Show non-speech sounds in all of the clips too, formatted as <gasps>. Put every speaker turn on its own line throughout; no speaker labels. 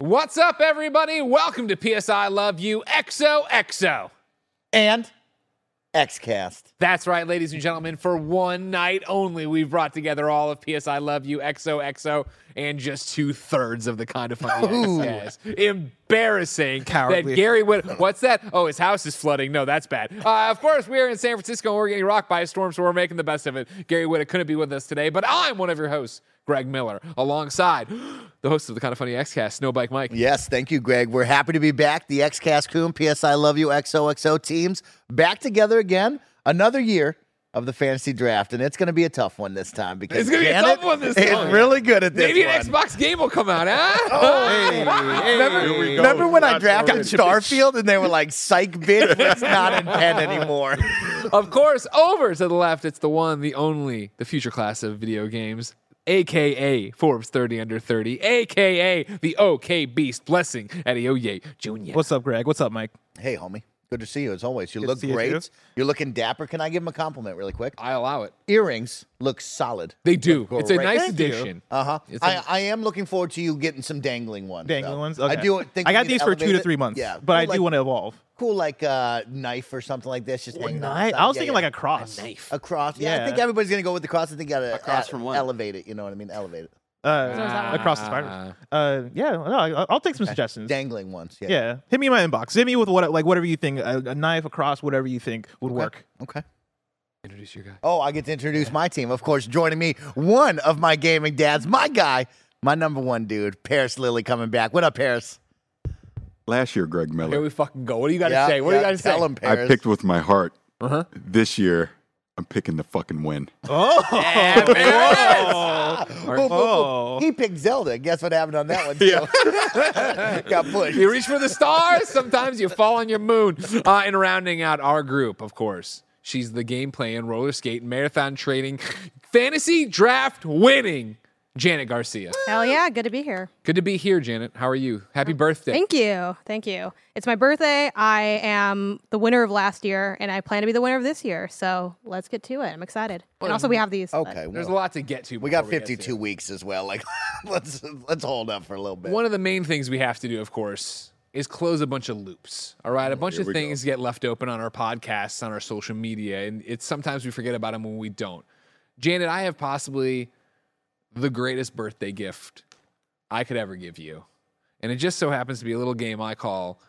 What's up, everybody? Welcome to PSI Love You XOXO.
and XCast.
That's right, ladies and gentlemen. For one night only, we've brought together all of PSI Love You XOXO and just two thirds of the kind of funny XOs. Embarrassing that
Cowardly.
Gary went. What's that? Oh, his house is flooding. No, that's bad. Uh, of course, we are in San Francisco and we're getting rocked by a storm, so we're making the best of it. Gary Whitta couldn't be with us today, but I'm one of your hosts, Greg Miller, alongside <gasps> the host of the kind of funny XCast, Snowbike Mike.
Yes, thank you, Greg. We're happy to be back. The XCast Coon, PS I Love You, XOXO teams back together again. Another year of the fantasy draft, and it's going to be a tough one this time because
It's gonna be a
Janet
tough one this Oh.
is
time.
really good at this.
Maybe
one.
an Xbox game will come out, huh? <laughs>
Remember,
Remember when I drafted
Gotcha,
Starfield and they were like,
<laughs>
"Psych, bitch, it's not in pen anymore."
Of course, over to the left, it's the one, the only, the future class of video games, aka Forbes 30 under 30, aka the OK Beast Blessing Eddie Oye Jr.
What's up, Greg? What's up, Mike?
hey, homie, good to see you as always. You
Good to
look
see you,
great.
too.
You're looking dapper. Can I give him a compliment really quick?
I allow it.
Earrings look solid.
They do. It's a
great.
nice
Thank you.
addition.
Uh huh.
It's
I,
a-
I am looking forward to you getting some dangling ones.
Dangling
though.
ones.
I
Okay.
do think
I
we
got
need
these for two to
elevate it.
three months.
Yeah,
but I
cool,
do
like-
want to evolve.
cool, like uh, knife or something like this. Just hanging on the
Knife?
side.
I was
Yeah,
thinking
yeah.
like a cross.
knife.
a cross. Yeah, I
Yeah.
think everybody's gonna go with the cross. I think you gotta a
cross from what?
elevate it. You know what I mean? Elevate it.
Uh, across the spider. Uh, yeah, no, I- I'll take some suggestions.
Dangling ones. Yeah.
Yeah, hit me in my inbox. Hit me with what, like whatever you think, a, a knife, a cross, whatever you think would work.
Okay.
Introduce your guy.
Oh, I get to introduce my team. Of course, joining me, one of my gaming dads, my guy, my number one dude, Paris Lilly coming back. What up, Paris?
Last year, Greg
Here
Miller,
we fucking go. What do you got to
Yeah,
say? What do
yeah,
you got to say?
Tell him,
I
Paris.
picked with my heart.
Uh-huh.
This year, I'm picking the fucking win.
Oh,
Whoa,
<laughs>
whoa, whoa.
Oh.
He picked Zelda. Guess what happened on that one? Too? <laughs> Got pushed.
You reach for the stars. Sometimes you fall on your moon. Uh, and rounding out our group, of course, she's the game plan, roller skate, marathon trading, fantasy draft winning, Janet Garcia.
Hell yeah, good to be here.
Good to be here, Janet. How are you? Happy birthday.
Thank you. Thank you. It's my birthday. I am the winner of last year and I plan to be the winner of this year. So let's get to it. I'm excited. And also, we have these. but-
Okay.
There's a
Well,
lot to get to.
we
before
got
get to
52
it.
weeks as well. Like, <laughs> let's let's hold up for a little bit.
One of the main things we have to do, of course, is close a bunch of loops. All right, a bunch of things get left open on our podcasts, on our social media, and it's sometimes we forget about them when we don't. Janet, I have possibly the greatest birthday gift I could ever give you, and it just so happens to be a little game I call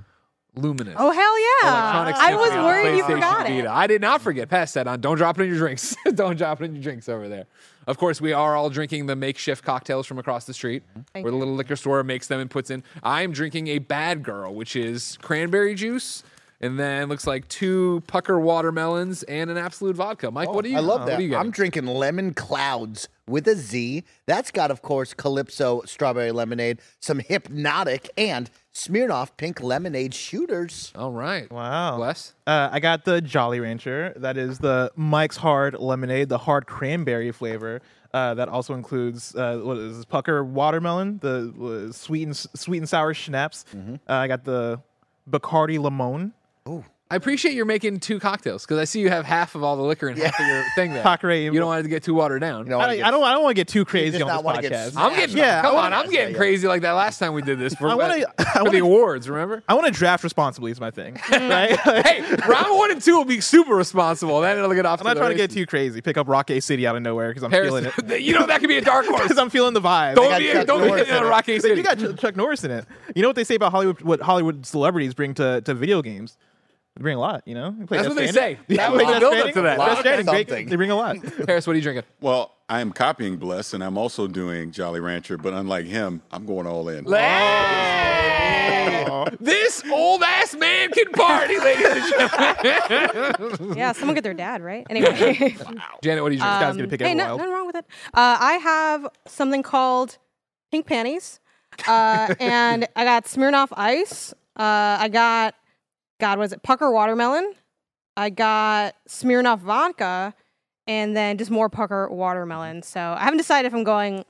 Luminous.
Oh, hell yeah.
Electronic
I was
Symphony on the
worried you
PlayStation
forgot
Vita.
it.
I did not forget. Pass that on. Don't drop it in your drinks. <laughs> Don't drop it in your drinks over there. Of course, we are all drinking the makeshift cocktails from across the street, where the little liquor store makes them and puts in. I'm drinking a bad girl, which is cranberry juice, and then looks like two pucker watermelons and an absolute vodka. Mike, what do you?
Oh, I love
What
that.
do you got?
I'm drinking lemon clouds with a Z. That's got, of course, Calypso strawberry lemonade, some hypnotic, and Smirnoff pink lemonade shooters.
all right.
Wow.
Bless.
Uh, I got the Jolly Rancher. That is the Mike's Hard Lemonade, the hard cranberry flavor. Uh, that also includes uh, what is this, pucker watermelon, the
Mm-hmm.
uh, sweet and sweet and sour schnapps. Uh, I got the Bacardi Limon.
I appreciate you're making two cocktails because I see you have half of all the liquor and half of your thing
<laughs>
there. You
Cocktail.
don't want it to get too watered down.
You know,
I,
I
don't-
guess-
I don't. I don't want to get too crazy
Oh, just
on
not
this
wanna get
podcast.
smashed.
I'm getting
Yeah,
come
I
on,
wanna-
I'm getting
yeah.
crazy like that last time we did this for,
I wanna- <laughs> I
for the
wanna-
awards. Remember?
<laughs> I want to draft responsibility is
<laughs>
my thing, right?
hey, round one and two will be super responsible. Then it'll get off.
<laughs> I'm not
the
trying to get
races.
too crazy. Pick up Rocky City out of nowhere because I'm feeling it.
<laughs>
<laughs>
<laughs> Paris. you know that could be a dark horse.
Because I'm feeling the vibe.
Don't
got
be
Chuck
don't be
Norris
hitting
in
on
it.
Rocky
But
City.
you got Ch- Chuck Norris in it. You know what they say about Hollywood? What Hollywood celebrities bring to, to video games? They bring a lot. You know, They play
That's
Death
what they
Stranding.
say.
<laughs>
That was
play
the
Death
build-up
Stranding.
to that.
Death
Lot of
Stranding, they-
something.
They bring a lot.
Paris, what are you drinking?
Well, I am copying Bless, and I'm also doing Jolly Rancher, but unlike him, I'm going all in.
This old ass man can party, ladies and gentlemen.
yeah, someone get their dad, right? Anyway.
Janet, what are you drinking?
guy's gonna pick
Um, hey,
it
no-
wild.
nothing wrong with it. Uh, I have something called pink panties,
<laughs>
uh, and I got Smirnoff Ice. Uh, I got God, was it Pucker Watermelon? I got Smirnoff Vodka, and then just more Pucker Watermelon. So I haven't decided if I'm going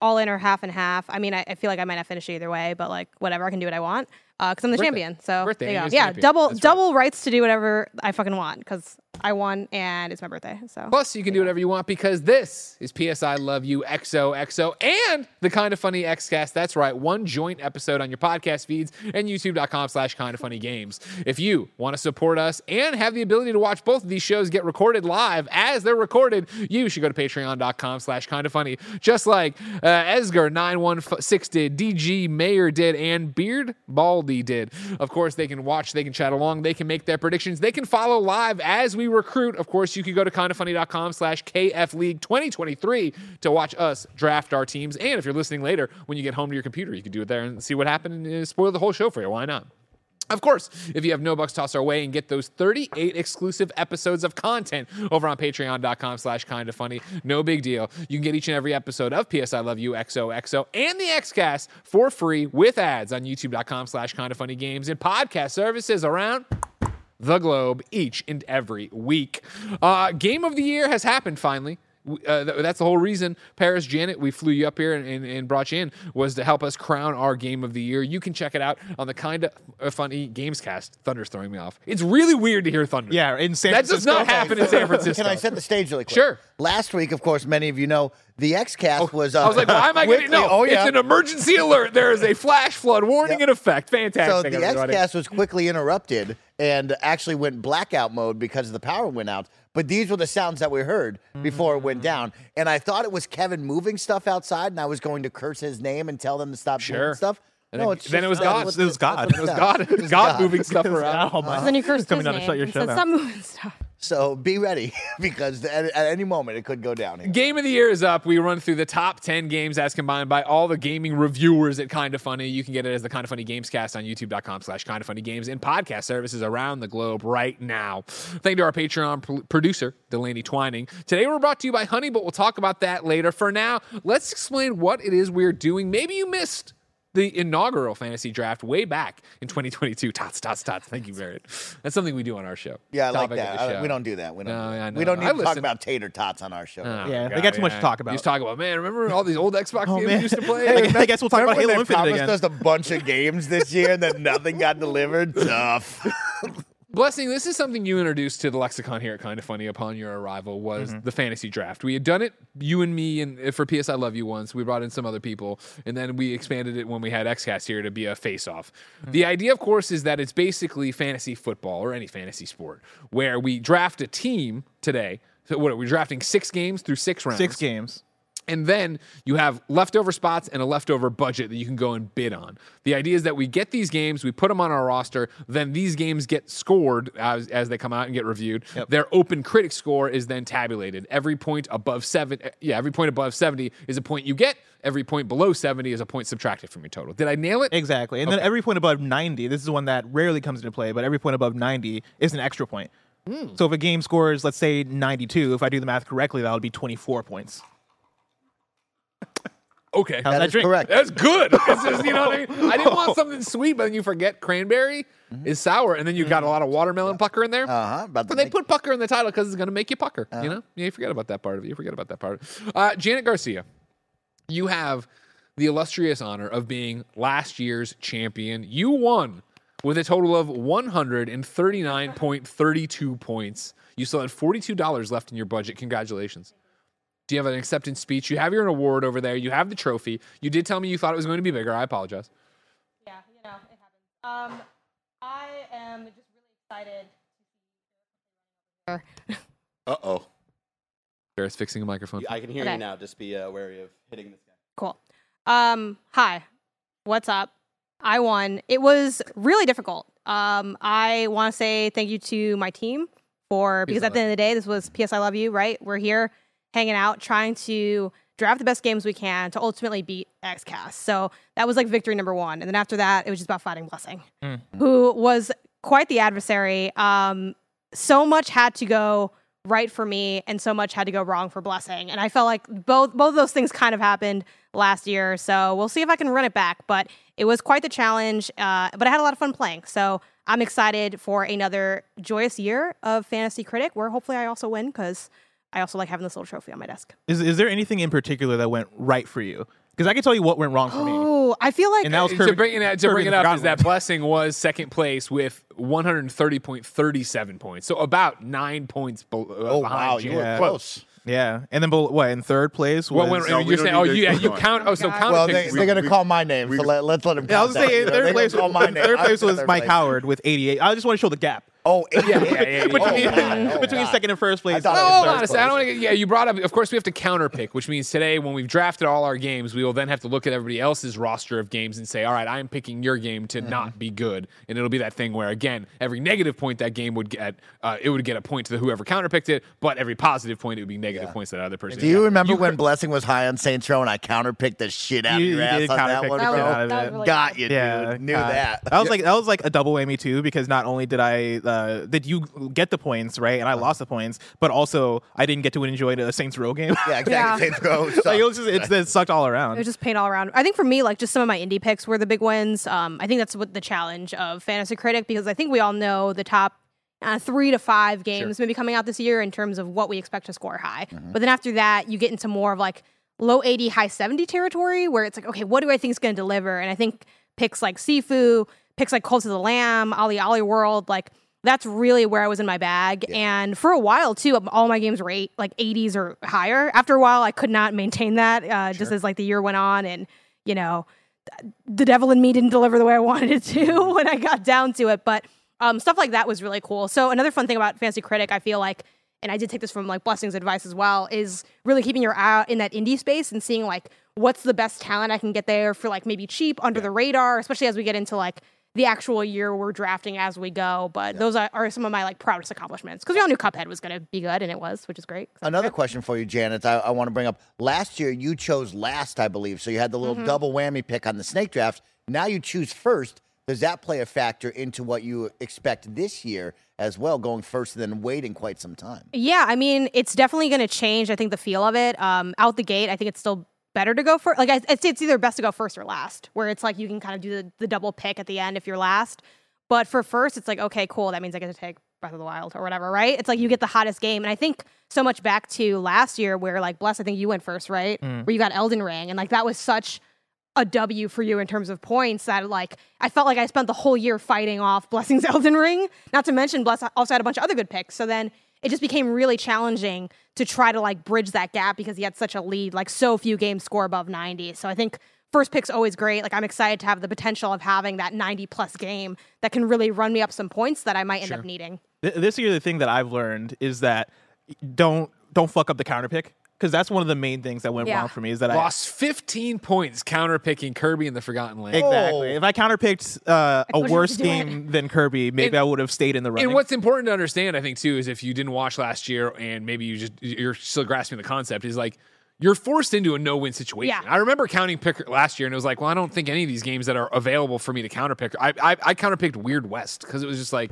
all in or half and half. I mean, I, I feel like I might not finish either way, but like whatever, I can do what I want because I'm the champion. So
Birthday,
there you
you're
go.
the
yeah,
champion.
double
That's right.
double rights to do whatever I fucking want because I won and it's my birthday. So
Plus, you can do whatever you want because this is PSI Love You XOXO and the Kind of Funny XCast. That's right, one joint episode on your podcast feeds and youtube.com slash kind of funny games. If you want to support us and have the ability to watch both of these shows get recorded live as they're recorded, you should go to patreon.com slash kind of funny. Just like uh, Esgar916 did, DG Mayer did, and Beard Baldy did. Of course, they can watch, they can chat along, they can make their predictions, they can follow live as we recruit. Of course, you can go to kindoffunny.com slash KF League 2023 to watch us draft our teams. And if you're listening later, when you get home to your computer, you can do it there and see what happened and uh, spoil the whole show for you. Why not? Of course, if you have no bucks, toss our way and get those 38 exclusive episodes of content over on patreon.com slash kind of funny. No big deal. You can get each and every episode of PS I Love You, XOXO, and the XCast for free with ads on youtube.com slash kind of funny games and podcast services around the globe each and every week. Uh, game of the year has happened finally. W- Uh, th- that's the whole reason, Paris Janet. We flew you up here and, and, and brought you in was to help us crown our game of the year. You can check it out on the kind of funny games cast. Thunder's throwing me off. It's really weird to hear thunder.
Yeah, in San
that does
Francisco.
not happen in San Francisco.
<laughs> Can I set the stage really quick?
Sure. Oh,
Last week, of course, many of you know the XCast was. Uh,
I was like, why am I
with
getting no?
the- Oh yeah.
It's an emergency alert. There is a flash flood warning in effect.
so
Fantastic.
the
everybody.
XCast was quickly interrupted and actually went blackout mode because the power went out. But these were the sounds that we heard before it
Mm.
went down. And I thought it was Kevin moving stuff outside, and I was going to curse his name and tell them to stop
Sure.
doing stuff.
And
no,
then-
it's
then
just-
it was
that's
God.
what-
It
was
that's what
God.
it
<laughs> It was
sounds.
God,
It was
God moving stuff around.
Oh my.
Then you cursed
coming
his
down to
name
shut your
and
show
said,
down.
Stop moving stuff.
So be ready <laughs> because at, at any moment it could go down. Here.
Game of the year is up. We run through the top 10 games as combined by all the gaming reviewers at Kind of Funny. You can get it as the Kind of Funny Games cast on youtube.com slash Kind of Funny Games and podcast services around the globe right now. Thank you to our Patreon pr- producer, Delaney Twining. Today we're brought to you by Honey, but we'll talk about that later. For now, let's explain what it is we're doing. Maybe you missed the inaugural fantasy draft way back in 2022. Tots, tots, tots. Thank you, Barrett. That's something we do on our show.
Yeah, I like
Topic of
that.
the
I-
show.
we don't do that. We don't.
No,
do
yeah, I
that.
know.
we don't
I
need to talk
listen.
about tater tots on our show.
Oh,
Yeah, they
God,
got too much to
yeah.
talk about. Oh,
You just talk about, man, remember all these old Xbox games we used to play?
<laughs> I guess- I guess we'll talk about
Remember when
Halo
they
Infinite
promised
again.
us a bunch of games this year and then nothing got delivered. Tough.
Blessing, this is something you introduced to the lexicon here at Kind of Funny upon your arrival was
Mm-hmm.
the fantasy draft. We had done it, you and me, and uh, for PS I Love You once. We brought in some other people, and then we expanded it when we had XCast here to be a face off.
Mm-hmm.
The idea, of course, is that it's basically fantasy football or any fantasy sport where we draft a team today. So what are we drafting? Six games through six rounds.
Six games.
And then you have leftover spots and a leftover budget that you can go and bid on. The idea is that we get these games, we put them on our roster, then these games get scored as, as they come out and get reviewed. Their open critic score is then tabulated. Every point above seven, eh, yeah, every point above 70 is a point you get. Every point below 70 is a point subtracted from your total. Did I nail it?
Exactly. And then every point above 90, this is one that rarely comes into play, but every point above 90 is an extra point. So if a game scores, let's say 92, if I do the math correctly, that would be 24 points.
Okay.
How's
That
that
is
drink?
correct.
That's good. <laughs> It's just, you know what I
<laughs>
mean? I didn't want something sweet, but then you forget cranberry
Mm-hmm.
is sour, and then you got a lot of watermelon pucker in there.
Uh-huh, about to
But they
make-
put pucker in the title because it's going to make you pucker. You know, yeah, you forget about that part of it. You forget about that part. Uh, Janet Garcia, you have the illustrious honor of being last year's champion. You won with a total of 139.32 points. You still had $42 left in your budget. Congratulations. Do you have an acceptance speech? You have your award over there. You have the trophy. You did tell me you thought it was going to be bigger. I apologize.
Yeah, you know, it happens. Um, I am just really excited.
Uh oh.
Barrett's fixing a microphone.
I can hear
Okay.
you now. Just be uh, wary of hitting this guy.
Cool. Um, hi. What's up? I won. It was really difficult. Um, I want to say thank you to my team for because
I
at the end of the day, this was PS I Love You, right? We're here hanging out, trying to draft the best games we can to ultimately beat XCast. So that was like victory number one. And then after that, it was just about fighting Blessing,
Hmm.
who was quite the adversary. Um, so much had to go right for me and so much had to go wrong for blessing and i felt like both both of those things kind of happened last year so we'll see if i can run it back but it was quite the challenge uh, but i had a lot of fun playing so i'm excited for another joyous year of fantasy critic where hopefully i also win because i also like having this little trophy on my desk
Is is there anything in particular that went right for you? Because I can tell you what went wrong for me,
oh i feel like
and that was
to
Kirby-
bring it, out- to
Kirby
bring
the
it up is
Forgotten
that
Land.
Blessing was second place with 130.37 points. So about nine points be- uh,
Oh
behind
wow,
you.
you were close.
yeah. And then bel- what in third place was
What went,
No, we
you're
don't
saying,
need
oh,
to
you, yeah,
go
you
on.
count. Oh, so count.
Well,
it
they,
picks-
they're gonna
we-
call my name, so
we-
let, let's let them.
Yeah, I was
count
gonna
that.
say
You know,
third
they're
place.
gonna call my name.
<laughs> Third
I
place
said <laughs>
was
third
Mike
place.
Howard with 88. I just want to show the gap
Oh, yeah,
yeah,
<laughs>
yeah.
between,
Oh,
God. <laughs> Oh,
between
God.
second and first place.
thought it was
Oh,
Third
honestly, I
place.
don't want to. Yeah, you brought up. Of course, we have to counter pick, which means today, when we've drafted all our games, we will then have to look at everybody else's roster of games and say, "All right, I am picking your game to
Mm-hmm.
not be good." And it'll be that thing where, again, every negative point that game would get, uh, it would get a point to whoever counter picked it, but every positive point, it would be negative points to that other person.
Do you
got.
remember when Blessing was high on Saints Row and I counterpicked the shit out
You-
of your
you
ass
did
on that
counterpick
one?
the
that was,
shit
bro?
out of
that was
it.
really
Got
good.
you,
<laughs> Yeah,
dude. Knew
God.
that.
That was like that was like a double whammy too, because not only did I uh, did you get the points right, and I lost the points, but also I didn't get to enjoy the Saints Row game.
yeah, exactly. Saints Row.
<laughs> like it was
sucked.
just it's, it sucked all
It was
around.
just paint all around. I think for me, like just some of my indie picks were the big wins. Um, I think that's what the challenge of Fantasy Critic because I think we all know the top uh, three to five games maybe coming out this year in terms of what we expect to score high. But then after that, you get into more of like low 80, high 70 territory where it's like, okay, what do I think is going to deliver? And I think picks like Sifu, picks like Cult of the Lamb, Ali Ali World, like that's really where I was in my bag. And for a while too, um, all my games were eight, like 80s or higher. After a while, I could not maintain that uh, just as like the year went on, and you know, th- the devil in me didn't deliver the way I wanted it to <laughs> when I got down to it. But um, stuff like that was really cool. So another fun thing about Fancy Critic, I feel like. And I did take this from like Blessing's advice as well is really keeping your eye out in that indie space and seeing like what's the best talent I can get there for like maybe cheap under the radar, especially as we get into like the actual year we're drafting as we go. But those are, are some of my like proudest accomplishments because we all knew Cuphead was going to be good and it was, which is great.
Another question for you, Janet. I, I want to bring up. Last year, you chose last, I believe. So you had the
Mm-hmm.
little double whammy pick on the snake drafts. Now you choose first. Does that play a factor into what you expect this year as well, going first and then waiting quite some time?
Yeah, I mean, it's definitely going to change. I think the feel of it um, out the gate. I think it's still better to go first. Like I, it's, it's either best to go first or last, where it's like you can kind of do the, the double pick at the end if you're last. But for first, it's like okay, cool. That means I get to take Breath of the Wild or whatever, right? It's like you get the hottest game, and I think so much back to last year where like bless, I think you went first, right? Where you got Elden Ring, and like that was such a W for you in terms of points that like I felt like I spent the whole year fighting off Blessing's <laughs> Elden Ring. Not to mention Bless also had a bunch of other good picks. So then it just became really challenging to try to like bridge that gap because he had such a lead. Like so few games score above 90. So I think first pick's always great. Like I'm excited to have the potential of having that 90 plus game that can really run me up some points that I might end up needing.
Th- this year, the thing that I've learned is that don't don't fuck up the counter pick because that's one of the main things that went
Yeah.
wrong for me is that I.
lost 15 points counter picking Kirby in the Forgotten Land?
<laughs> Exactly.
Oh.
If I counterpicked uh, a
told you to
worse
do it.
game than Kirby, maybe I would have stayed in the running.
And what's important to understand, I think, too, is if you didn't watch last year and maybe you just you're still grasping the concept, is like you're forced into a no-win situation.
Yeah.
I remember counting pick last year, and it was like, well, I don't think any of these games that are available for me to counter pick. I I, I counter picked Weird West because it was just like,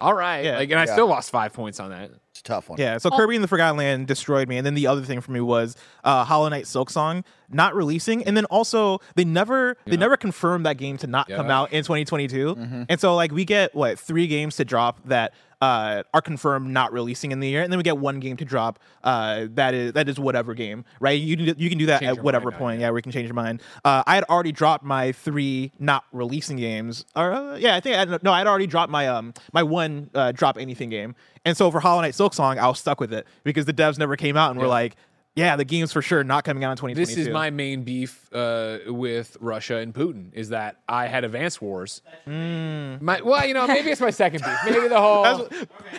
all right,
Yeah.
like, and I still lost five points on that.
It's a tough one.
Yeah,
Oh.
so Kirby and the Forgotten Land destroyed me. And then the other thing for me was uh, Hollow Knight Silk Song not releasing. And then also they never they never confirmed that game to not come
Yeah.
Mm-hmm.
out in 2022. And so like we get what three games to drop that uh, are confirmed not releasing in the year, and then we get one game to drop. Uh, that is that is whatever game, right? You can do- you can do that
Change
at
your
whatever
mind on,
point. Yeah, where you can change your mind. Uh, I had already dropped my three not releasing games. Or uh, yeah, I think I, no, I'd already dropped my um my one uh, drop anything game, and so for Hollow Knight Silk Song, I was stuck with it because the devs never came out and were like. Yeah, the game's for sure not coming out in 2022.
This is my main beef uh, with Russia and Putin is that I had advanced wars.
Hmm.
My, well, you know, maybe it's my second beef. Maybe the
<laughs>
whole,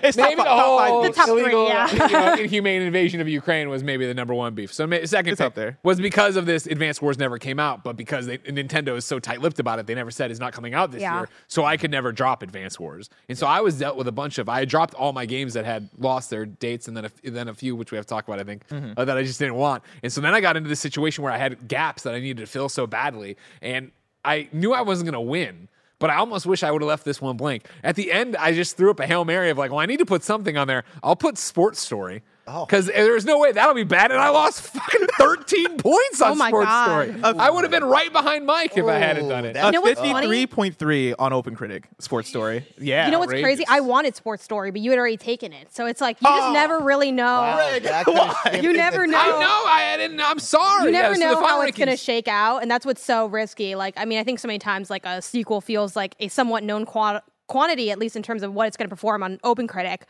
It's top
maybe Oh, the
fi- top five
whole
beefs.
The top three,
illegal,
yeah.
you
<laughs>
know, inhumane invasion of Ukraine was maybe the number one beef. So ma- second
It's
pick
up there.
was because of this. Advanced wars never came out, but because they, Nintendo is so tight-lipped about it, they never said it's not coming out this
Yeah.
year. So I could never drop Advanced Wars, and so I was dealt with a bunch of. I dropped all my games that had lost their dates, and then a, f- then a few which we have to talk about, I think, uh, that I just didn't want. And so then I got into this situation where I had gaps that I needed to fill so badly, and I knew I wasn't going to win. But I almost wish I would have left this one blank. At the end, I just threw up a hail mary of like, well, I need to put something on there. I'll put sports story because there's no way that'll be bad. And I lost fucking 13 points on
Oh my
sports
God.
story. I would have been right behind Mike if I hadn't done it.
Ooh,
Uh,
know what's funny?
53.3 on Open Critic Sports Story. Yeah.
you know what's crazy?
outrageous.
I wanted Sports Story, but you had already taken it. So it's like, you just never really know. <laughs>
that could've shifted
You
the
never
time.
<laughs>
know.
I know. I didn't. I'm sorry.
You never
Yes, the
know how
final
it's going to
rankings-
shake out, and that's what's so risky. Like, I mean, I think so many times, like a sequel feels like a somewhat known quan- quantity, at least in terms of what it's going to perform on Open Critic.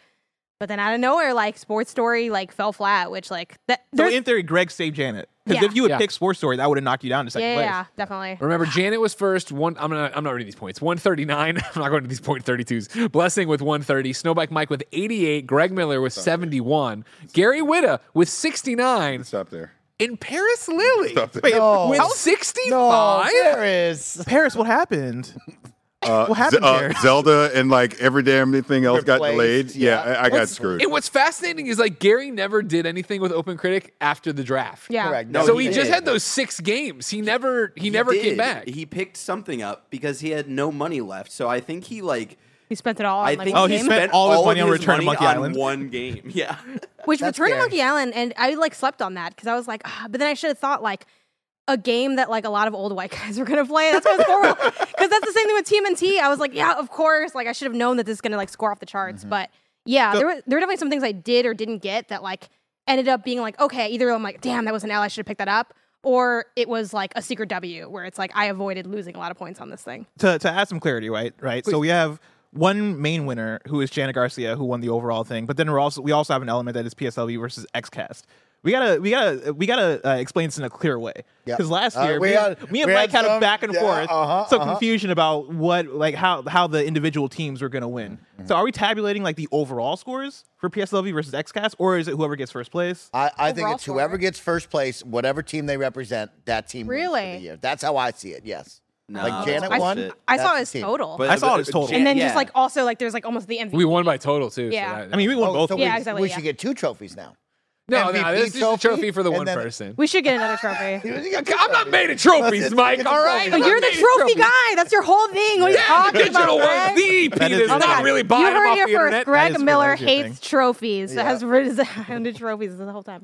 But then out of nowhere, like Sports Story, like fell flat, which like that.
So
there's-
in theory, Greg saved Janet. Because
Yeah.
if you had
Yeah.
picked Sports Story, that would have knocked you down to second
yeah, yeah,
place.
yeah, definitely.
Remember, Janet was first. One, I'm not. I'm not reading these points. 139. <laughs> I'm not going to these point 32s. Blessing with 130. Snowbike Mike with 88. Greg Miller with 71. Gary Witta with 69.
Stop there.
And Paris Lily
Wait,
with
Oh,
how-
65.
No, there is.
Paris, what happened?
Uh,
What happened
Ze- uh,
there?
Zelda and like every damn thing else got delayed.
Replaced,
Yeah,
yeah.
I, I got screwed.
And what's fascinating is like Gary never did anything with Open Critic after the draft.
Yeah.
Correct. No,
so he, just
did.
had those six games. He never he, never came
did.
back.
He picked something up because he had no money left. So I think he like
He spent it all on
I
like
think
one
Oh, he
game,
spent all his money on Return to
money
Monkey
on
Island.
one game. <laughs> Yeah.
which
That's
Return to
scary.
Monkey Island, and I like slept on that because I was like, ah, but then I should have thought like a game that like a lot of old white <laughs> guys were gonna play. That's gonna
<laughs>
score because that's the same thing with TMNT. I was like, yeah, of course. Like I should have known that this is gonna like score off the charts,
Mm-hmm.
but yeah, there were there were definitely some things I did or didn't get that like ended up being like, okay, either I'm like, damn, that was an L, I should have picked that up. Or it was like a secret W where it's like I avoided losing a lot of points on this thing.
to, to add some clarity, right? Right. So we have one main winner who is Janet Garcia, who won the overall thing. But then we're also we also have an element that is PSLV versus XCast. We gotta we gotta we gotta uh, explain this in a clear way.
Yep.
Because last
Uh,
year
we
me,
had-
me and
we
Mike
had
had, a
some-
back and
yeah,
forth,
uh-huh,
some confusion about what like how how the individual teams were gonna win.
Mm-hmm.
So are we tabulating like the overall scores for PSLV versus XCast, or is it whoever gets first place?
I, I think
Overall
it's whoever
score.
gets first place, whatever team they represent, that team wins for
Really?
the year. That's how I see it. Yes.
No,
like
that's
Janet
bullshit.
won.
I
that's
saw
the
his
team.
total.
But-
<laughs> I saw
but-
his total.
and then
yeah.
just like also like there's like almost the MVP.
we won by total too. so
Yeah.
that-
I mean, we won
Oh,
both.
so
of
we-
them.
Yeah, exactly,
We
yeah.
should get two trophies now.
no, no,
MVP
this is a trophy
trophy,
for the
and
one
then-
person.
we should get another trophy.
I'm not made of trophies,
Let's
Mike.
get the
All right, I'm
trophy.
But
not
you're the
made of
trophy
trophies.
guy. That's your whole thing. What are you
Yeah, the
talking
digital
about?
one.
Greg?
The EP
That
that
is
is
Oh my
not
God.
really
You
buying them
heard
off
it
the
here
internet.
first. Greg
That is really
Miller
interesting.
hates trophies.
Yeah.
Has resounded trophies the whole time.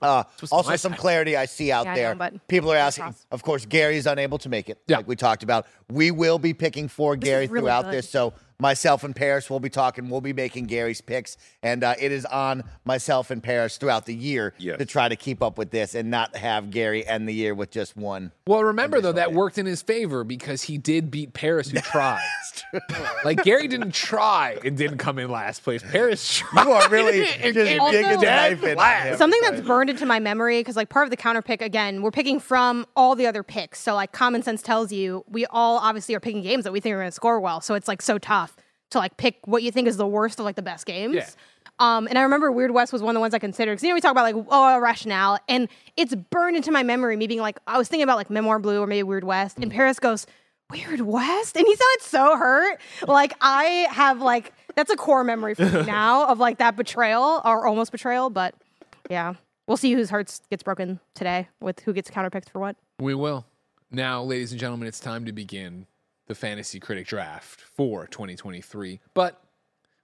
Uh,
supposed to
also,
be
some
nice.
clarity I see out
Yeah, I know,
there.
but-
People are asking.
Cross.
Of course, Gary is unable to make it.
Yeah.
Like we talked about. We will be picking for Gary
is really
throughout
good.
this. So myself and Paris will be talking. We'll be making Gary's picks, and uh, it is on myself and Paris throughout the year
Yes.
to try to keep up with this and not have Gary end the year with just one.
Well, remember though that worked in his favor because he did beat Paris, <laughs> who tried. like Gary didn't try and didn't come in last place. Paris tried.
<laughs> You are
<laughs>
really
and
just
came
Also-
digging the
dead
knife in.
last.
him.
Something that's burned into my memory because, like, part of the counter pick again, we're picking from all the other picks. So, like, common sense tells you we all obviously are picking games that we think are going to score well. So it's like so tough to like pick what you think is the worst of like the best games.
Yeah.
Um, and I remember Weird West was one of the ones I considered because you know we talk about like oh rationale, and it's burned into my memory. Me being like, I was thinking about like Memoir Blue or maybe Weird West, and Paris goes Weird West, and he sounded so hurt. Like I have like that's a core memory for me now of like that betrayal or almost betrayal, but yeah, we'll see whose hearts gets broken today with who gets counterpicked for what.
We will. Now, ladies and gentlemen, it's time to begin the Fantasy Critic Draft for 2023. But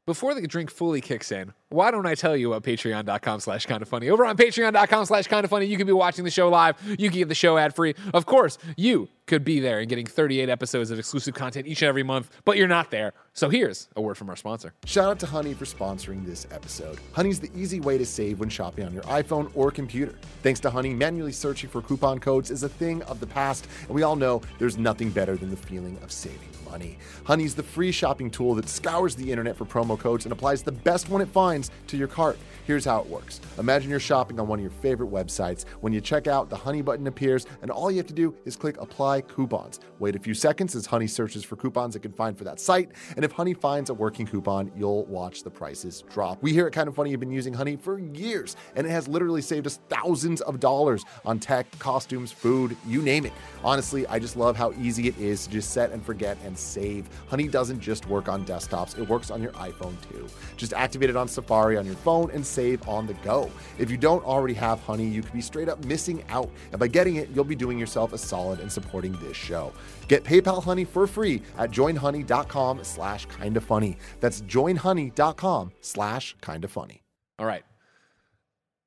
before the drink fully kicks in, why don't I tell you about patreon.com slash kind of funny? Over on patreon.com slash kind of funny, you can be watching the show live. You can get the show ad free. Of course, you could be there and getting 38 episodes of exclusive content each and every month, but you're not there. So here's a word from our sponsor.
Shout out to Honey for sponsoring this episode. Honey's the easy way to save when shopping on your iPhone or computer. Thanks to Honey, manually searching for coupon codes is a thing of the past, and we all know there's nothing better than the feeling of saving money. Honey's the free shopping tool that scours the internet for promo codes and applies the best one it finds to your cart. Here's how it works. Imagine you're shopping on one of your favorite websites. When you check out, the Honey button appears, and all you have to do is click Apply Coupons. Wait a few seconds as Honey searches for coupons it can find for that site, and if Honey finds a working coupon, you'll watch the prices drop. We here at Kind of Funny have been using Honey for years, and it has literally saved us thousands of dollars on tech, costumes, food, you name it. Honestly, I just love how easy it is to just set and forget and save. Honey doesn't just work on desktops, it works on your iPhone too. Just activate it on Safari on your phone and save on the go. If you don't already have Honey, you could be straight up missing out. And by getting it, you'll be doing yourself a solid and supporting this show. Get PayPal Honey for free at joinhoney.com slash kinda funny. That's joinhoney.com slash kinda funny.
All right.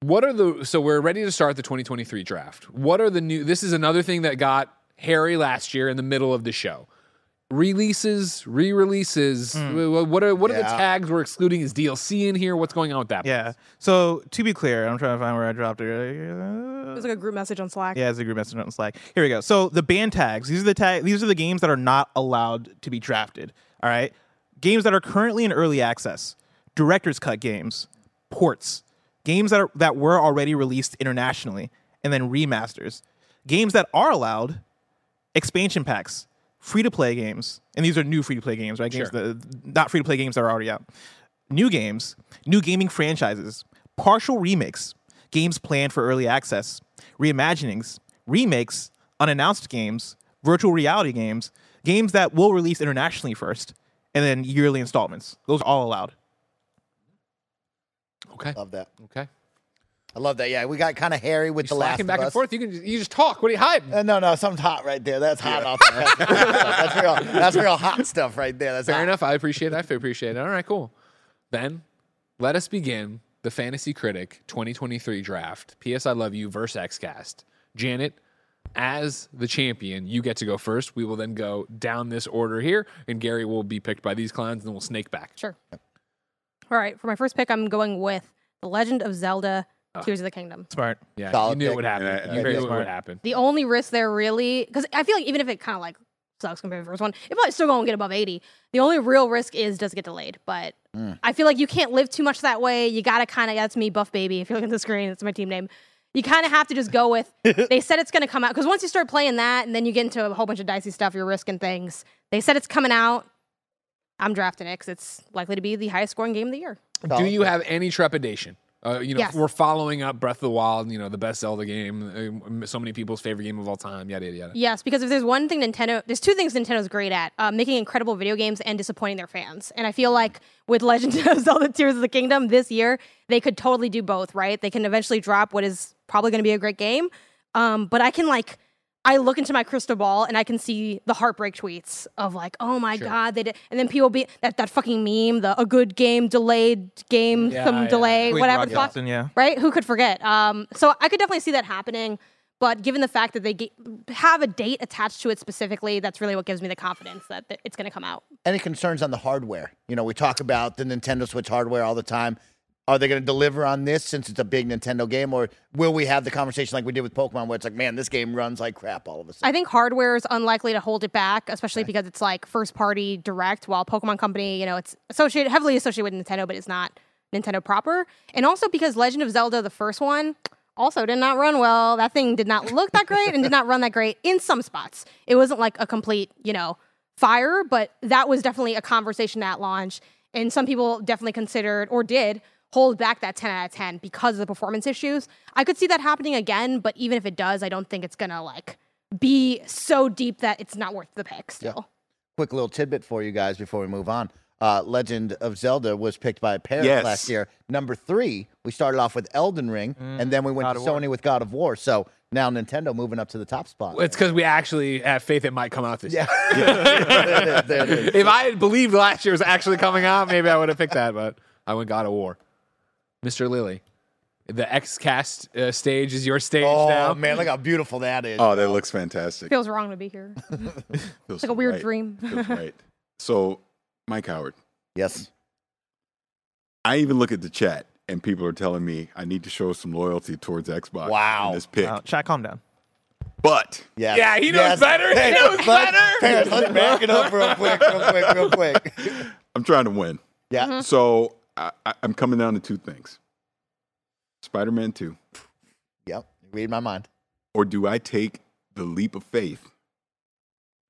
What are the so we're ready to start the 2023 draft. What are the new this is another thing that got hairy last year in the middle of the show. Releases, re-releases. wh- wh- What are what are the
Yeah.
tags we're excluding? Is DLC in here? What's going on with that?
Yeah. So to be clear, I'm trying to find where I dropped it.
It was like a group message on Slack.
Yeah, it's a group message on Slack. Here we go. So the ban tags. These are the tag. These are the games that are not allowed to be drafted. All right. Games that are currently in early access, director's cut games, ports, games that are that were already released internationally, and then remasters. Games that are allowed, expansion packs, free to play games, and these are new free to play games, right? Games that, not free to play games that are already out. New games, new gaming franchises, partial remakes, games planned for early access, reimaginings, remakes, unannounced games, virtual reality games, games that will release internationally first, and then yearly installments. Those are all allowed.
Okay.
Love that.
Okay.
I love that. Yeah, we got kind of hairy with the last
Slacking back
of
and
us.
forth. You can just, you just talk. What are you hiding?
Uh, no, no, something's hot right there. That's hot off the cuff. <laughs> that's real. That's real hot stuff right there. That's
Fair
hot.
enough. I appreciate it. I appreciate it. All right, cool. Then let us begin the Fantasy Critic 2023 draft. PS I Love You versus XCast. Janet, as the champion, you get to go first. We will then go down this order here, and Gary will be picked by these clowns, and then we'll snake back.
Sure. All right. For my first pick, I'm going with The Legend of Zelda Tears of the Kingdom.
Smart.
Yeah,
Solid
you knew
pick.
it would happen.
And I-
you
I
knew
think-
it would happen.
The only risk there really, because I feel like even if it kind of like sucks compared to the first one, it probably still going to get above 80. The only real risk is does it get delayed? But I feel like you can't live too much that way. You got to kind of, that's me, Buff Baby. If you look at the screen, it's my team name. You kind of have to just go with, they said it's going to come out. Because once you start playing that and then you get into a whole bunch of dicey stuff, you're risking things. They said it's coming out. I'm drafting it because it's likely to be the highest scoring game of the year.
Do you have any trepidation? Uh, you know,
Yes.
we're following up Breath of the Wild, you know, the best Zelda game, uh, so many people's favorite game of all time, yada, yada, yada.
Yes, because if there's one thing Nintendo, there's two things Nintendo's great at: uh, making incredible video games and disappointing their fans. And I feel like with <laughs> Legend of Zelda: Tears of the Kingdom this year, they could totally do both. Right? They can eventually drop what is probably going to be a great game, um, but I can like. I look into my crystal ball and I can see the heartbreak tweets of like, oh my god, they did, and then people be that, that fucking meme, the a good game delayed game,
Yeah,
some
yeah.
delay,
Wait,
whatever
Rock
the fuck
Johnson, yeah.
right? Who could forget? Um, so I could definitely see that happening, but given the fact that they ge- have a date attached to it specifically, that's really what gives me the confidence that th- it's going to come out.
Any concerns on the hardware? You know, we talk about the Nintendo Switch hardware all the time. Are they going to deliver on this since it's a big Nintendo game, or will we have the conversation like we did with Pokemon, where it's like, man, this game runs like crap all of a sudden?
I think hardware is unlikely to hold it back, especially because it's like first party direct, while Pokemon Company, you know, it's associated heavily associated with Nintendo, but it's not Nintendo proper. And also because Legend of Zelda, the first one, also did not run well. That thing did not look that great and did not run that great in some spots. It wasn't like a complete, you know, fire, but that was definitely a conversation at launch. And some people definitely considered or did hold back that 10 out of 10 because of the performance issues. I could see that happening again, but even if it does, I don't think it's going to like be so deep that it's not worth the pick still.
Quick little tidbit for you guys before we move on. Uh, Legend of Zelda was picked by Paris
Yes.
last year. Number three, we started off with Elden Ring, and then we went
God
to
of War.
Sony with God of War. So now Nintendo moving up to the top spot. <laughs>
It's because we actually have faith it might come out this year.
yeah. There it is, there it
<laughs>
is.
if I had believed last year was actually coming out, maybe I would have picked that, but I went God of War. Mr. Lilly, The XCast uh, stage is your stage
Oh
now.
man, look how beautiful that is.
Oh, that looks fantastic.
Feels wrong to be here.
Feels
like a weird
right.
dream. <laughs>
Feels right. So, Mike Howard,
yes.
I even look at the chat and people are telling me I need to show some loyalty towards Xbox. in
Wow.
this pick,
Uh, Shaq, calm down.
but
Yes.
Yeah, he knows
Yes.
better. He
Hey,
knows
let's-
better.
Parents, let's back it up real quick, real quick, real quick.
<laughs> I'm trying to win.
Yeah.
So I, I, I'm coming down to two things: Spider-Man Two,
<laughs> Yep. Read my mind.
or do I take the leap of faith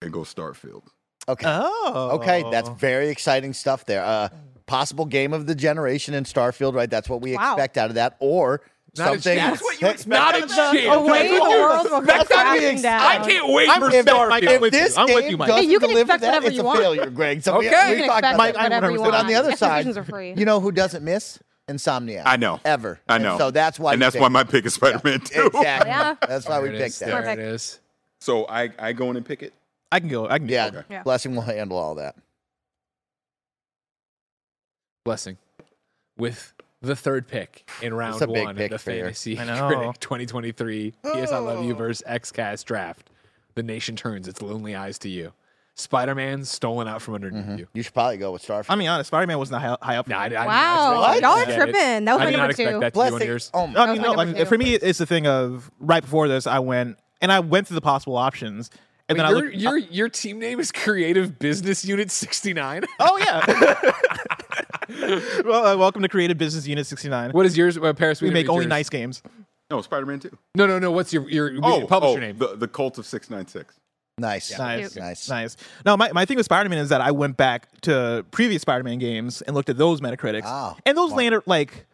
and go Starfield?
Okay.
Oh.
Okay, that's very exciting stuff there. Uh, possible game of the generation in Starfield, right? That's what we
Wow.
expect out of that, or
Not a
something.
chance.
<laughs>
That's what you expect Not out a of that? chance.
Away the world will come
Expect out of me.
crashing down.
I can't wait for
If-
Starfield. Oh,
if this
I'm
game
with you, Mike.
doesn't
Hey, you can
deliver
expect
that,
whatever
it's
you
a
want.
failure, Greg. So
Okay.
we- we,
You can
talked
expect
about that.
whatever you want.
But on the other side,
Expectations are free.
you know who doesn't miss? Insomnia.
I know.
Ever.
I
And
know.
so that's why.
and
we
that's
picked
why my pick is Spider-Man Two.
Exactly.
Yeah.
That's why we
There it is.
picked that.
There
Perfect.
it is.
So I, I go in and pick it.
I can go. I can.
Yeah.
Go.
Yeah.
Blessing will handle all that.
Blessing with the third pick in round
a big
one
pick
of the
for you. Oh.
Fantasy <laughs>
I know.
Critic 2023 PS I Love You versus XCast draft. The nation turns its lonely eyes to you. Spider Man stolen out from underneath you.
You should probably go with Starfield.
I mean, honest. Spider Man was not high, high up.
No, I, I did not
Wow.
expect
Y'all are
that.
tripping. That was
I
my
did not
number
expect
two.
that to be one of
Blessing.
yours.
Oh my.
No, I
That
mean,
was
no,
my
I mean,
number
for
two.
me, it's the thing of right before this, I went and I went through the possible options, and
Wait,
then I
your, <laughs>
looked.
your, your team name is Creative Business Unit 69.
oh yeah. well, uh, welcome to Creative Business Unit 69.
what is yours, uh, Paris?
we
didn't
make
read
only
yours.
nice games.
No, Spider-Man Two.
No, no, no. What's your your oh, publisher name?
The, the Cult of Six Nine Six.
Nice.
Nice.
Cute.
Nice.
Nice. No, my, my thing with Spider Man is that I went back to previous Spider Man games and looked at those Metacritics.
Ah,
and those landed like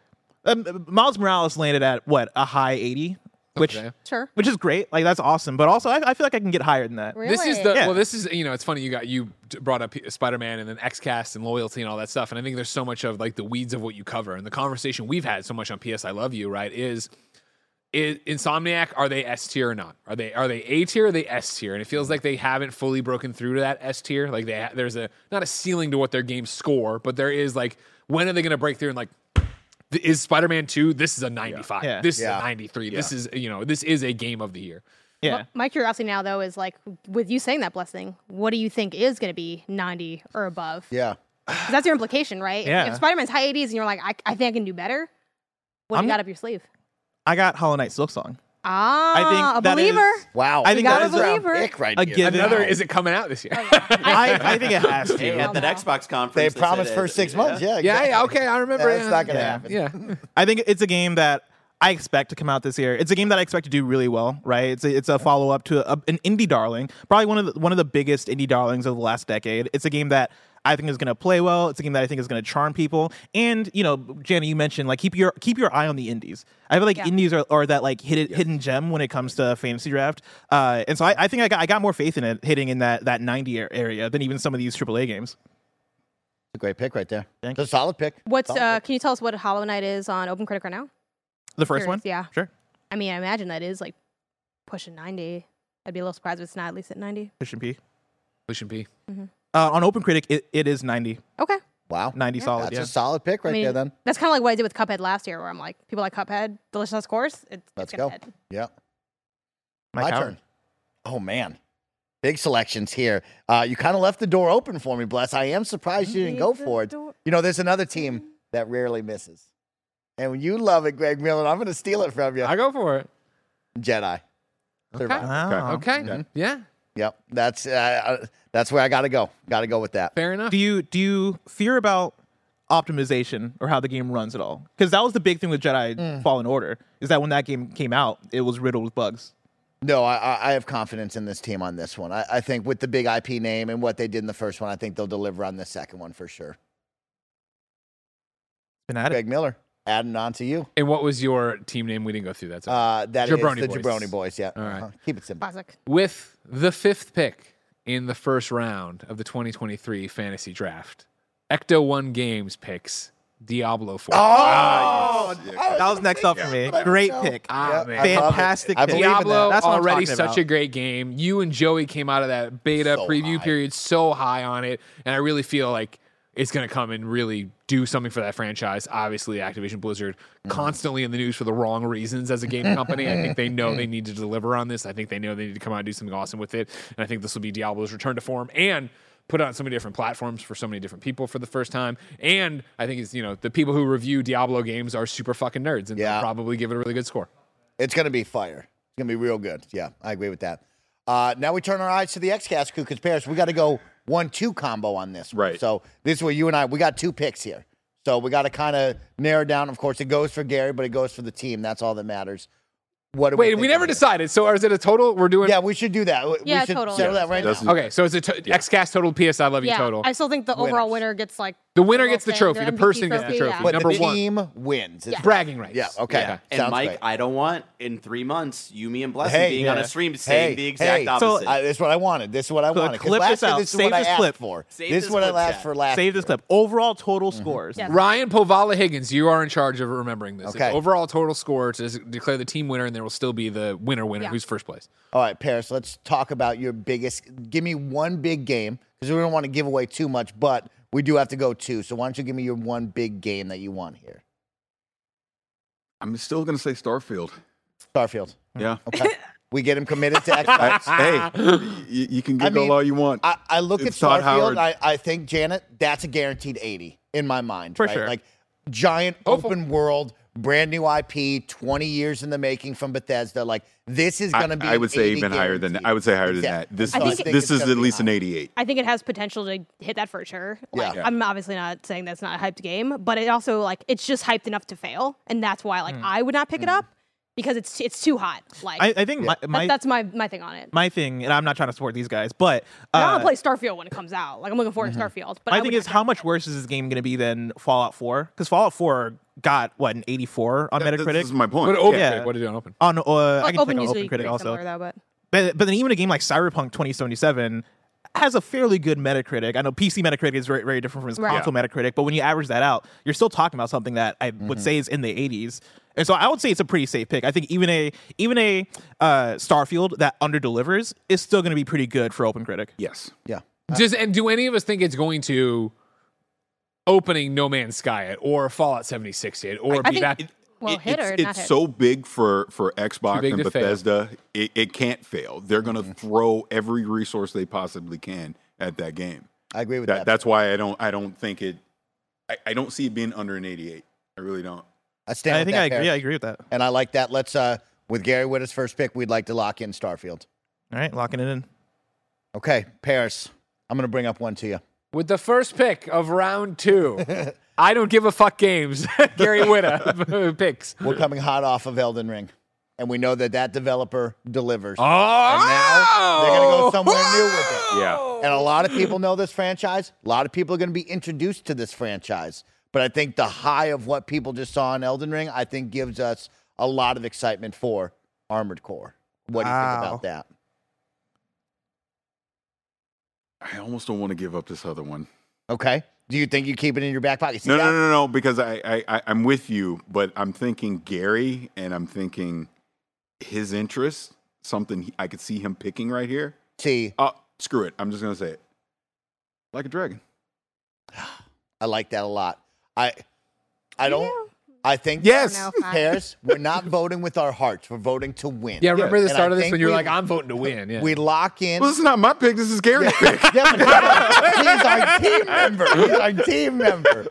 um, Miles Morales landed at what a high eighty, which
Okay.
Sure.
which is great. Like that's awesome. But also, I, I feel like I can get higher than that.
Really?
This is the
Yeah.
well. This is you know. It's funny you got you d- brought up Spider Man and then XCast and loyalty and all that stuff. And I think there's so much of like the weeds of what you cover and the conversation we've had so much on PS I Love You. Right? Is is Insomniac are they S tier or not? Are they are they A tier? Or are they S tier? And it feels like they haven't fully broken through to that S tier. Like they ha- there's a not a ceiling to what their games score, but there is like when are they going to break through and like th- is Spider Man two? This is a 95.
Yeah.
This
Yeah.
is a 93. This is you know this is a game of the year.
Yeah.
My curiosity now, though, is like with you saying that blessing, what do you think is going to be 90 or above?
Yeah.
'Cause That's your implication, right? If-
Yeah.
If Spider Man's high 80s and you're like, I, I think I can do better, what do
I'm-
you got up your sleeve?
I got Hollow Knight Silk Song.
Ah,
that
a
is-
believer.
Wow.
I think
got
that
a
is a,
believer. <laughs>
Pick right
a
here.
given.
Another is it coming out this year?
I, I think it has
<laughs>
to.
At the Xbox conference,
They
said
promised
it-
for six
yeah.
months. Yeah.
Yeah,
exactly.
yeah, okay, I remember.
That's not gonna
yeah. <laughs>
happen.
Yeah,
I think it's a game that I expect to come out this year. It's a game that I expect to do really well, right? It's a, it's a follow up to a, an indie darling, probably one of the, one of the biggest indie darlings of the last decade. It's a game that I think is going to play well. It's a game that I think is going to charm people. And you know, Jenny, you mentioned like keep your keep your eye on the indies. I feel like indies are, are that like hidden hidden gem when it comes to fantasy draft. Uh, and so I, I think I got, I got more faith in it hitting in that that ninety a- area than even some of these AAA games.
It's a great pick right there.
Thank
It's a solid pick.
What's
Solid
uh?
pick.
Can you tell us what Hollow Knight is on Open Critic right now?
The first
Curious,
one,
yeah.
sure.
I mean, I imagine that is like pushing 90. I'd be a little surprised if it's not at least at 90.
Christian P.
Lucian P.
Uh, on Open Critic, it, it is 90,
Okay.
90 wow.
90 solid.
That's
yeah.
a solid pick right
I mean,
there. Then
that's kind of like what I did with Cuphead last year, where I'm like, people like Cuphead, delicious course. It,
let's
it's
go.
Cuphead.
Yeah.
Mike
My
Howard.
turn. Oh man, big selections here. Uh, you kind of left the door open for me, bless. I am surprised you didn't go for it. You know, there's another team that rarely misses, and when you love it, Greg Miller. I'm going to steal it from
<laughs>
you,
I go for it.
Jedi. Survival.
Wow.
Okay. Yeah.
Yep, that's uh, uh, that's where I got to go. Got to go with that.
Fair enough.
Do you do you fear about optimization or how the game runs at all? Because that was the big thing with Jedi Fallen Order is that when that game came out, it was riddled with bugs.
No, I- I, I have confidence in this team on this one. I, I think with the big IP name and what they did in the first one, I think they'll deliver on the second one for sure.
Been at it.
Greg Miller, adding on to you.
and what was your team name? We didn't go through that. So.
Uh, that is
Jabroni
the
Boys.
Jabroni Boys. Yeah.
All right.
Uh-huh. Keep it simple.
Classic.
With the fifth pick in the first round of the 2023 fantasy draft, Ecto One Games picks Diablo Four.
Oh,
That was next up for me. Great pick.
Ah, man.
I love it.
Fantastic
I
pick.
believe in that.
Diablo
That's what I'm
already
talking
such a
about.
great game. You and Joey came out of that beta
So
preview
high.
period so high on it, and I really feel like is going to come and really do something for that franchise. Obviously, Activision Blizzard
Mm-hmm.
constantly in the news for the wrong reasons as a game company. I think they know they need to deliver on this. I think they know they need to come out and do something awesome with it. And I think this will be Diablo's return to form and put on so many different platforms for so many different people for the first time. And I think it's, you know, the people who review Diablo games are super fucking nerds and
Yeah.
they'll probably give it a really good score.
It's going to be fire. It's going to be real good. Yeah, I agree with that. Uh, now we turn our eyes to the XCast Crew because Paris, we got to go one-two combo on this. one.
Right.
So this is where you and I we got two picks here. So we got to kind of narrow down. Of course, it goes for Gary, but it goes for the team. That's all that matters. What? Do
Wait, we
think
never
of it?
decided. So is it a total? We're doing.
Yeah, we should do that. We-
Yeah,
we should
total.
settle that right
Doesn't-
now.
Okay, so it's a to- XCast total PS. I love you
yeah,
total.
I still think the overall winner gets like
the winner
whole
gets the
thing,
trophy.
their
The
MVP
person gets the
trophy,
trophy.
yeah.
But
Number
the
one.
team wins. It's
Bragging rights.
Yeah. Okay.
Yeah.
And
Sounds
Mike,
great.
I don't want in three months you, me, and Blessing
Hey,
being on
yeah.
a stream saying
Hey,
the exact
hey. So,
opposite.
I, this is what I wanted. This is what I
So
wanted. 'Cause
clip
last
this
year,
out.
This is
Save
what I
this
asked
clip.
for.
Save
this
this
is what I
clip,
asked
Chad.
for last.
Save this
year.
clip. Overall total scores.
Yeah.
Ryan Povala Higgins, you are in charge of remembering this. It's
Okay.
overall total score to s- declare the team winner, and there will still be the winner winner who's first place.
All right, Paris, let's talk about your biggest. Give me one big game because we don't want to give away too much, but we do have to go two. So why don't you give me your one big game that you want here?
I'm still gonna say Starfield.
Starfield.
Mm.
Yeah.
<laughs>
Okay. we get him committed to
I-
<laughs>
Xbox.
hey, y- you can giggle
mean,
all you want.
I, I look
It's
at
Todd
Starfield.
Howard.
I, I think Janet, that's a guaranteed eighty in my mind.
For
right?
sure.
Like giant
Hopeful.
open world, brand new IP, twenty years in the making from Bethesda. Like this is
I-
going to be.
I
an
would say
80
even higher than that.
guaranteed.
I would say higher than
Exactly.
that. This
I
is
think it-
this is
gonna
at
be
least an
high.
88.
I think it has potential to hit that for sure. Like,
Yeah.
I'm obviously not saying that's not hyped game, but it also like it's just hyped enough to fail, and that's why like I would not pick
Hmm.
it up because it's it's too hot. Like
Hmm. I, I think my,
that-
my
that's my my thing on it.
my thing, and I'm not trying to support these guys, but
I want
uh,
to play Starfield when it comes out. Like I'm looking forward to
Mm-hmm.
Starfield. But
my
I
thing
would
is
not
how much worse is this game going to be than Fallout 4? Because Fallout 4 got what an 84 on
This
Metacritic.
is my
What
point.
do open?
Yeah.
What do you do on open?
on uh, I can click
Open
on
usually
Open Critic
pretty
also.
similar, though, but
But, but then even a game like Cyberpunk 2077 has a fairly good Metacritic. I know PC Metacritic is very, very different from its
Right.
console Metacritic, but when you average that out, you're still talking about something that I
Mm-hmm.
would say is in the 80s. And so I would say it's a pretty safe pick. I think even a even a uh, Starfield that underdelivers is still going to be pretty good for Open Critic.
Yes.
Yeah.
Does and do any of us think it's going to opening No Man's Sky it or Fallout seventy six it or be that?
Well, hit
it's,
or
it's
not hit.
so big for for Xbox
big
and
to fail.
Bethesda, it, it can't fail. They're going to throw every resource they possibly can at that game.
I agree with
That,
that.
that's why I don't I don't think it. I, I don't see it being under an 88. I really don't.
I
And
stand.
I
with
think
that,
I agree.
Paris.
I agree with that.
and I like that. Let's uh, with Gary Witta's first pick, we'd like to lock in Starfield.
All right, locking it in.
Okay, Paris, I'm going to bring up one to you.
With the first pick of round
<laughs>
two, I don't give a fuck games. Gary Witta <laughs> picks.
We're coming hot off of Elden Ring, and we know that that developer delivers.
Oh,
And now they're going to go somewhere new with it.
Yeah.
And a lot of people know this franchise. A lot of people are going to be introduced to this franchise. But I think the high of what people just saw in Elden Ring, I think, gives us a lot of excitement for Armored Core. What do you think
Wow.
about that?
I almost don't want to give up this other one.
Okay. Do you think you keep it in your back pocket? See,
No,
that-
no, no, no, because I, I, I, I'm with you, but I'm thinking Gary and I'm thinking his interest, something he, I could see him picking right here.
See,
Uh, screw it. I'm just going to say it. Like a dragon.
I like that a lot. I, I don't. I think
Yes.
No, fine.
Paris, we're not voting with our hearts. We're voting to win.
Yeah, remember the
And I
start of this
think
when you were
we-
like, "I'm voting to win." Yeah.
We lock in.
Well, this is not my pick. This is Gary's pick.
Yeah, but he's our team member. He's our team member.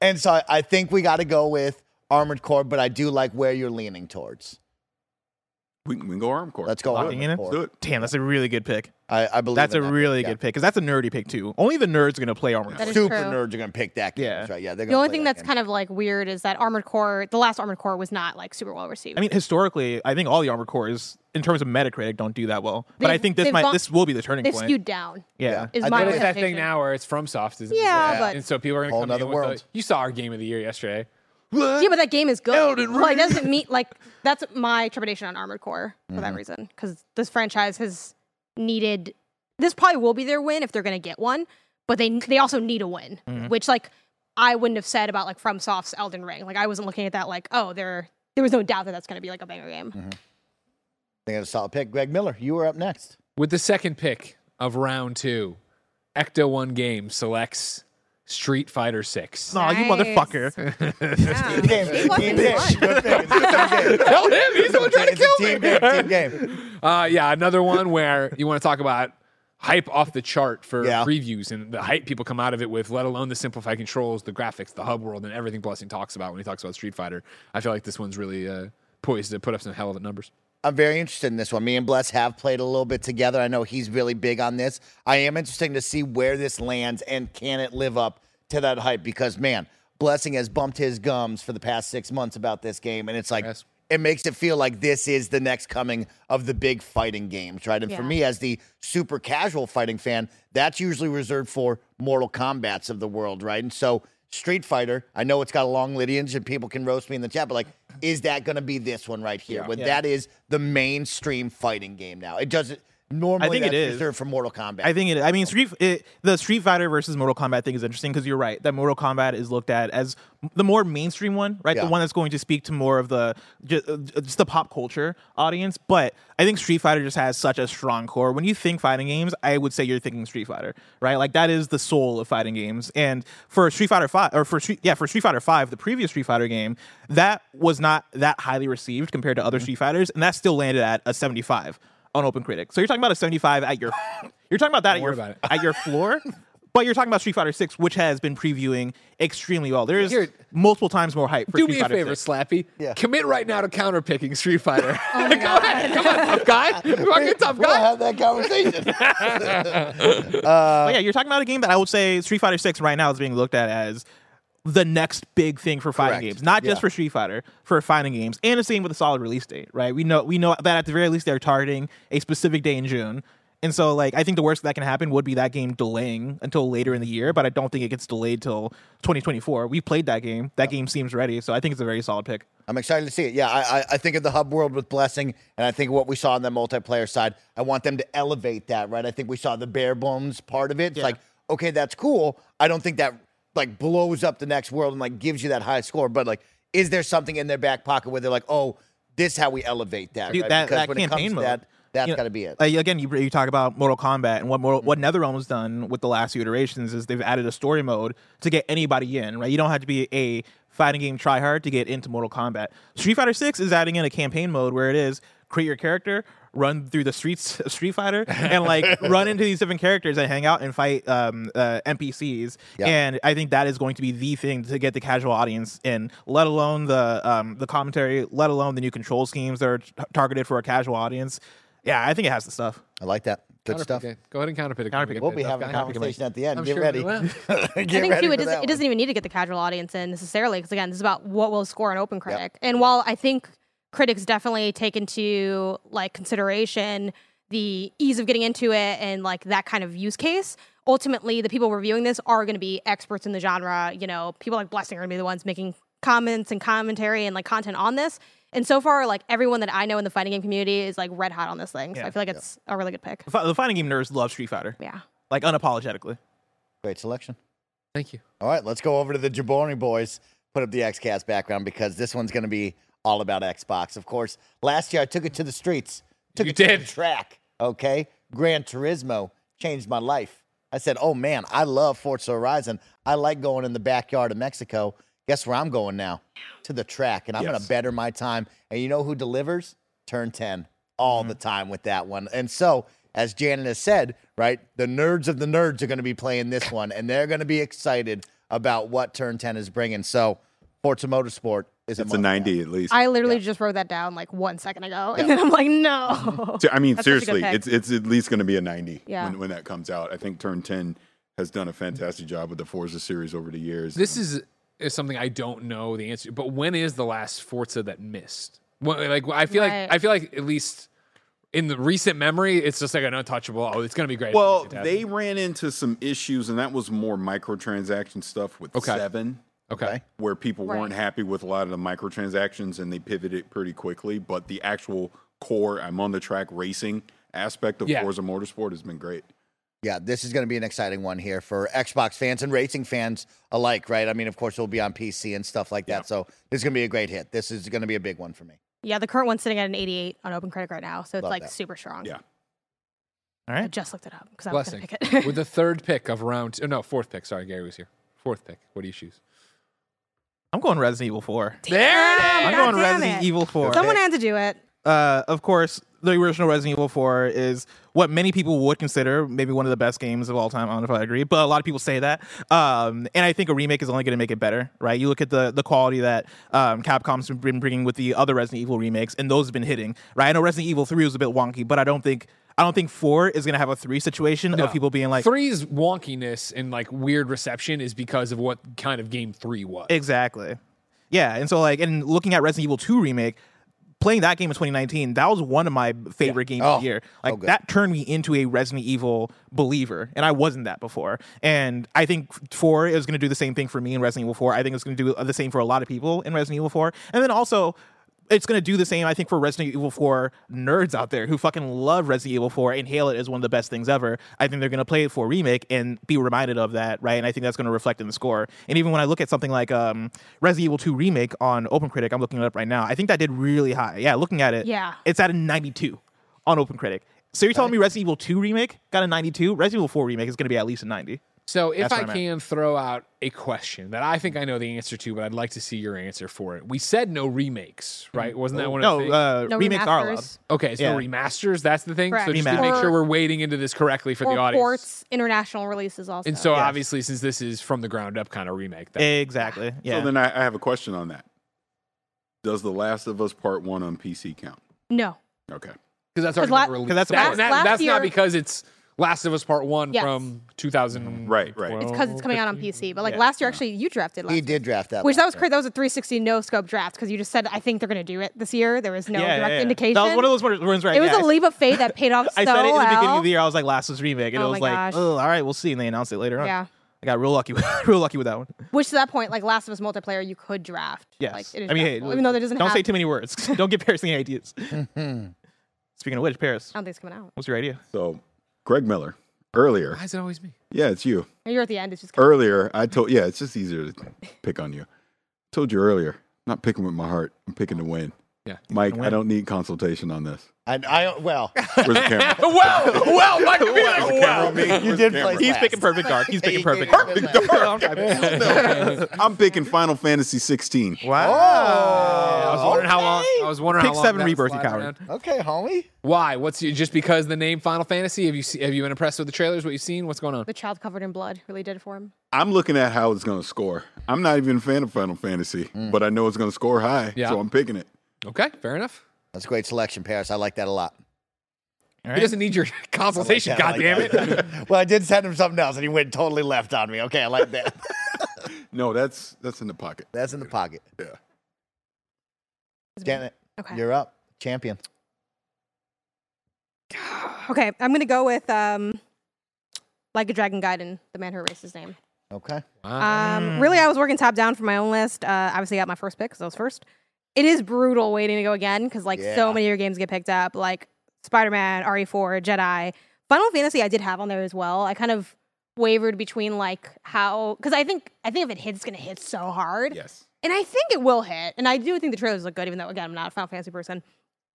And so I, I think we got to go with Armored Core, but I do like where you're leaning towards.
<laughs> We, can- we can go arm core.
Let's go
Locking in
Armored
it?
Let's do
Core.
it.
Damn, that's a really good pick.
I, I believe
That's a
in that.
really
Yeah.
good pick because that's a nerdy pick too. Only the nerds are going to play Armored.
That
Core.
is
Super
true.
nerds are going to pick that game.
Yeah.
That's right. Yeah, they're
the
gonna
only
play
thing
that
that's
game.
kind of like weird is that Armored Core, the last Armored Core was not like super well received.
I mean, historically, I think all the armor cores, in terms of Metacritic, don't do that well. But I
They've-
think this
they've
might
gone-
this will be the turning
they've
point.
skewed down.
yeah.
I
Is
think
my
But it's that thing
expectation.
now where it's from soft, isn't
Yeah,
it?
but-
and so people are going to
Whole
come
nother
in with
world.
the, You saw our game of the year yesterday.
Yeah, but that game is good.
Elden
Like,
Ring.
doesn't meet like that's my trepidation on Armored Core for that
Mm-hmm.
reason because this franchise has needed. This probably will be their win if they're going to get one, but they they also need a win,
Mm-hmm.
which like I wouldn't have said about like FromSoft's Elden Ring. Like I wasn't looking at that like oh there there was no doubt that that's going to be like a banger game.
Mm-hmm.
I think it's a solid pick. Greg Miller, you were up next.
With the second pick of round two, Ecto One Game selects Street Fighter Six.
No, you
Nice.
motherfucker.
Yeah. <laughs> <laughs> He wasn't fun.
Tell him. He's the one trying to kill team me. Game, team game.
Uh, yeah, another one where you want to talk about hype off the chart for
Yeah.
previews and the hype people come out of it with, let alone the simplified controls, the graphics, the hub world, and everything Blessing talks about when he talks about Street Fighter. I feel like this one's really uh, poised to put up some hell of a numbers.
I'm very interested in this one. Me and Bless have played a little bit together. I know he's really big on this. I am interested to see where this lands and can it live up to that hype because man, Blessing has bumped his gums for the past six months about this game, and it's like
Yes.
it makes it feel like this is the next coming of the big fighting games, right? And for
Yeah.
me, as the super casual fighting fan, that's usually reserved for Mortal Kombat's of the world, right? And so Street Fighter, I know it's got a long lineage and people can roast me in the chat, but like, is that going to be this one right here? When that is the mainstream fighting game now. It doesn't normally
think it
that's
is.
reserved for Mortal Kombat.
I think it. I mean, Street it, the Street Fighter versus Mortal Kombat thing is interesting because you're right that Mortal Kombat is looked at as the more mainstream one, right?
Yeah.
The one that's going to speak to more of the just, just the pop culture audience. But I think Street Fighter just has such a strong core. When you think fighting games, I would say you're thinking Street Fighter, right? Like that is the soul of fighting games. And for Street Fighter Five, or for Street, yeah, for Street Fighter Five, the previous Street Fighter game, that was not that highly received compared to
Mm-hmm.
other Street Fighters, and that still landed at a 75 on Open Critic. So you're talking about a 75 at your <laughs> you're talking about that at your,
worry about it. <laughs>
at your floor. But you're talking about Street Fighter 6, which has been previewing extremely well. There is
Here-
multiple times more hype for
Do
Street
me a
Fighter
favor,
6.
Slappy.
Yeah.
Commit right now to counter picking <laughs> Street Fighter. Go ahead. Oh Come on, tough guy. Fucking tough
we'll
guy.
have that
<laughs>
conversation.
But yeah, you're talking about a game that I would say Street Fighter 6 right now is being looked at as the next big thing for fighting
Correct.
games, not just for Street Fighter, for fighting games, and the same with a solid release date, right? We know we know that at the very least they're targeting a specific day in June, and so like I think the worst that can happen would be that game delaying until later in the year, but I don't think it gets delayed till 2024. We played that game; that game seems ready, so I think it's a very solid pick.
I'm excited to see it. Yeah, I, I, I think of the hub world with Blessing, and I think of what we saw on the multiplayer side. I want them to elevate that, right? I think we saw the bare bones part of it. It's like, okay, that's cool. I don't think that like blows up the next world and like gives you that high score, but like, is there something in their back pocket where they're like, oh, this how we elevate that?
Dude,
right?
that,
because
that
when it
campaign
comes
mode.
to that, that's
you know,
got to be it. Mm-hmm.
like, again, you, you talk about Mortal Kombat and what Mortal, what NetherRealm's done with the last few iterations is they've added a story mode to get anybody in, right? You don't have to be a fighting game tryhard to get into Mortal Kombat. Street Fighter 6 is adding in a campaign mode where it is create your character, run through the streets <laughs> of Street Fighter
<laughs>
and like run into these different characters and hang out and fight um, uh, NPCs. And I think that is going to be the thing to get the casual audience in, let alone the um, the commentary, let alone the new control schemes that are t- targeted for a casual audience. Yeah, I think it has the stuff.
I like that. Good stuff.
Okay, Go ahead and counter pick.
Counterpick.
We'll be having a conversation at the end.
I'm
Get
sure we
ready.
will.
I
Get
think
ready
too,
for that
it doesn't, it
one.
doesn't even need to get the casual audience in necessarily, because again, this is about what will score on Open Critic. And while I think critics definitely take into like consideration the ease of getting into it and like that kind of use case, ultimately the people reviewing this are going to be experts in the genre. You know, people like Blessing are going to be the ones making comments and commentary and like content on this. And so far, like everyone that I know in the fighting game community is like red hot on this thing. So I feel like it's a really good pick.
The fi- The fighting game nerds love Street Fighter,
Yeah.
like unapologetically.
Great selection.
<laughs> Thank you.
All right, let's go over to the Jabroni boys. Put up the XCast background because this one's going to be all about Xbox. Of course, last year I took it to the streets, took
You
it to
did.
the track. Okay, Gran Turismo changed my life. I said, "Oh man, I love Forza Horizon. I like going in the backyard of Mexico. Guess where I'm going now? To the track, and I'm going to better my time. And you know who delivers? Turn ten all the time with that one. And so, as Janet has said, right, the nerds of the nerds are going to be playing this one, and they're going to be excited about what Turn 10 is bringing. So, Forza Motorsport is
It's
a
a
must.
90 at least. I,
I literally just wrote that down like one second ago, <laughs> and then I'm like,
<laughs>
no.
I mean,
That's such a good
seriously,
pick.
it's it's at least going to be a 90
Yeah.
when, when that comes out. I think Turn 10 has done a fantastic job with the Forza series over the years.
This is is something I don't know the answer. But when is the last Forza that missed? When, like I feel
Right.
like I feel like at least in the recent memory, it's just like an untouchable. Oh, it's gonna be great.
Well,
It's gonna be
they ran into some issues, and that was more microtransaction stuff with
Okay.
seven,
fantastic. okay.
where people weren't
Right.
happy with a lot of the microtransactions, and they pivoted pretty quickly. But the actual core, I'm on the track racing aspect of
Yeah.
Forza Motorsport has been great.
Yeah, this is going to be an exciting one here for Xbox fans and racing fans alike, right? I mean, of course, it'll be on PC and stuff like that. So, this is going to be a great hit. This is going to be a big one for me.
Yeah, the current one's sitting at an 88 on Open Critic right now, so it's
Love
like
that.
super strong.
Yeah.
All
I
right.
just looked it up because I was
Blessing
going to pick it. <laughs>
with the third pick of round. oh, no, fourth pick. Sorry, Gary was here. Fourth pick. What do you choose?
I'm going Resident Evil 4.
There it
I'm
God
going
damn
Resident
it.
Evil 4.
Someone had to do it.
uh, of course, the original Resident Evil 4 is what many people would consider maybe one of the best games of all time. I don't know if I agree, but a lot of people say that. Um, and I think a remake is only going to make it better, right? You look at the the quality that um, Capcom's been bringing with the other Resident Evil remakes, and those have been hitting, right? I know Resident Evil 3 was a bit wonky, but I don't think. I don't think four is gonna have a three situation of people being like
Three's wonkiness and like weird reception is because of what kind of game three was.
Exactly. Yeah, and so like, and looking at Resident Evil 2 remake, playing that game in 2019, that was one of my favorite games of the year. Like that turned me into a Resident Evil believer, and I wasn't that before. And I think four is going to do the same thing for me in Resident Evil 4. I think it's going to do the same for a lot of people in Resident Evil 4, and then also. It's gonna do the same, I think, for Resident Evil 4 nerds out there who fucking love Resident Evil 4 and hail it as one of the best things ever. I think they're gonna play it for remake and be reminded of that, right? And I think that's gonna reflect in the score. And even when I look at something like um, Resident Evil 2 remake on OpenCritic, I'm looking it up right now. I think that did really high. Yeah, looking at it,
Yeah.
it's at a 92 on OpenCritic. So you're telling me Resident Evil 2 remake got a 92? Resident Evil 4 remake is gonna be at least a 90.
So if
That's
I
where I'm at.
can throw out a question that I think I know the answer to, but I'd like to see your answer for it. We said no remakes, right? Wasn't that one of the
Mm-hmm.
things?
No, uh,
No
remakes are allowed.
remasters.
Okay, so
Yeah.
remasters, that's the thing. So
Correct.
just to make
Remasters.
sure we're wading into this correctly for the
Or
audience.
ports, international releases also.
And so
Yes. Eh,
obviously since this is from the ground up kind of remake, that
Exactly. Yeah.
So then I, I have a question on that. Does The Last of Us Part One on PC count?
no.
Okay.
because that's already
'Cause la-
been released.
'Cause that's
That-
last-
that-
last
that's not
year-
because it's Last of Us Part One
Yes.
from 2000.
Right, right.
It's because it's coming out on PC. But like
Yeah.
last year, actually, you drafted last
He
year.
did draft that.
Which
one.
that was crazy. That was a 360 no scope draft because you just said I think they're going to do it this year. There was no
Yeah, yeah,
direct
yeah.
indication.
That was one of those ones- ones, right?
it was
yeah.
a leap of faith that paid off so
<laughs> I said it in the beginning
well.
of the year. I was like, "Last was remake," and
Oh
it was
my
like,
gosh.
"Oh, all right, we'll see." And they announced it later on.
Yeah.
I got real lucky, <laughs> with, real lucky with that one.
Which to that point, like Last of Us multiplayer, you could draft.
Yes,
Like, it is
I mean, hey,
draftable, even though that doesn't
don't
have,
say too many words. don't give Paris any
<laughs>
ideas. Speaking of which, Paris,
I don't think it's coming out.
what's your idea?
So, Greg Miller earlier.
Why is it always me?
Yeah, it's you.
You're at the end. It's just kind
Earlier, I told. Yeah, it's just easier to pick on you. told you earlier. Not picking with my heart. I'm picking to win.
Yeah.
Mike, I don't need consultation on this.
And I
<laughs>
well,
Where's the <laughs> camera?
well, well, my computer.
Camera on me?
you
Where's
did play.
the camera?
He's
last.
picking perfect dark. He's picking
He
perfect
did
dark.
pick <laughs>
I'm picking Final Fantasy 16.
I was
Wow.
wondering how long. I was wondering
Pick
how long
seven
that
Rebirth, you
slide
coward.
around.
Okay, homie.
Why? What's you, just because the name Final Fantasy? Have you se- have you been impressed with the trailers? What you've seen? What's going on?
the child covered in blood really did it for him.
I'm looking at how it's going to score. I'm not even a fan of Final Fantasy, but I know it's going to score high,
Mm. Yeah.
so I'm picking it.
Okay, fair enough.
That's a great selection, Paris. I like that a lot.
He doesn't need your <laughs> consultation.
I like
God damn
that. <laughs>
it!
well, I did send him something else, and he went totally left on me. Okay, I like that. <laughs>
No, that's that's in the pocket.
That's in the pocket.
Yeah.
Janet,
Okay.
you're up, champion.
Okay, I'm gonna go with um, like a dragon Gaiden, the man who erased his name.
Okay.
Um, really, I was working top down for my own list. Uh, obviously, got my first pick because I was first. It is brutal waiting to go again because like
Yeah.
so many of your games get picked up, like Spider Man, RE4, Jedi, Final Fantasy. I did have on there as well. I kind of wavered between like how because I think I think if it hits, it's gonna hit so hard,
Yes.
and I think it will hit. And I do think the trailers look good, even though again I'm not a Final Fantasy person.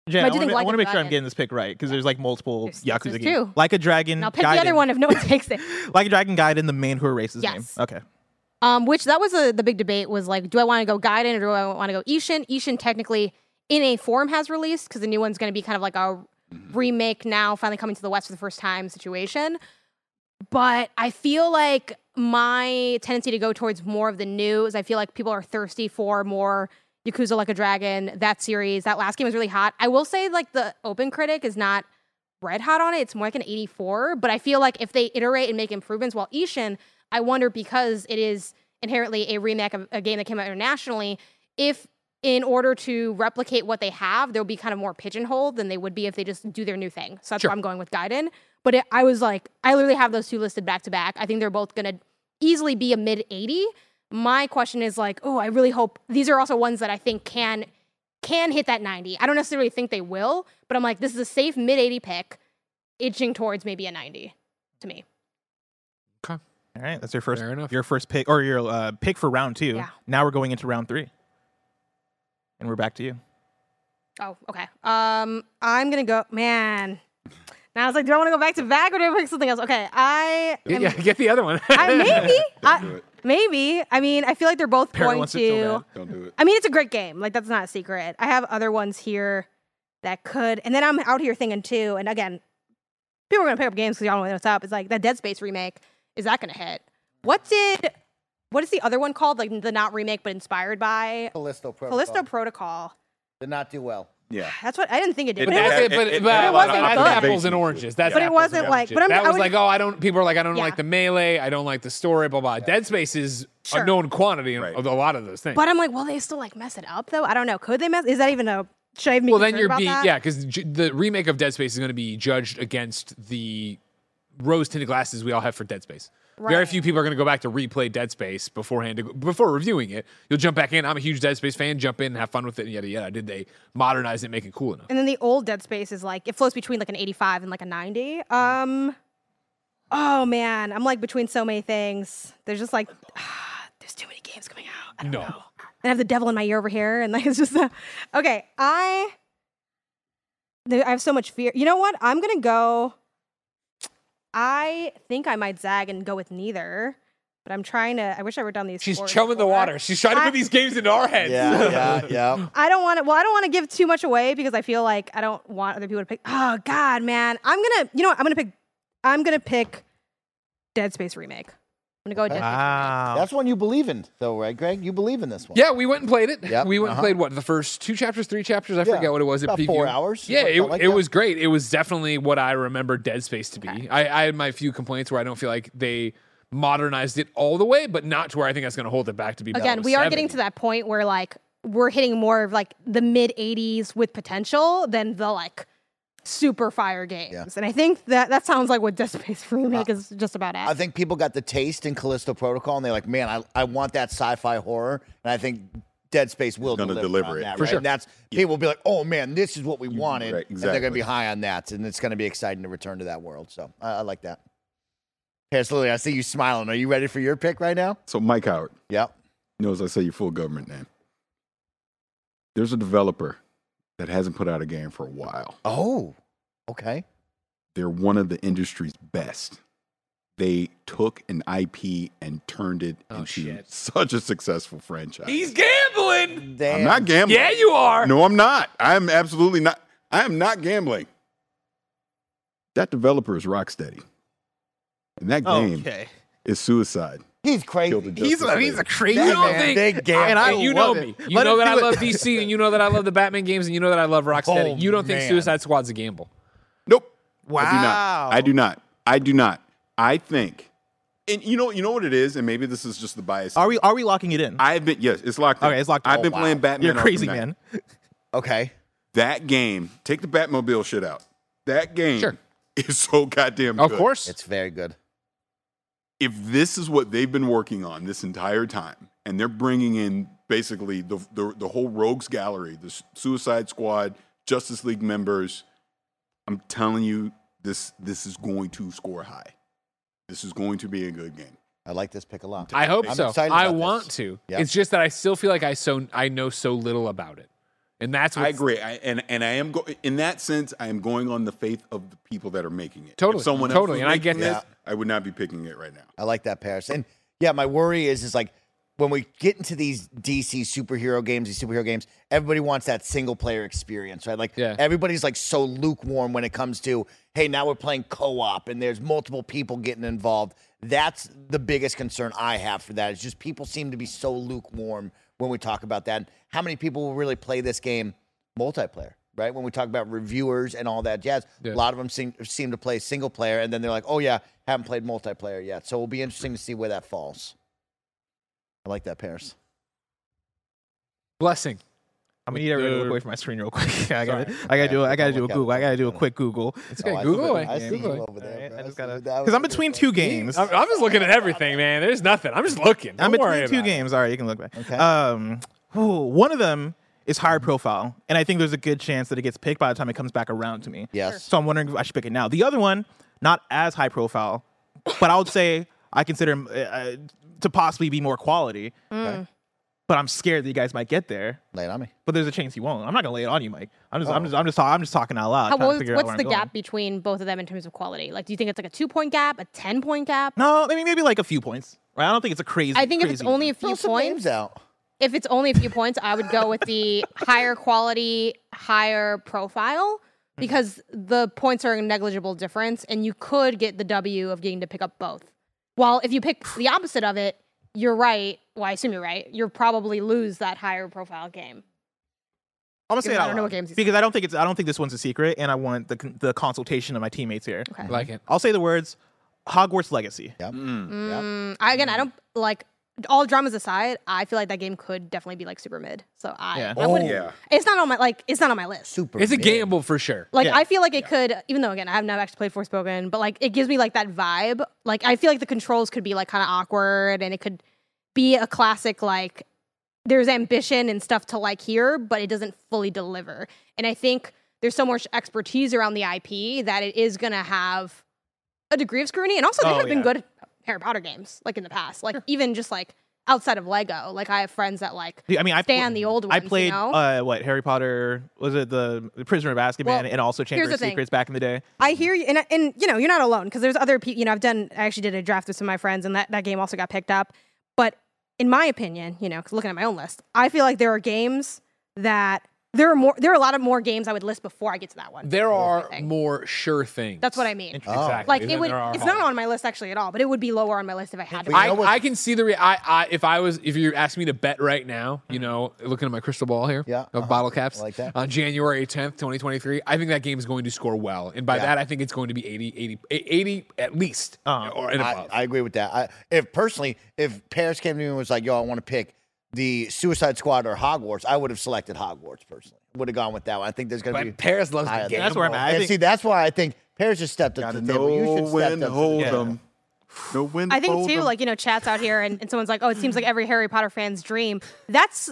Jen,
I
I,
do
want
think
to
Like a
make sure I'm
Dragon-
getting this pick right because there's like multiple
There's- there's
Yakuza
two.
games. Like a Dragon.
And I'll pick the other
Gaiden.
one if no one <laughs> takes it.
<laughs> Like a Dragon Gaiden, the man who erased his
Yes.
name. Okay.
Um, which that was a, the big debate was like, do I want to go Gaiden or do I want to go Ishin? Ishin technically in a form has released because the new one's going to be kind of like a remake now, finally coming to the West for the first time situation. But I feel like my tendency to go towards more of the new is I feel like people are thirsty for more Yakuza Like a Dragon, that series. That last game was really hot. I will say like the open critic is not red hot on it. It's more like an 84. But I feel like if they iterate and make improvements while Ishin, I wonder because it is inherently a remake of a game that came out internationally, if in order to replicate what they have, they'll be kind of more pigeonholed than they would be if they just do their new thing. So that's why I'm going with Gaiden. But it, I was like, I literally have those two listed back to back. I think they're both going to easily be a mid 80. My question is like, oh, I really hope these are also ones that I think can can hit that 90. I don't necessarily think they will, but I'm like, this is a safe mid 80 pick, itching towards maybe a 90 to me.
All right. That's your first.
Fair enough.
Your first pick or your uh, pick for round two.
Yeah.
Now we're going into round three. And we're back to you.
Oh, okay. Um, I'm gonna go. Man, now I was like, do Um, I want to go back to back or do I pick something else? Okay, I
<laughs>
am,
yeah, get the other one.
I maybe. I, Maybe. I mean, I feel like they're both
Parrot
going
wants it so
to.
bad.
Don't do
<laughs>
it.
I mean, it's a great game. Like that's not a secret. I have other ones here that could, and then I'm out here thinking too. And again, people are gonna pick up games because y'all know what's up. It's like that Dead Space remake. Is that gonna hit? What did? What is the other one called? Like the not remake, but inspired by
Callisto Protocol.
Callisto Protocol.
did not do well.
Yeah.
That's what I didn't think it did.
It
but
did.
it was,
That's it,
it-
but,
it-
but
it
I-
wasn't
that's
good.
apples and oranges. That's
But
apples
it
and
wasn't like-
oranges.
but I'm-
that
I
was
would-
like, oh, I don't. People are like, I don't
Yeah.
like the melee. I don't like the story. Blah blah. Dead Space is
Sure.
a known quantity in-
Right.
of a lot of those things.
but I'm like, will they still like mess it up though? I don't know. Could they mess? Is that even a? Should I even be
well, then
concerned
you're
about
being
that?
yeah, because j- the remake of Dead Space is going to be judged against the rose tinted glasses we all have for Dead Space. Very
Right.
few people are going to go back to replay Dead Space beforehand to, go- before reviewing it. You'll jump back in. I'm a huge Dead Space fan. Jump in, have fun with it, and yada yada. Did they modernize it, make it cool enough?
And then the old Dead Space is like it flows between like an 85 and like a 90. Um Oh man, I'm like between so many things. There's just like ah, <sighs> there's too many games coming out. I don't
No.
know. And I have the devil in my ear over here and like it's just <laughs> uh, Okay, I there- I have so much fear. You know what? I'm going to go I think I might zag and go with neither, but I'm trying to I wish I wrote down these
She's
scores
chumming the
before.
water. She's trying to
I-
put these games into our heads.
Yeah, yeah, yeah.
I don't want to. Well, I don't want to give too much away because I feel like I don't want other people to pick. Oh God, man, I'm gonna. You know what? I'm gonna pick. I'm gonna pick Dead Space remake. I'm gonna go with Dead
Ah,
Space.
Wow.
That's one you believe in, though, right, Greg? You believe in this one.
Yeah, we went and played it.
Yep,
We went
uh-huh.
and played what the first two chapters, three chapters. I
Yeah,
forget what it was. at
about
preview.
four hours,
Yeah,
something
it,
like
it
that.
was great. It was definitely what I remember Dead Space to be. I, I had my few complaints where I don't feel like they modernized it all the way, but not to where I think that's going to hold it back to be.
Again, we are getting to that point where like we're hitting more of like the mid '80s with potential than the like super fire games, and I think that that sounds like what Dead Space remake
Uh,
is just about at.
I think people got the taste in Callisto Protocol, and they're like, "Man, I, I want that sci-fi horror." And I think Dead Space will
gonna
deliver,
deliver
on
it.
that,
For
right?
sure.
And that's people will be like, "Oh man, this is what we wanted,"
right,
and they're going to
exactly.
be high on that, and it's going to be exciting to return to that world. So I, I like that. Paris Lily, I see you smiling. Are you ready for your pick right now?
So Mike Howard
Yep.
knows I say your full government name. There's a developer that hasn't put out a game for a while.
Oh, okay.
They're one of the industry's best. They took an IP and turned it
Oh,
into
shit.
such a successful franchise.
He's gambling.
Damn.
I'm not gambling.
Yeah, you are.
<laughs> No, I'm not. I'm absolutely not. I am not gambling. That developer is Rocksteady. And that game
Okay.
is Suicide.
He's crazy.
Killed the
He's
Justice
a he's a
League.
crazy
You don't
man.
think-
They gambling.
And I
And you know
love
me.
it.
You
Let
know
him
that I
do it.
love DC, and you know that I love the Batman games, and you know that I love Rocksteady.
Oh,
you don't think
man.
Suicide Squad's a gamble?
Nope.
Wow.
I do not. I do not. I do not. I think. And you know, you know what it is, and maybe this is just the bias.
Are we are we locking it in?
I've been yes, it's locked. in.
Okay, it's locked in.
I've been
Oh, wow.
playing Batman.
You're
Arkham
crazy,
Knight.
man.
<laughs> Okay.
That game. Take the Batmobile shit out. That game
Sure.
<laughs> is so goddamn.
Of
good.
course.
It's very good.
if this is what they've been working on this entire time, and they're bringing in basically the the, the whole Rogues Gallery, the Su- Suicide Squad, Justice League members, I'm telling you, this this is going to score high. This is going to be a good game.
I like this pick a lot.
I hope
I'm
so.
excited
I
about
want
this.
to.
Yeah.
It's just that I still feel like I so I know so little about it, and that's what
I agree, I, and and I am go- in that sense. I am going on the faith of the people that are making it. If
Totally,
someone else
totally,
was
and I
making
get
this,
that.
I would not be picking it right now.
I like that Paris. And yeah, my worry is is like when we get into these DC superhero games, these superhero games, everybody wants that single player experience, right? Like
Yeah.
everybody's like so lukewarm when it comes to, hey, now we're playing co-op and there's multiple people getting involved. That's the biggest concern I have for that. Is just people seem to be so lukewarm when we talk about that. How many people will really play this game multiplayer? Right when we talk about reviewers and all that jazz, a lot of them seem seem to play single player, and then they're like, "Oh yeah, haven't played multiplayer yet." So it'll be interesting to see where that falls. I like that, Paris.
blessing.
I'm gonna need everybody to look away from my screen real quick. <laughs> I gotta, I gotta do,
Yeah,
I gotta do a
look out.
Google. I gotta do a quick Google.
Okay,
<laughs>
Oh, I
Google
see-
away.
I see
Google
you
away.
over there.
Alright,
bro.
I
see
just gotta-
that
Because I'm
was-
between two games.
I'm, I'm just looking at everything, man. There's nothing. I'm just looking. Don't
I'm
worry
between two
about it.
games. All right, you can look back.
Okay.
Um, ooh, one of them is higher
Mm-hmm.
profile, and I think there's a good chance that it gets picked by the time it comes back around to me.
Yes.
So I'm wondering if I should pick it now. The other one, not as high profile,
Mm.
but I would say I consider uh, uh, to possibly be more quality. but I'm scared that you guys might get there.
Lay it on me.
But there's a chance you won't. I'm not gonna lay it on you, Mike. I'm just,
Oh.
I'm just, I'm just, talk, I'm just talking out loud.
How,
trying to
what's
figure out
what's
where I'm
the
going.
gap between both of them in terms of quality? Like, do you think it's like a two point gap, a ten point gap?
No, maybe maybe like a few points. Right? I don't think it's a crazy.
I think if it's
Hmm. crazy-
only a few
Throw some
points,
names out.
if it's only a few points, I would go with the higher quality, higher profile because the points are a negligible difference and you could get the W of getting to pick up both. While if you pick the opposite of it, you're right. Well, I assume you're right. You'll probably lose that higher profile game.
I'm gonna say
I
it
don't
out
know
loud,
what games he's
because I don't think it's I don't think this one's a secret, and I want the con- the consultation of my teammates here.
Okay.
like it.
I'll say the words Hogwarts Legacy.
Mm, I, again, I don't like all dramas aside. I feel like that game could definitely be like super mid. So I,
Yeah.
I wouldn't.
yeah.
It's not on my like. It's not on my list.
Super.
It's a
mid.
gamble for sure.
Like
Yeah.
I feel like it could, even though again I have not actually played Forspoken, but like it gives me like that vibe. Like I feel like the controls could be like kind of awkward, and it could be a classic like there's ambition and stuff to like here, but it doesn't fully deliver. And I think there's so much expertise around the IP that it is gonna have a degree of scrutiny. And also, there
Oh,
have been
yeah.
good Harry Potter games like in the past, like even just like outside of Lego. Like I have friends that like
Dude, I mean, I
Stay on the old
I
ones, you
played
know?
uh, what Harry Potter was it the, the Prisoner of Azkaban
Well,
and also Chamber
here's
of
the thing.
Secrets back in the day.
I hear you, and I- and you know you're not alone because there's other people. You know, I've done I actually did a draft with some of my friends, and that that game also got picked up. But in my opinion, you know, 'cause looking at my own list, I feel like there are games that there are more. There are a lot of more games I would list before I get to that one.
There are
thing.
more sure things.
That's what I mean.
Oh.
Exactly.
Like
than
it would.
there are
It's not
hobbies.
on my list actually at all, but it would be lower on my list if I had
But
to.
you
I,
know what-
I can see the re- I, I if I was if you're asking me to bet right now, you know, looking at my crystal ball here,
Yeah,
of
uh-huh.
bottle caps,
I like that.
on January 10th, 2023, I think that game is going to score well, and by
Yeah.
that I think it's going to be 80, 80, 80 at least,
Uh-huh.
or and
I,
above.
I agree with that. I, if personally, if Paris came to me and was like, "Yo, I want to pick the Suicide Squad or Hogwarts," I would have selected Hogwarts personally. Would have gone with that one. I think there's going to
but
be.
Paris loves
higher
the
than-
game.
That's where I'm at. I
and
think-
see, that's why I think Paris just stepped up
Gotta
to the table. You
know
should step
when
up
to
to
hold
the table.
them. Know when to
I think
hold
too,
'em.
like you know, chats out here, and, and someone's like, "Oh, it seems like every Harry Potter fan's dream." That's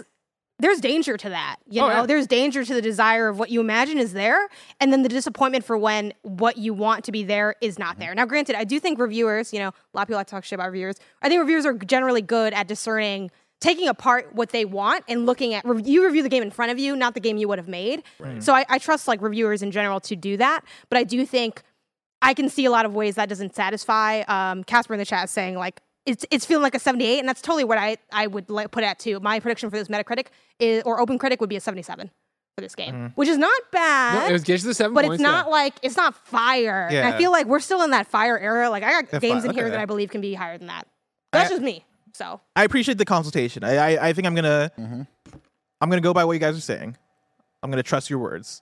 there's danger to that, you know.
yeah.
There's danger to the desire of what you imagine is there, and then the disappointment for when what you want to be there is not there. Now, granted, I do think reviewers, you know, a lot of people like to talk shit about reviewers. I think reviewers are generally good at discerning. Taking apart what they want and looking at you review the game in front of you, not the game you would have made. So I, I trust like reviewers in general to do that, but I do think I can see a lot of ways that doesn't satisfy. Um, Casper in the chat is saying like it's it's feeling like a 78, and that's totally what I I would like put it at too. My prediction for this Metacritic is, or Open Critic would be a 77 for this game, which is not bad.
Mm-hmm. No, it was gets to the seven
but
points,
it's not
yeah.
like it's not fire. And I
Yeah.
feel like we're still in that fire era. Like I got
Yeah,
games
fire,
in here
okay.
that I believe can be higher than that. That's just me. So
I appreciate the consultation. I I, I think I'm gonna I'm gonna go by what you guys are saying. I'm gonna trust your words.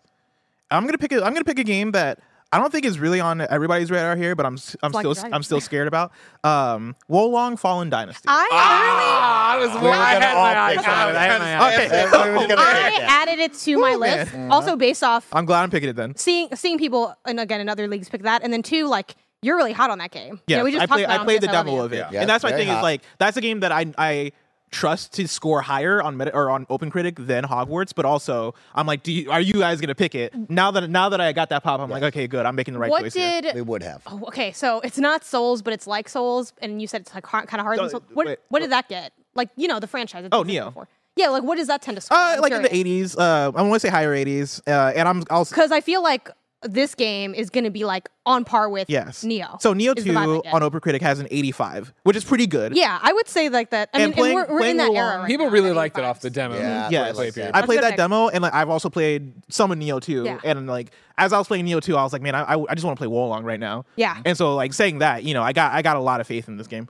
I'm gonna pick a I'm gonna pick a game that I don't think is really on everybody's radar here, but I'm s- I'm
Like
still
Dragon.
I'm still scared about. Um, Wolong Fallen Dynasty.
I
Ah, I was
were
I
gonna
had
all
my eye
pick
on it. I had my eye
Uh,
on it.
<laughs>
okay,
Everybody was
literally,
gonna pick
I
that.
added it to my list, also based off
I'm glad I'm picking it then.
seeing seeing people and again in other leagues pick that, and then two, like you're really hot on that game.
Yeah,
You know, we just
I, play,
talked about
I played the
Yes, I Love
demo
You.
of it,
Yeah.
and that's my
Very
thing
hot.
is like that's a game that I I trust to score higher on Meta or on Open Critic than Hogwarts, but also I'm like, do you, are you guys gonna pick it now that now that I got that pop? I'm like, okay, good, I'm making the right
what
choice. here.
did?
We would have.
oh, okay, so it's not Souls, but it's like Souls, and you said it's like kind of hard. than
No,
Souls. What
wait, uh,
what did that get? Like you know the franchise. it's
Oh,
been
Neo.
before. Yeah, like what does that tend to score?
Uh, like in the 80s. Uh, I want to say higher 80s. Uh, and I'm also
Because I feel like this game is going to be like on par with
yes.
Neo.
So Neo
is the
Two
vibe I get.
on Open Critic has an 85, which is pretty good.
Yeah, I would say like that. I mean,
And
and
playing-
we're, we're in
playing
that
along-
era. Right
People
now,
really
I
liked it
think,
off the demo.
Yeah,
Yes.
I like that.
I played
That's
that
perfect.
demo, and like I've also played some of Neo Two,
Yeah.
and like as I was playing Neo Two, I was like, man, I, I, I just want to play Wolong right now.
Yeah.
And so like saying that, you know, I got I got a lot of faith in this game.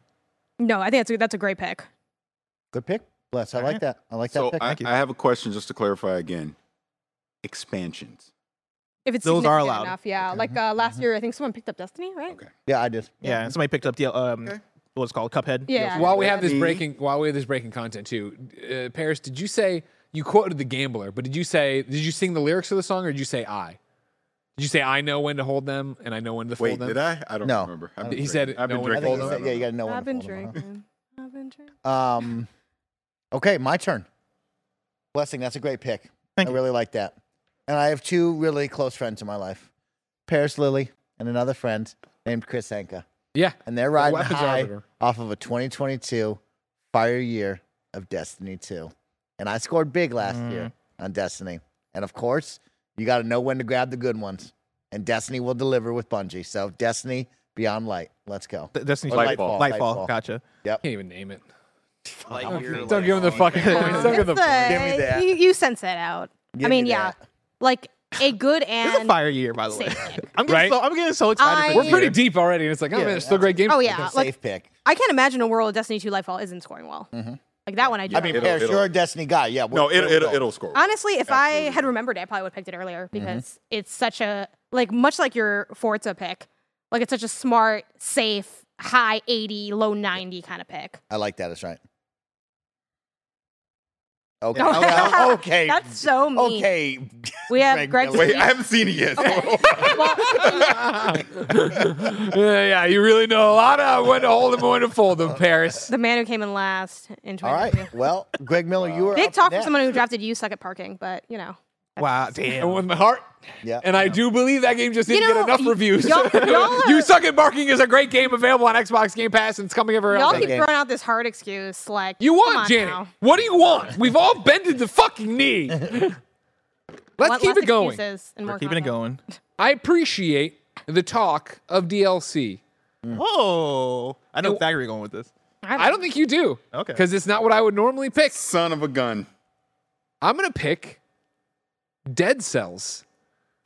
No, I think that's a, that's a great pick.
Good pick, bless. I like that. I like that
so
pick.
I,
Thank you.
I have a question just to clarify again. Expansions.
If it's
Those are
significant
allowed.
enough, yeah. Like uh, last year, I think someone picked up Destiny, right?
Okay.
yeah, I did.
Yeah. And somebody picked up the um, what's it called Cuphead.
Yeah.
While we have this
Me.
breaking, while we have this breaking content too, uh, Paris, did you say you quoted the Gambler? But did you say did you sing the lyrics of the song, or did you say I? Did you say I know when to hold them and I know when to
Wait,
fold them?
did I? I don't
No.
remember. I've
He
been drinking.
said
I've been
no one
I
drinking.
Hold
think you
I
on.
said,
don't
yeah, you got to know. when
I've
to
been
fold 'em, huh?
drinking. I've been
<laughs>
drinking.
Um, okay, my turn. Blessing, that's a great pick.
Thank
I
you.
really like that. And I have two really close friends in my life Paris Lilly and another friend named Chris Anka.
Yeah.
And they're riding
weapons
high
arbiter.
off of a 2022 fire year of Destiny 2. And I scored big last year on Destiny. And of course, you got to know when to grab the good ones. And Destiny will deliver with Bungie. So Destiny Beyond Light. Let's go.
D- Destiny's
Or
Lightfall.
Lightfall,
Lightfall.
Lightfall.
Gotcha.
Can't even name it.
<laughs>
Like you're
Don't
like,
give him the
oh,
fucking points. Don't give him the
It's the-
points.
Give me that.
You, you sense that out.
Give
I mean,
me
yeah,
that.
like a good
This is a
and
fire year, by the way. <laughs>
Safe.
I'm getting
Right?
so I'm getting so excited.
I-
for
We're
this
pretty
year.
deep already, and it's like, oh man, it's still great game.
oh yeah, like
Safe pick.
I can't imagine a world Destiny 2 Lightfall isn't scoring well. Like that one, I,
I
dropped.
mean,
it'll-
Paris,
it'll-
you're a Destiny guy. Yeah. we'll-
No, it,
we'll
it,
go.
it'll score.
honestly, if I had remembered it, I probably would have picked it earlier because it's such a like much like your Forza pick, like it's such a smart, safe, high 80, low 90 kind of pick.
I like that. That's
<laughs>
right. Okay.
No.
okay. okay.
That's so mean.
Okay.
<laughs> We have
Greg
Greg.
Miller.
Wait, I
<laughs>
haven't seen it yet.
<laughs> yeah, yeah, you really know a lot of when to hold them, when to fold them, Paris.
<laughs> the man who came in last in
All
2022.
right. Well, Greg Miller, you were
Big
up
talk from
next.
someone who drafted you suck at parking, but you know.
Wow,
And
damn.
with my heart.
Yeah.
And I do believe that game just didn't
know,
get enough
y-
reviews.
y'all-
<laughs>
y'all
you
are-
suck at barking is a great game available on Xbox Game Pass, and it's coming everywhere
Y'all
else.
keep
game.
throwing out this hard excuse, like
You
come
want
on
Janet?
now.
What do you want? We've all bended the fucking knee.
<laughs>
Let's
Want
keep
less
it going.
excuses and
We're
more
keeping it
content.
going.
I appreciate the talk of DLC.
Whoa. I know Thackeray going with this.
I don't think you do.
Okay.
Because it's not what I would normally pick.
Son of a gun.
I'm gonna pick Dead Cells.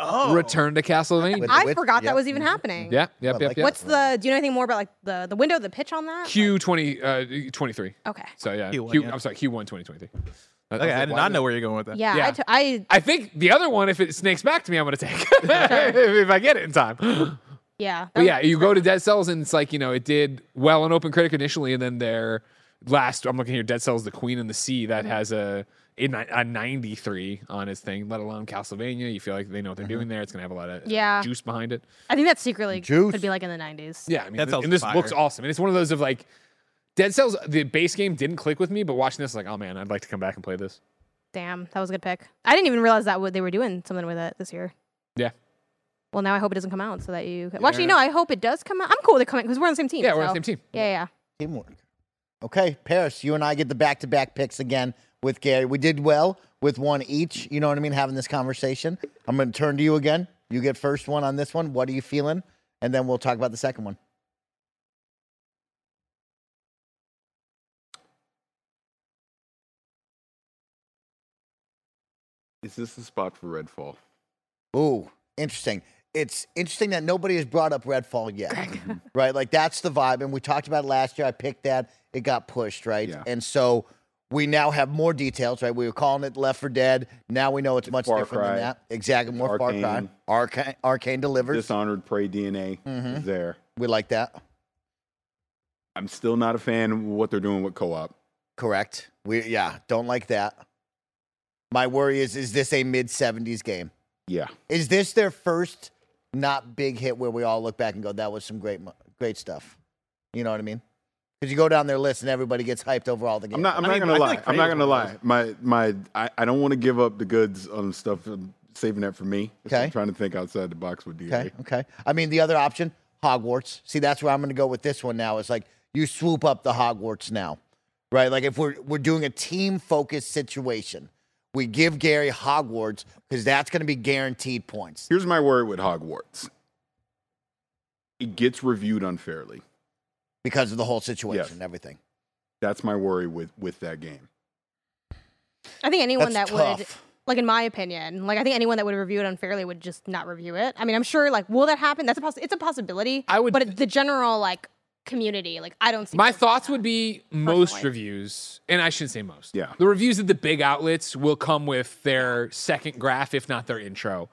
Oh. Return to Castlevania.
With-
I
with-
forgot
yep.
that was even happening.
Yeah, yep,
But
yep,
like-
yep.
What's the? Do you know anything more about like the the window, the pitch on that?
Q twenty uh twenty three?
okay.
So yeah, Q,
Q1, yeah.
I'm sorry, Q one 2023.
Okay, I did not know where you're going with that.
Yeah,
Yeah.
I, t- I
I think the other one, if it snakes back to me, I'm gonna take <laughs> if, if I get it in time.
yeah.
But yeah, you go to Dead Cells and it's like you know it did well on Open Critic initially, and then their last I'm looking here, Dead Cells: The Queen and the Sea that has a a, ni- a 93 on its thing. Let alone Castlevania, you feel like they know what they're doing there. It's gonna have a lot of uh,
Yeah.
juice behind it.
I think that secretly
Juice.
could be like in the nineties.
Yeah, I mean,
That sounds
and this
fire.
looks awesome. And it's one of those of like Dead Cells. The base game didn't click with me, but watching this, like, oh man, I'd like to come back and play this.
Damn, that was a good pick. I didn't even realize that what they were doing something with it this year.
Yeah.
Well, now I hope it doesn't come out so that you. Well, actually, no, I hope it does come out. I'm cool with it coming because we're on the same team.
Yeah, we're on the
so-
same team.
Yeah, yeah, yeah.
Teamwork. Okay, Paris, you and I get the back to back picks again with Gary. We did well with one each. You know what I mean? Having this conversation. I'm going to turn to you again. You get first one on this one. What are you feeling? And then we'll talk about the second one.
Is this the spot for Redfall?
Ooh, interesting. It's interesting that nobody has brought up Redfall yet,
Mm-hmm.
right? Like that's the vibe, and we talked about it last year. I picked that; it got pushed, right?
Yeah.
And so we now have more details, right? We were calling it Left for Dead. Now we know it's much
Far
different
Cry.
than that. Exactly, more
Arcane.
Far Cry. Arcane, Arcane delivers.
Dishonored Prey DNA
Mm-hmm.
is there.
we like that.
I'm still not a fan of what they're doing with co-op.
Correct. We yeah, don't like that. My worry is: is this a mid '70s game?
Yeah.
Is this their first not big hit where we all look back and go, that was some great, mo- great stuff? You know what I mean? Because you go down their list and everybody gets hyped over all the games.
I'm not. I'm
I
not
mean, I
gonna
feel
lie.
like
I'm not
Prey
gonna
was one
lie. My my. I, I don't want to give up the goods on stuff. I'm saving that for me. So
Okay.
I'm trying to think outside the box with DA.
okay, okay. I mean, the other option, Hogwarts. See, that's where I'm going to go with this one now. Is like you swoop up the Hogwarts now, right? Like if we're we're doing a team focused situation, we give Gary Hogwarts because that's going to be guaranteed points.
Here's my worry with Hogwarts. It gets reviewed unfairly.
Because of the whole situation and everything.
That's my worry with with that game.
I think anyone
That's
that would,
tough.
like, in my opinion, like I think anyone that would review it unfairly would just not review it. I mean, I'm sure. Like, will that happen? That's a poss- It's a possibility.
I would-
but the general like community, like, I don't see.
My
people-
thoughts would be most
Personally.
reviews, and I shouldn't say most.
Yeah.
The reviews of the big outlets will come with their second graph, if not their intro.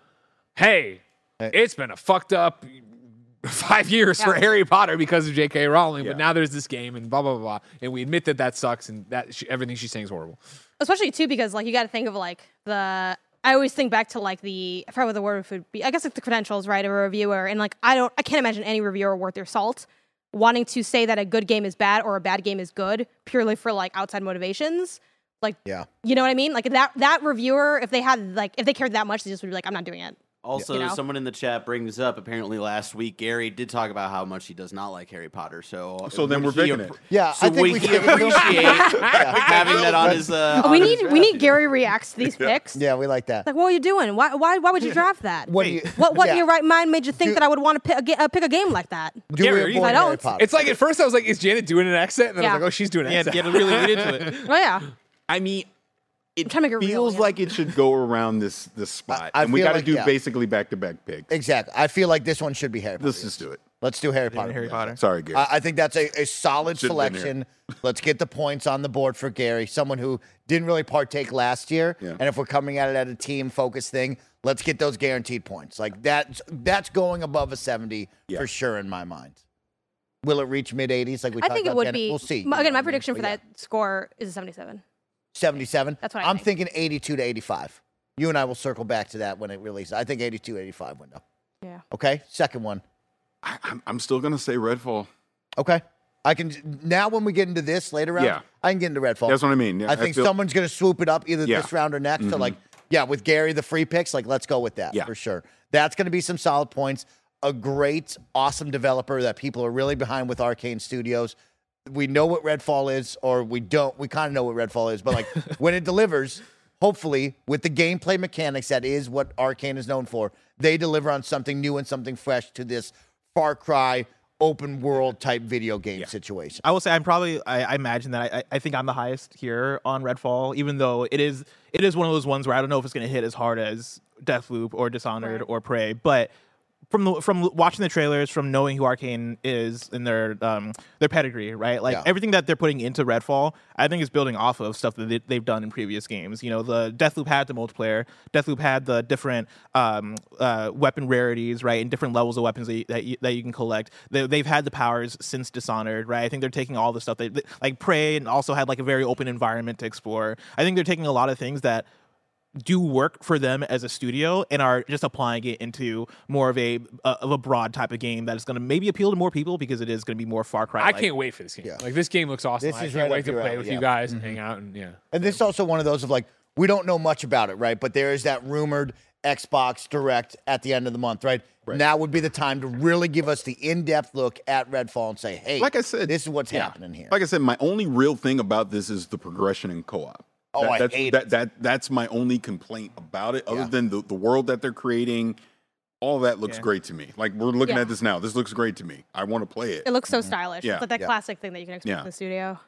Hey, it's been a fucked up <laughs> five years for Harry Potter because of J.K. Rowling, but
Yeah.
now there's this game and blah, blah, blah, blah. And we admit that that sucks and that she, everything she's saying is horrible.
especially too because like you got to think of like the I always think back to like the I forgot what the word would be I guess like the credentials right of a reviewer and like I don't I can't imagine any reviewer worth their salt wanting to say that a good game is bad or a bad game is good purely for like outside motivations like
Yeah.
you know what I mean like that that reviewer if they had like if they cared that much they just would be like I'm not doing it
Also,
You know?
someone in the chat brings up apparently last week Gary did talk about how much he does not like Harry Potter. So,
So then
would
we're
he
picking it.
Yeah,
So
I think
would
we
he
should-
<laughs>
appreciate having that on his? Uh,
we
on his
need we need
draft?
Gary reacts to these picks.
<laughs> Yeah, we like that.
Like, what are you doing? Why why why would you draft that?
What do you-
what what
Yeah.
in your right mind made you think that I would want to pick a, ga- uh, pick a game like that?
Do
Gary,
we
are you-
avoid
I
Harry
don't.
Potter?
It's like at first I was like, is Janet doing an accent? And then I was
Yeah.
like, oh, she's doing an
Yeah,
accent.
get really get into it.
Oh yeah,
I mean, it
trying to make it real,
feels
yeah.
like it should go around this this spot,
I
and we
feel
got to
like-
do
yeah.
basically back to back picks.
exactly. I feel like this one should be Harry Potter.
Let's just do it.
Let's do Harry Potter.
<laughs> Harry Potter.
Sorry, Gary.
I, I think that's a, a solid
Should've been here.
selection. Let's get the points on the board for Gary, someone who didn't really partake last year.
Yeah.
And if we're coming at it at a team focused thing, let's get those guaranteed points. Like that's that's going above a seventy
Yeah.
for sure in my mind. Will it reach mid eighties? Like we
I
talked
think
about
it would
Janet?
be.
We'll see.
my- Again, my prediction for that
that
score is a seventy-seven.
seventy-seven.
That's what I
I'm
think.
thinking eighty-two to eighty-five. You and I will circle back to that when it releases. I think 82, 85 window.
Yeah.
Okay. Second one.
I, I'm, I'm still gonna say Redfall.
Okay. I can now when we get into this later on,
Yeah.
I can get into Redfall.
That's what I mean. Yeah,
I think
feel-
someone's going to swoop it up either
Yeah. Mm-hmm.
this round or next. So like, yeah, with Gary the free picks, like let's go with that
Yeah.
for sure. That's going to be some solid points. A great, awesome developer that people are really behind with Arcane Studios. We know what Redfall is, or we don't. We kind of know what Redfall is, but like when it delivers, hopefully with the gameplay mechanics that is what Arcane is known for, they deliver on something new and something fresh to this Far Cry open world type video game situation.
I will say I'm probably I, I imagine that I, I- I think I'm the highest here on Redfall, even though it is it is one of those ones where I don't know if it's gonna hit as hard as Deathloop or Dishonored or Prey, but from the, from watching the trailers, from knowing who Arcane is and their um their pedigree, right? Like
Yeah.
everything that they're putting into Redfall, I think is building off of stuff that they, they've done in previous games. You know, the Deathloop had the multiplayer, Deathloop had the different um, uh, weapon rarities, right, and different levels of weapons that you, that you, that you can collect. They, they've had the powers since Dishonored, right? I think they're taking all the stuff that that- like Prey and also had like a very open environment to explore. I think they're taking a lot of things that do work for them as a studio and are just applying it into more of a uh, of a broad type of game that is going to maybe appeal to more people because it is going to be more Far
<laughs>
Cry.
I can't wait for this game. Like this game looks awesome.
This
I
is
can't
right
wait
up
to
your
play
alley,
with
yeah. Mm-hmm.
you guys and hang out and yeah.
And this is also one of those of like, we don't know much about it, right? But there is that rumored Xbox Direct at the end of the month, right? Now would be the time to really give us the in depth look at Redfall and say, hey,
Like I said,
this is what's
yeah.
happening here.
Like I said, my only real thing about this is the progression in co-op.
Oh, I
that's,
hate
that,
it.
that. That's my only complaint about it. Other
Yeah.
than the, the world that they're creating, all that looks
Yeah.
great to me. Like we're looking
Yeah.
at this now. This looks great to me. I want to play it.
It looks so stylish.
Yeah.
It's like that
Yeah.
classic thing that you can expect
Yeah.
in the studio.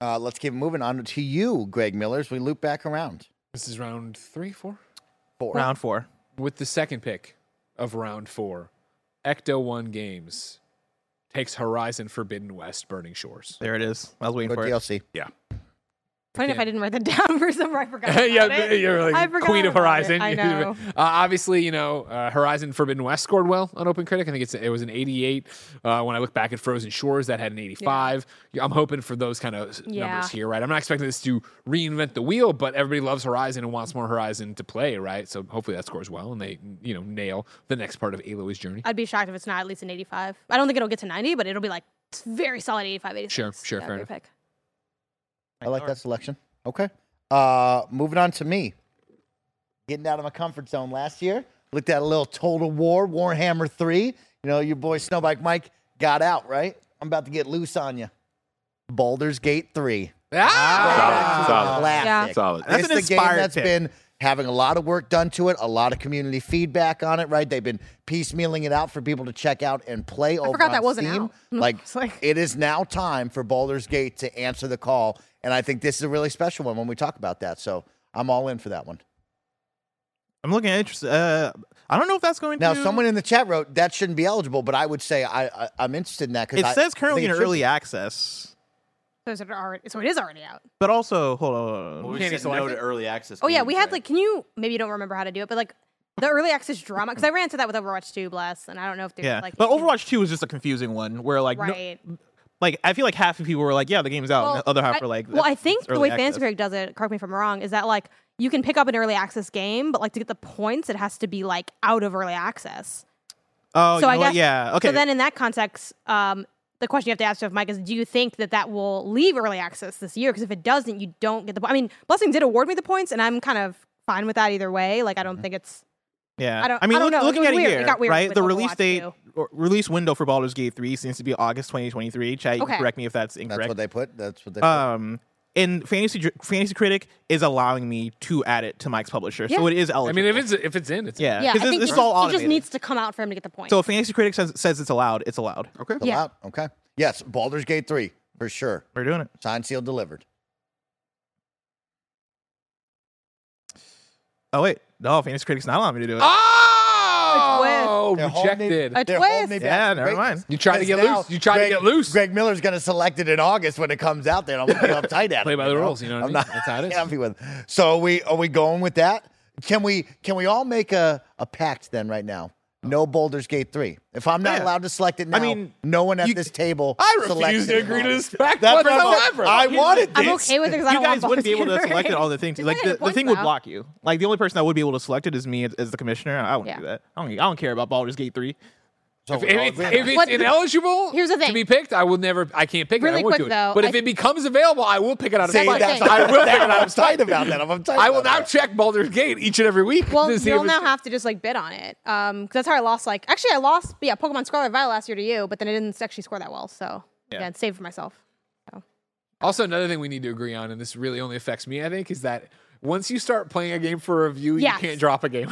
uh, let's keep moving on to you, Greg Miller, as we loop back around.
This is round three, four?
Four.
round four.
With the second pick of round four, Ecto One Games takes Horizon Forbidden West Burning Shores. <laughs>
There it is. I was waiting
Good
for it.
DLC.
yeah.
Funny if I didn't write that <laughs> down for some.
<laughs>
I forgot. About
yeah,
it.
th- you're like
I forgot
queen of
about it.
Horizon. <laughs>
I know.
uh, obviously, you know uh, Horizon Forbidden West scored well on Open Critic. I think it's it was an 88. Uh, when I look back at Frozen Shores, that had an 85. I'm hoping for those kind of s-
Yeah.
numbers here, right? I'm not expecting this to reinvent the wheel, but everybody loves Horizon and wants more Horizon to play, right? So hopefully that scores well and they you know nail the next part of Aloy's journey.
I'd be shocked if it's not at least an 85. I don't think it'll get to 90, but it'll be like it's very solid 85, 86.
Sure, sure, fair
That'd be a
enough.
pick.
I like that selection. Okay. Uh, moving on to me. Getting out of my comfort zone last year. Looked at a little Total War, Warhammer 3. You know, your boy Snowbike Mike got out, right? I'm about to get loose on you. Baldur's Gate 3.
Ah!
Solid. Solid.
Ah. Classic.
Solid.
That's
it's
an
the game
inspired
that's
pick.
been having a lot of work done to it, a lot of community feedback on it, right? They've been piecemealing it out for people to check out and play over
forgot
on
that wasn't
Steam.
<laughs>
out.
Like,
It's like-
it is now time for Baldur's Gate to answer the call, and I think this is a really special one when we talk about that. So I'm all in for that one.
I'm looking at interest. Uh, I don't know if that's going
Now,
to.
someone in the chat wrote that shouldn't be eligible, but I would say I, I I'm interested in that because
It says currently in early access,
So is it already, so it is already out.
but also hold on.
Well, we
Can he
said
select
no
it?
to early access.
Oh, yeah.
games,
We had
right?
like, can you, maybe you don't remember how to do it, but like the early access drama, because I ran into that with Overwatch 2 Bless, and I don't know if there's
Yeah,
like.
but
if you-
Overwatch Two was just a confusing one where like, no-
Right.
like I feel like half of people were like, yeah, the game's out, and the other half
I,
were like,
well, I
it's
think the
early
way
access.
Fancy Critic does it, correct me if I'm wrong, is that like you can pick up an early access game, but like to get the points, it has to be like out of early access.
Oh,
so
you
I
know what?
guess
yeah. Okay.
So then, in that context, um, the question you have to ask yourself, Mike, is: Do you think that that will leave early access this year? Because if it doesn't, you
Mm-hmm.
don't get the. po- I mean, Blessing did award me the points, and I'm kind of fine with that either way. Like, I don't think it's
Yeah,
I don't-
mean,
I don't
look-
know. It
looking
was
at
weird.
a year,
It got weird
right?
with
The
Overwatch
release date,
too.
or release window for Baldur's Gate three seems to be August 2023. Chad, you can
Okay.
correct me if that's incorrect.
That's what they put. That's what they.
um, and fantasy Dr- fantasy critic is allowing me to add it to Mike's publisher, so
Yeah.
it is eligible.
I mean, if it's if it's in, it's in.
yeah,
Yeah, I
'cause this,
think
this
it,
is all
it
automated.
just needs to come out for him to get the point.
so if fantasy critic says says it's allowed, it's allowed.
Okay.
put
yeah.
out. Okay. Yes, Baldur's Gate three for sure.
We're doing it.
Signed, sealed, delivered.
Oh wait, no, fantasy critic's not allowing me to do it.
Oh,
They're holding me-
rejected.
A
they're holding
twist.
me back.
yeah, never
Great.
mind.
You tried to
Because
get
now
loose. You tried
Greg-
to get loose.
Greg Miller's going to select it in August when it comes out. Then I'm going to
<laughs>
be uptight at
Play
him,
by
you
the
know?
rules, you know what I
I'm
mean?
not
That's how it is.
happy with. So are we are we going with that? Can we can we all make a a pact then right now? No Boulder's Gate three. If I'm not
Yeah.
allowed to select it now,
I mean,
no one at
you-
this
this table.
I
selects
refuse to
it in
agree to
August.
this fact
Ah! That-
whatsoever.
I wanted this.
I'm okay with it because I
you
don't
guys
want
wouldn't be able to
Baldur's
select
Gate
it all the things.
Just
Like
let
the,
it
the thing
points
would
out.
block you. Like the only person that would be able to select it is me as, as the commissioner. I wouldn't
Yeah.
do that. I don't, I don't care about Baldur's Gate three.
So
If,
we're all
if,
agreeing.
it's- if it's
What-
ineligible
Here's the
to
thing.
be picked, I will never. I can't pick it. I
Really
won't
quick,
do it.
though,
but if
I-
it becomes available, I will pick it out of
See,
spite.
that's-
I will pick it
that,
out
I'm
of spite.
tight about that. I'm uptight.
I will
about
now
that.
check Baldur's Gate each and every week.
Well,
to see
you'll
if it's-
now have to just like bid on it. Um, because that's how I lost. Like, actually, I lost. Yeah, Pokemon Scarlet Violet last year to you, but then I didn't actually score that well. So yeah, it's saved for <laughs> myself.
Also, another thing we need to agree on, and this really only affects me, I think, is that once you start playing a game for review,
Yes.
you can't drop a game.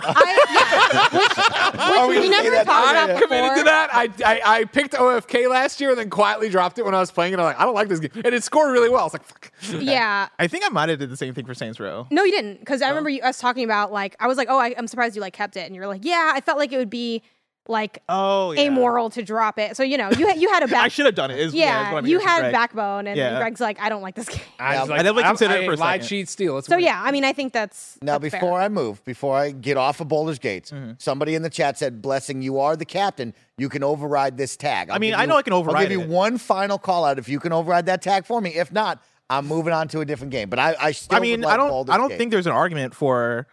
I, yeah, which, which we
gonna say that?
never talked
I'm
about before.
committed to that. I, I I picked OFK last year and then quietly dropped it when I was playing, and I'm like, I don't like this game, and it scored really well. I was like, fuck.
Yeah.
I think I might have did the same thing for Saints Row.
No, you didn't, because I remember you, us talking about like I was like, oh, I, I'm surprised you like kept it, and you're like, yeah, I felt like it would be like
Oh, yeah.
amoral to drop it. So you know, you had you had a back.
I should have done it. Is, yeah, is
yeah,
what I'm
you
hearing from
had
Greg.
backbone, and then
Yeah.
Greg's like, I don't like this <laughs> game.
I was like,
Yeah.
I definitely
I'm-
considered it
I-
for a
lie,
second.
cheat, steal. That's
So
what-
yeah, I mean, I think that's
Now,
that's fair.
before I move, before I get off of Boulder's Gates,
Mm-hmm.
somebody in the chat said, "Blessing, you are the captain. You can override this tag." I'll
mean,
give
I
you-
know I can
I'll
override
give you
it.
one final call out if you can override that tag for me. If not, I'm moving on to a different game. But I, I still.
I
would
mean,
like
I don't.
Baldur's
I don't
Gate.
think there's an argument for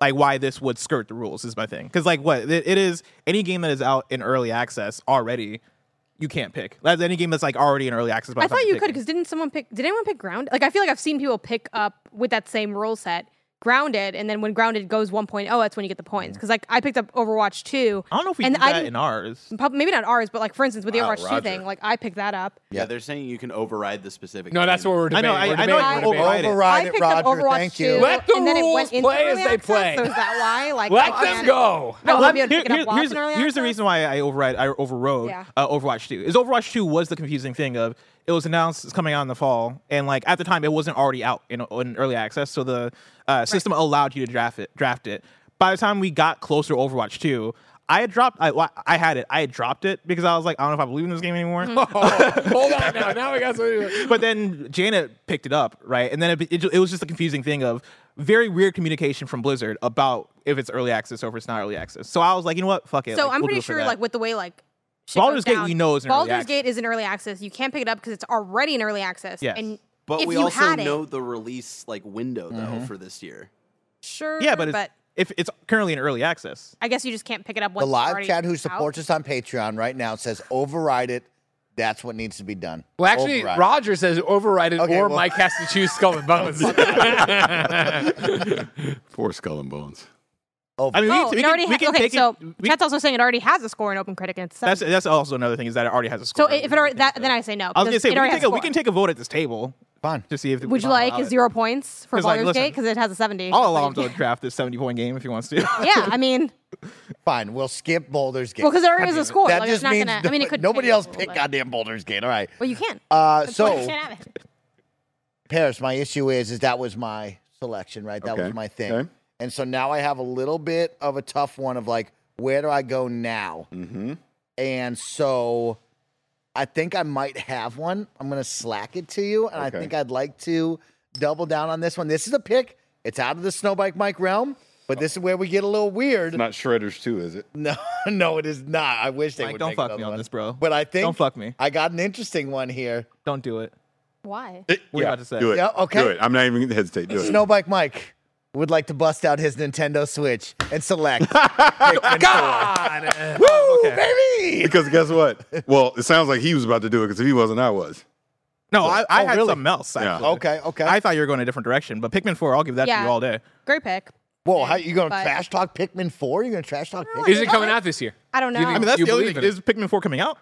like why this would skirt the rules is my thing. Because like what it, it is, any game that is out in early access already, you can't pick. That's any game that's like already in early access. by
I
the time
thought you could
picking.
because didn't someone pick? Did anyone pick ground? Like I feel like I've seen people pick up with that same rule set grounded, and then when grounded goes 1.0, that's when you get the points. Because like I picked up Overwatch 2.
Mm. I don't know if we
and
did that
didn't-
in ours.
prob- Maybe not ours, but like for instance with the
Wow,
Overwatch 2
Roger.
thing, like I picked that up.
Yeah, they're saying you can override the specific.
No, that's
game.
what we're
I
debating.
know, I-
We're
I know
debating, we're
I can
debating.
override it.
Override
I
it,
picked up
Roger.
Overwatch
Thank
2,
you.
Let the
and then it
rules
went into
play
early
as they
access,
play.
So is that why? Like oh,
Let
I
them
can't-
go.
I won't
let-
be able to
here-
pick it up
here-
WoP
here's,
in early
here's the
access.
reason why I override, I overrode
Yeah.
uh, Overwatch 2. Is Overwatch 2 was the confusing thing of it was announced it's coming out in the fall, and like at the time it wasn't already out in, in early access, so the uh, system allowed you to draft it. Draft it. By the time we got closer to Overwatch 2, I had dropped. I, wa- I had it. I had dropped it because I was like, I don't know if I believe in this game anymore.
Mm-hmm.
<laughs>
Oh, hold on now. Now we got something.
but then Janet picked it up, right? And then it, it, it was just a confusing thing of very weird communication from Blizzard about if it's early access or if it's not early access. So I was like, you know what? Fuck it.
So
like,
I'm
we'll do
pretty
it for
sure,
that.
like with the way like shit
Baldur's
goes
Gate
down,
we know is in early
Baldur's
access.
Gate is in early access. You can't pick it up because it's already in early access.
Yes.
And
But
if
we
you
also
had
know
it, Mm-hmm.
the release like window though for this year.
sure.
yeah, but, it's, if it's currently in early access,
I guess you just can't pick it up. Once
the
it's
live
already
chat who
out.
supports us on Patreon right now says override it. That's what needs to be done.
Well, actually,
Override it.
Roger says override it,
Okay,
or
well-
Mike has to choose Skull and
<laughs>
Bones.
Poor Skull and Bones.
I mean, we,
Oh,
can- we
it
can,
already
we
ha-
can
okay,
take
so
it. We,
chat's also saying it already has a score in Open Critic, and it's
that's
seven.
that's also another thing is that it already has a
so
score.
if it already that, then I say no.
I was gonna
because
say
it
we can,
already
take
has
a, we
score.
can take a vote at this table
Fine.
to see if
Would you
I'll
like
allow <laughs>
a
it.
zero points for
'Cause, like,
Baldur's
listen,
Gate because it has a seventy?
I'll allow him to draft this seventy point game if he wants to.
<laughs> yeah,
<laughs>
I mean,
Fine. We'll skip Boulder's Gate.
well, because it already has a score.
that
like, it's
just
not
means
gonna. I mean, it could
nobody
change a
else
little
pick
bit.
goddamn Boulder's Gate. All right.
Well, you can't.
Uh,
That's why
so
you can't have it.
Paris, my issue is is that was my selection, right? That was
Okay.
my thing.
Okay.
And so now I have a little bit of a tough one of like, where do I go now? Mm-hmm. And so I think I might have one. I'm gonna slack it to you, and I
Okay.
think I'd like to double down on this one. This is a pick. It's out of the snowbike Mike realm, but this is where we get a little weird.
Not Shredders too, is it?
<laughs> No, no, it is not. I wish they
Mike,
would
don't
make
fuck
another
me on
one.
this, bro.
But I think
Don't fuck me.
I got an interesting one here.
Don't do it.
Why?
What are you about to say?
Do it.
Yeah, okay.
Do it. I'm not even gonna hesitate. Do it.
Snowbike Mike would like to bust out his Nintendo Switch and
<laughs>
select. Oh, Pikmin 4.
God.
Woo, baby!
Because guess what? Well, it sounds like he was about to do it because if he wasn't, I was.
No, I, I
Oh,
had
really?
something else. Actually.
Okay, okay.
I thought you were going a different direction, but Pikmin 4, I'll give that to
Yeah.
you all day.
Great pick.
Whoa, how you gonna
but-
trash talk Pikmin Four? You gonna trash talk Pikmin?
Is it coming out this year?
I don't know.
You
I
I mean,
mean,
that's
you
the only
believe
thing.
in
Is Pikmin 4 coming out?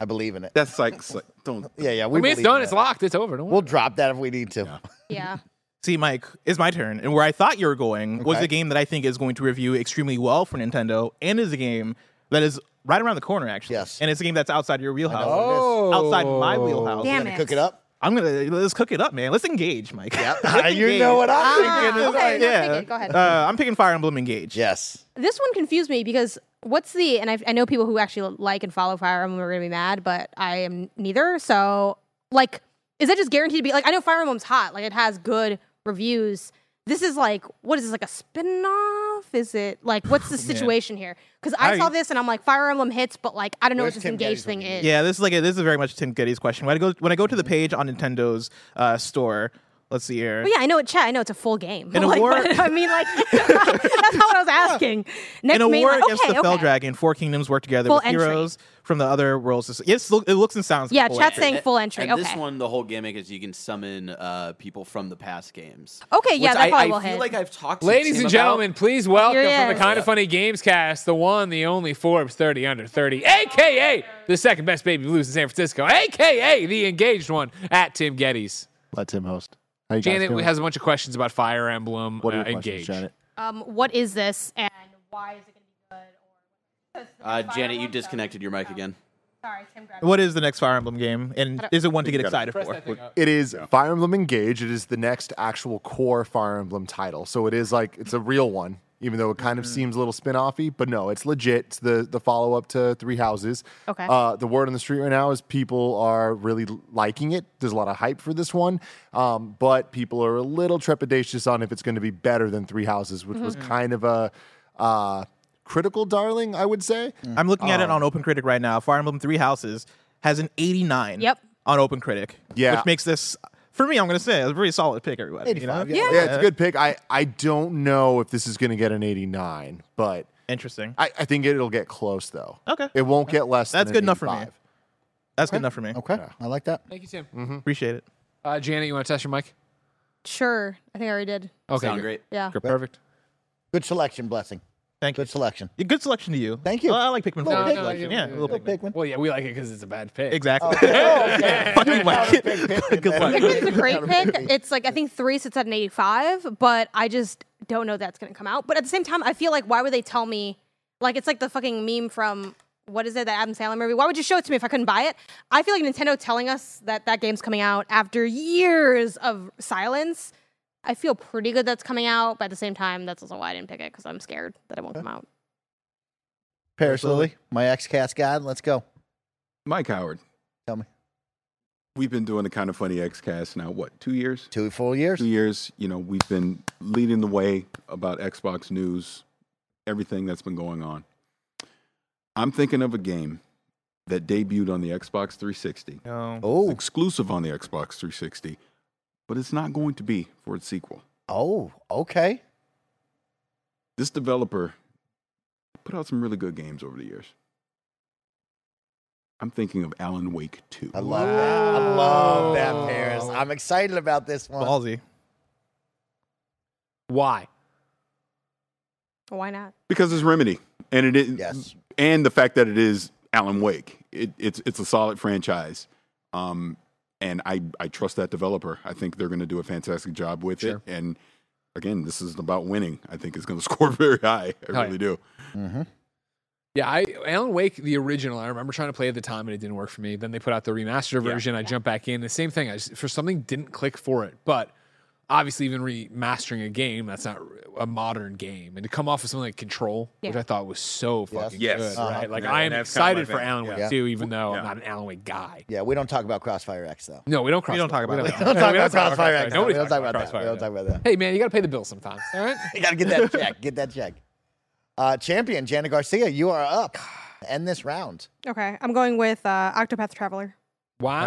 I believe in it.
That's like, it's like don't.
Yeah, yeah. We
I mean, it's
believe in
done. It's
it.
locked. It's over. Don't worry.
We'll drop that if we need to.
yeah.
See, Mike, it's my turn. And where I thought you were going was
Okay.
a game that I think is going to review extremely well for Nintendo and is a game that is right around the corner, actually.
Yes.
And it's a game that's outside your wheelhouse.
Oh.
Outside my wheelhouse.
Damn
Gonna <laughs>
it.
cook it up.
I'm going to let's cook it up, man. <laughs> Let's engage, Mike.
Ah, <laughs> you know what I'm thinking.
Ah,
It's
okay,
like,
no,
yeah.
take it. Go ahead.
Uh, I'm picking Fire Emblem Engage.
Yes.
This one confused me because what's the and I, I know people who actually like and follow Fire Emblem are gonna be mad, but I am neither. So like, is that just guaranteed to be like? I know Fire Emblem's hot, like it has good reviews. This is like, what is this like a spin-off? Is it like
<laughs>
what's
Oh,
the situation here? Because I,
I-
saw this and I'm like, Fire Emblem hits, but like I don't know
Where's
what this
Tim
engage
Geddes
thing
review?
is.
Yeah, this is like a, this is very much Tim Getty's question. When I go when I go to the page on Nintendo's uh, store, let's see here.
But yeah, I know it. Chat, I know it's a full game.
In a
<laughs> Like,
war-
but, I mean, like <laughs> that's not what I
<laughs>
was asking. Next
In a
main
war
line-
against
okay,
the Fell
okay.
Dragon, four kingdoms work together
Full
with
entry.
heroes from the other worlds. Yes, it looks and sounds.
Yeah,
like full
chat's
entry.
saying
And-
full entry,
And this
okay.
one, the whole gimmick is you can summon uh, people from the past games.
Okay, yeah,
which
that
I,
probably
I
will
feel
hit.
like I've talked. to
Ladies
Tim
and
about-
gentlemen, please welcome
Here he
from the
is.
Kind of Funny Games cast, the one, the only Forbes 30 under 30, aka the second best baby blues in San Francisco, aka the engaged one at Tim Geddes.
Let Tim host. How you guys
Janet
doing?
has a bunch of questions about Fire Emblem
what are
uh,
your questions,
Engage.
Janet?
um, what is this and why is it going to be good? Or
uh, Janet, you disconnected your mic again.
Sorry, Tim grabbed
What is the next Fire Emblem game, and is it one to get excited for?
It is Fire Emblem Engage. It is the next actual core Fire Emblem title. So it is like it's a real one, even though it kind of seems a little spin-offy, but no, it's legit. It's the the follow-up to Three Houses.
Okay.
Uh, the word on the street right now is people are really liking it. There's a lot of hype for this one, um, but people are a little trepidatious on if it's going to be better than Three Houses, which was kind of a uh, critical darling, I would say.
I'm looking
Oh.
at it on OpenCritic right now. Fire Emblem Three Houses has an 89.
Yep.
On OpenCritic.
Yeah.
Which makes this, for me, I'm gonna say, it's a pretty solid pick. Everybody. You know?
85,
Yeah, it's a good pick. I, I don't know if this is going to get an 89, but
Interesting.
I, I think it'll get close though.
Okay.
It won't get less.
That's
than
good
an
enough for me.
85.
That's good enough for me.
Okay. I like that.
Thank you, Tim.
Appreciate it.
Uh, Janet, you want to test your mic?
Sure, I think I already did.
Okay.
Sound
good.
great.
Yeah.
You're perfect.
Good selection, blessing.
Thank you.
Good selection.
Yeah, Good selection to you.
Thank you.
Well, I like Pikmin 4.
No,
Good
no,
selection.
you-
yeah, a little
Little Oh,
Pikmin.
<laughs>
Pikmin.
Well, yeah, we like it because it's a bad pick.
Exactly. <laughs> Fuck you,
<laughs>
Mike. Good luck.
Pikmin's a
<laughs>
great pick. It's like I think three sits at an 85, but I just don't know that's going to come out. But at the same time, I feel like why would they tell me? Like it's like the fucking meme from what is it that Adam Sandler movie? Why would you show it to me if I couldn't buy it? I feel like Nintendo telling us that that game's coming out after years of silence. I feel pretty good that's coming out, but at the same time, that's also why I didn't pick it because I'm scared that it won't come out.
Paris Lily, my ex cast god. Let's go.
Mike Howard.
Tell me.
We've been doing the kind of funny XCast now, what, two years?
Two full years.
Mm.
Two years. You know, we've been leading the way about Xbox news, everything that's been going on. I'm thinking of a game that debuted on the Xbox 360,
No.
It's
Oh,
exclusive on the Xbox 360, but it's not going to be for its sequel.
oh, okay.
This developer put out some really good games over the years. I'm thinking of Alan Wake 2.
I love that. I love that, Paris. I'm excited about this one.
Ballsy.
Why?
Why not?
Because it's Remedy, and it is,
Yes.
and the fact that it is Alan Wake, it, it's it's a solid franchise, um, and I I trust that developer. I think they're going to do a fantastic job with
Sure.
it. And again, this is about winning. I think it's going to <laughs> score very high. I
yeah.
really do.
Yeah, I Alan Wake the original. I remember trying to play at the time and it didn't work for me. Then they put out the remastered version. I jumped back in. The same thing. I just, for something didn't click for it. But obviously, even remastering a game that's not a modern game and to come off with something like Control, which
Yeah.
I thought was so fucking
Yes.
good,
Uh-huh.
right? Like
Yeah,
I am
and that's kinda my
excited for
thing.
Alan Wake
Yeah.
too, even though I'm
Yeah.
not an Alan Wake guy.
Yeah, we don't talk about Crossfire X though.
No, we don't. Cross
don't talk about it.
<laughs> We don't
Talk about
talk about
Crossfire
Crossfire.
X.
Nobody
We don't talk
talks
about that. We
Crossfire,
don't
yeah.
talk about that.
Hey man, you got to pay the bill sometimes. All right.
<laughs> You gotta get
<laughs>
that check. Get that check. Uh, champion Janet Garcia, you are up. End this round.
Okay, I'm going with uh, Octopath Traveler.
Wow,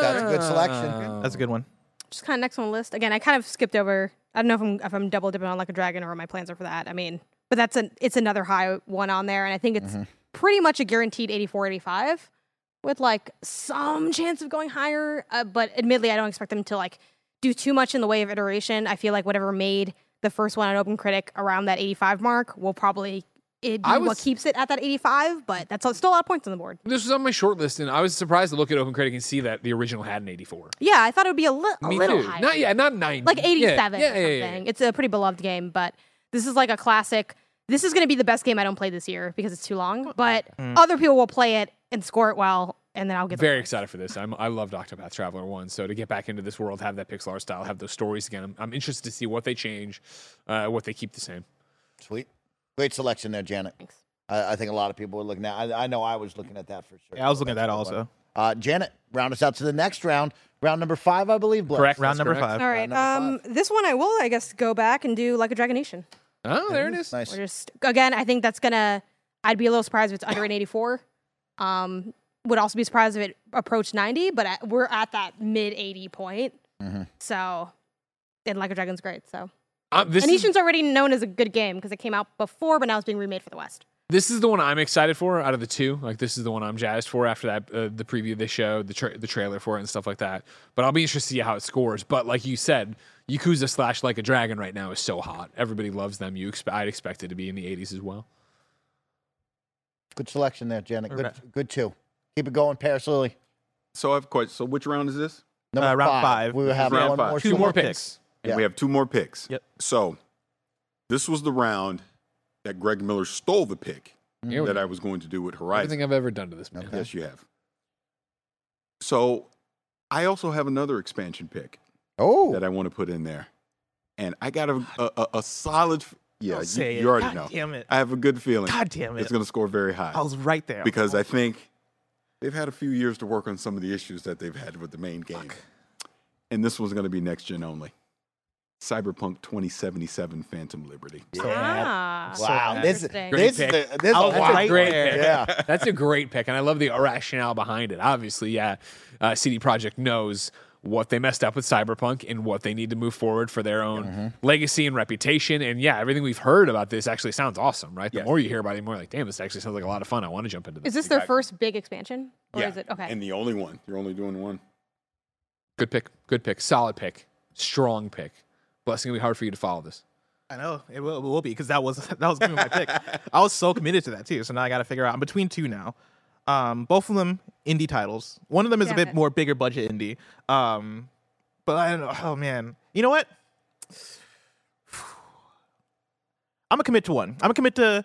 That's a good selection.
That's a good one.
Oh.
just kind of next on the list. Again, I kind of skipped over. I don't know if I'm if I'm double dipping on like a dragon or what my plans are for that. I mean, but that's an it's another high one on there, and I think it's
Mm-hmm.
pretty much a guaranteed 84, 85 with like some chance of going higher. Uh, but admittedly, I don't expect them to like do too much in the way of iteration. I feel like whatever made the first one on Open Critic around that 85 mark will probably it be
I
what
was-
keeps it at that 85, but that's still a lot of points on the board.
This was on my short list, and I was surprised to look at Open Critic and see that the original had an 84.
Yeah, I thought it would be a, li- a
Me
little
too.
higher.
Not yeah, not 90.
like
Yeah,
87
Yeah,
or
yeah,
something.
yeah, yeah.
It's a pretty beloved game, but this is like a classic. This is going to be the best game I don't play this year because it's too long, but other people will play it and score it well, and then I'll get the
Very
points.
excited for this. I'm, I loved Octopath Traveler 1. So to get back into this world, have that pixel art style, have those stories again, I'm, I'm interested to see what they change, uh, what they keep the same.
Sweet. Great selection there, Janet.
Thanks.
I, I think a lot of people were looking at I, I know I was looking at that for sure.
Yeah, I was looking at that
That's a good one.
also.
Uh, Janet, round us out to the next round. Round number five, I believe, Blair.
Correct.
Round number
correct.
five.
All right, um,
number
this one I will, I guess, go back and do like a Dragon Nation.
Oh, there it is.
Nice.
We're just again, I think that's gonna. I'd be a little surprised if it's under an 84. Um, would also be surprised if it approached 90, but I, we're at that mid 80 point.
Mm-hmm.
So, and Like a Dragon's great. So,
Um, this, is,
Anishin's already known as a good game because it came out before, but now it's being remade for the West.
this is the one I'm excited for out of the two. Like, this is the one I'm jazzed for after that, uh, the preview they showed, the, tra- the trailer for it, and stuff like that. But I'll be interested to see how it scores. But like you said, Yakuza slash Like a Dragon right now is so hot. Everybody loves them. You expe- I'd expect it to be in the 80s as well.
Good selection there, Janet. Good,
Right.
good two. Keep it going, Paris Lily.
So I've quite. So which round is this?
Number
Uh, round five.
We will have
Round
one
five.
more.
Two, more picks.
And
Yeah.
we have two more picks.
Yep.
So this was the round that Greg Miller stole the pick
Mm-hmm.
Here we
that
go.
I was going to do with Horizon.
Everything I've ever done to this man.
Yes, you have. So I also have another expansion pick
Oh,
that I want to put in there, and I got a a, a, a solid. f- Yeah,
Don't
you,
say
you
it.
already
God
know.
damn it.
I have a good feeling.
God damn it.
It's going to score very high
I was right there.
because I think they've had a few years to work on some of the issues that they've had with the main game, and this one's going to be next gen only. Cyberpunk 2077 Phantom Liberty.
Ah,
wow. This, is-
Interesting.
this, is
Great
the- this is
I
Oh, a
was
wild
right
one.
there.
Yeah.
<laughs> That's a great pick, and I love the rationale behind it. Obviously, yeah, uh, CD Projekt knows what they messed up with Cyberpunk and what they need to move forward for their own
Mm-hmm.
legacy and reputation. And yeah, everything we've heard about this actually sounds awesome, right? The
Yes.
more you hear about it, the more like, damn, this actually sounds like a lot of fun. I want to jump into this.
Is this their first big expansion? Or is it? Okay.
And the only one. You're only doing one.
good pick, good pick, solid pick, strong pick. Blessing, it'll be hard for you to follow this.
I know it will, it will be because that was <laughs> that was gonna be
<laughs>
my pick. I was so committed to that too, so now I got to figure out. I'm between two now. Um, both of them indie titles. One of them is a
Damn
bit
it.
more bigger budget indie. Um, but I don't know. Oh man, you know what? <sighs> I'm gonna commit to one. I'm gonna commit to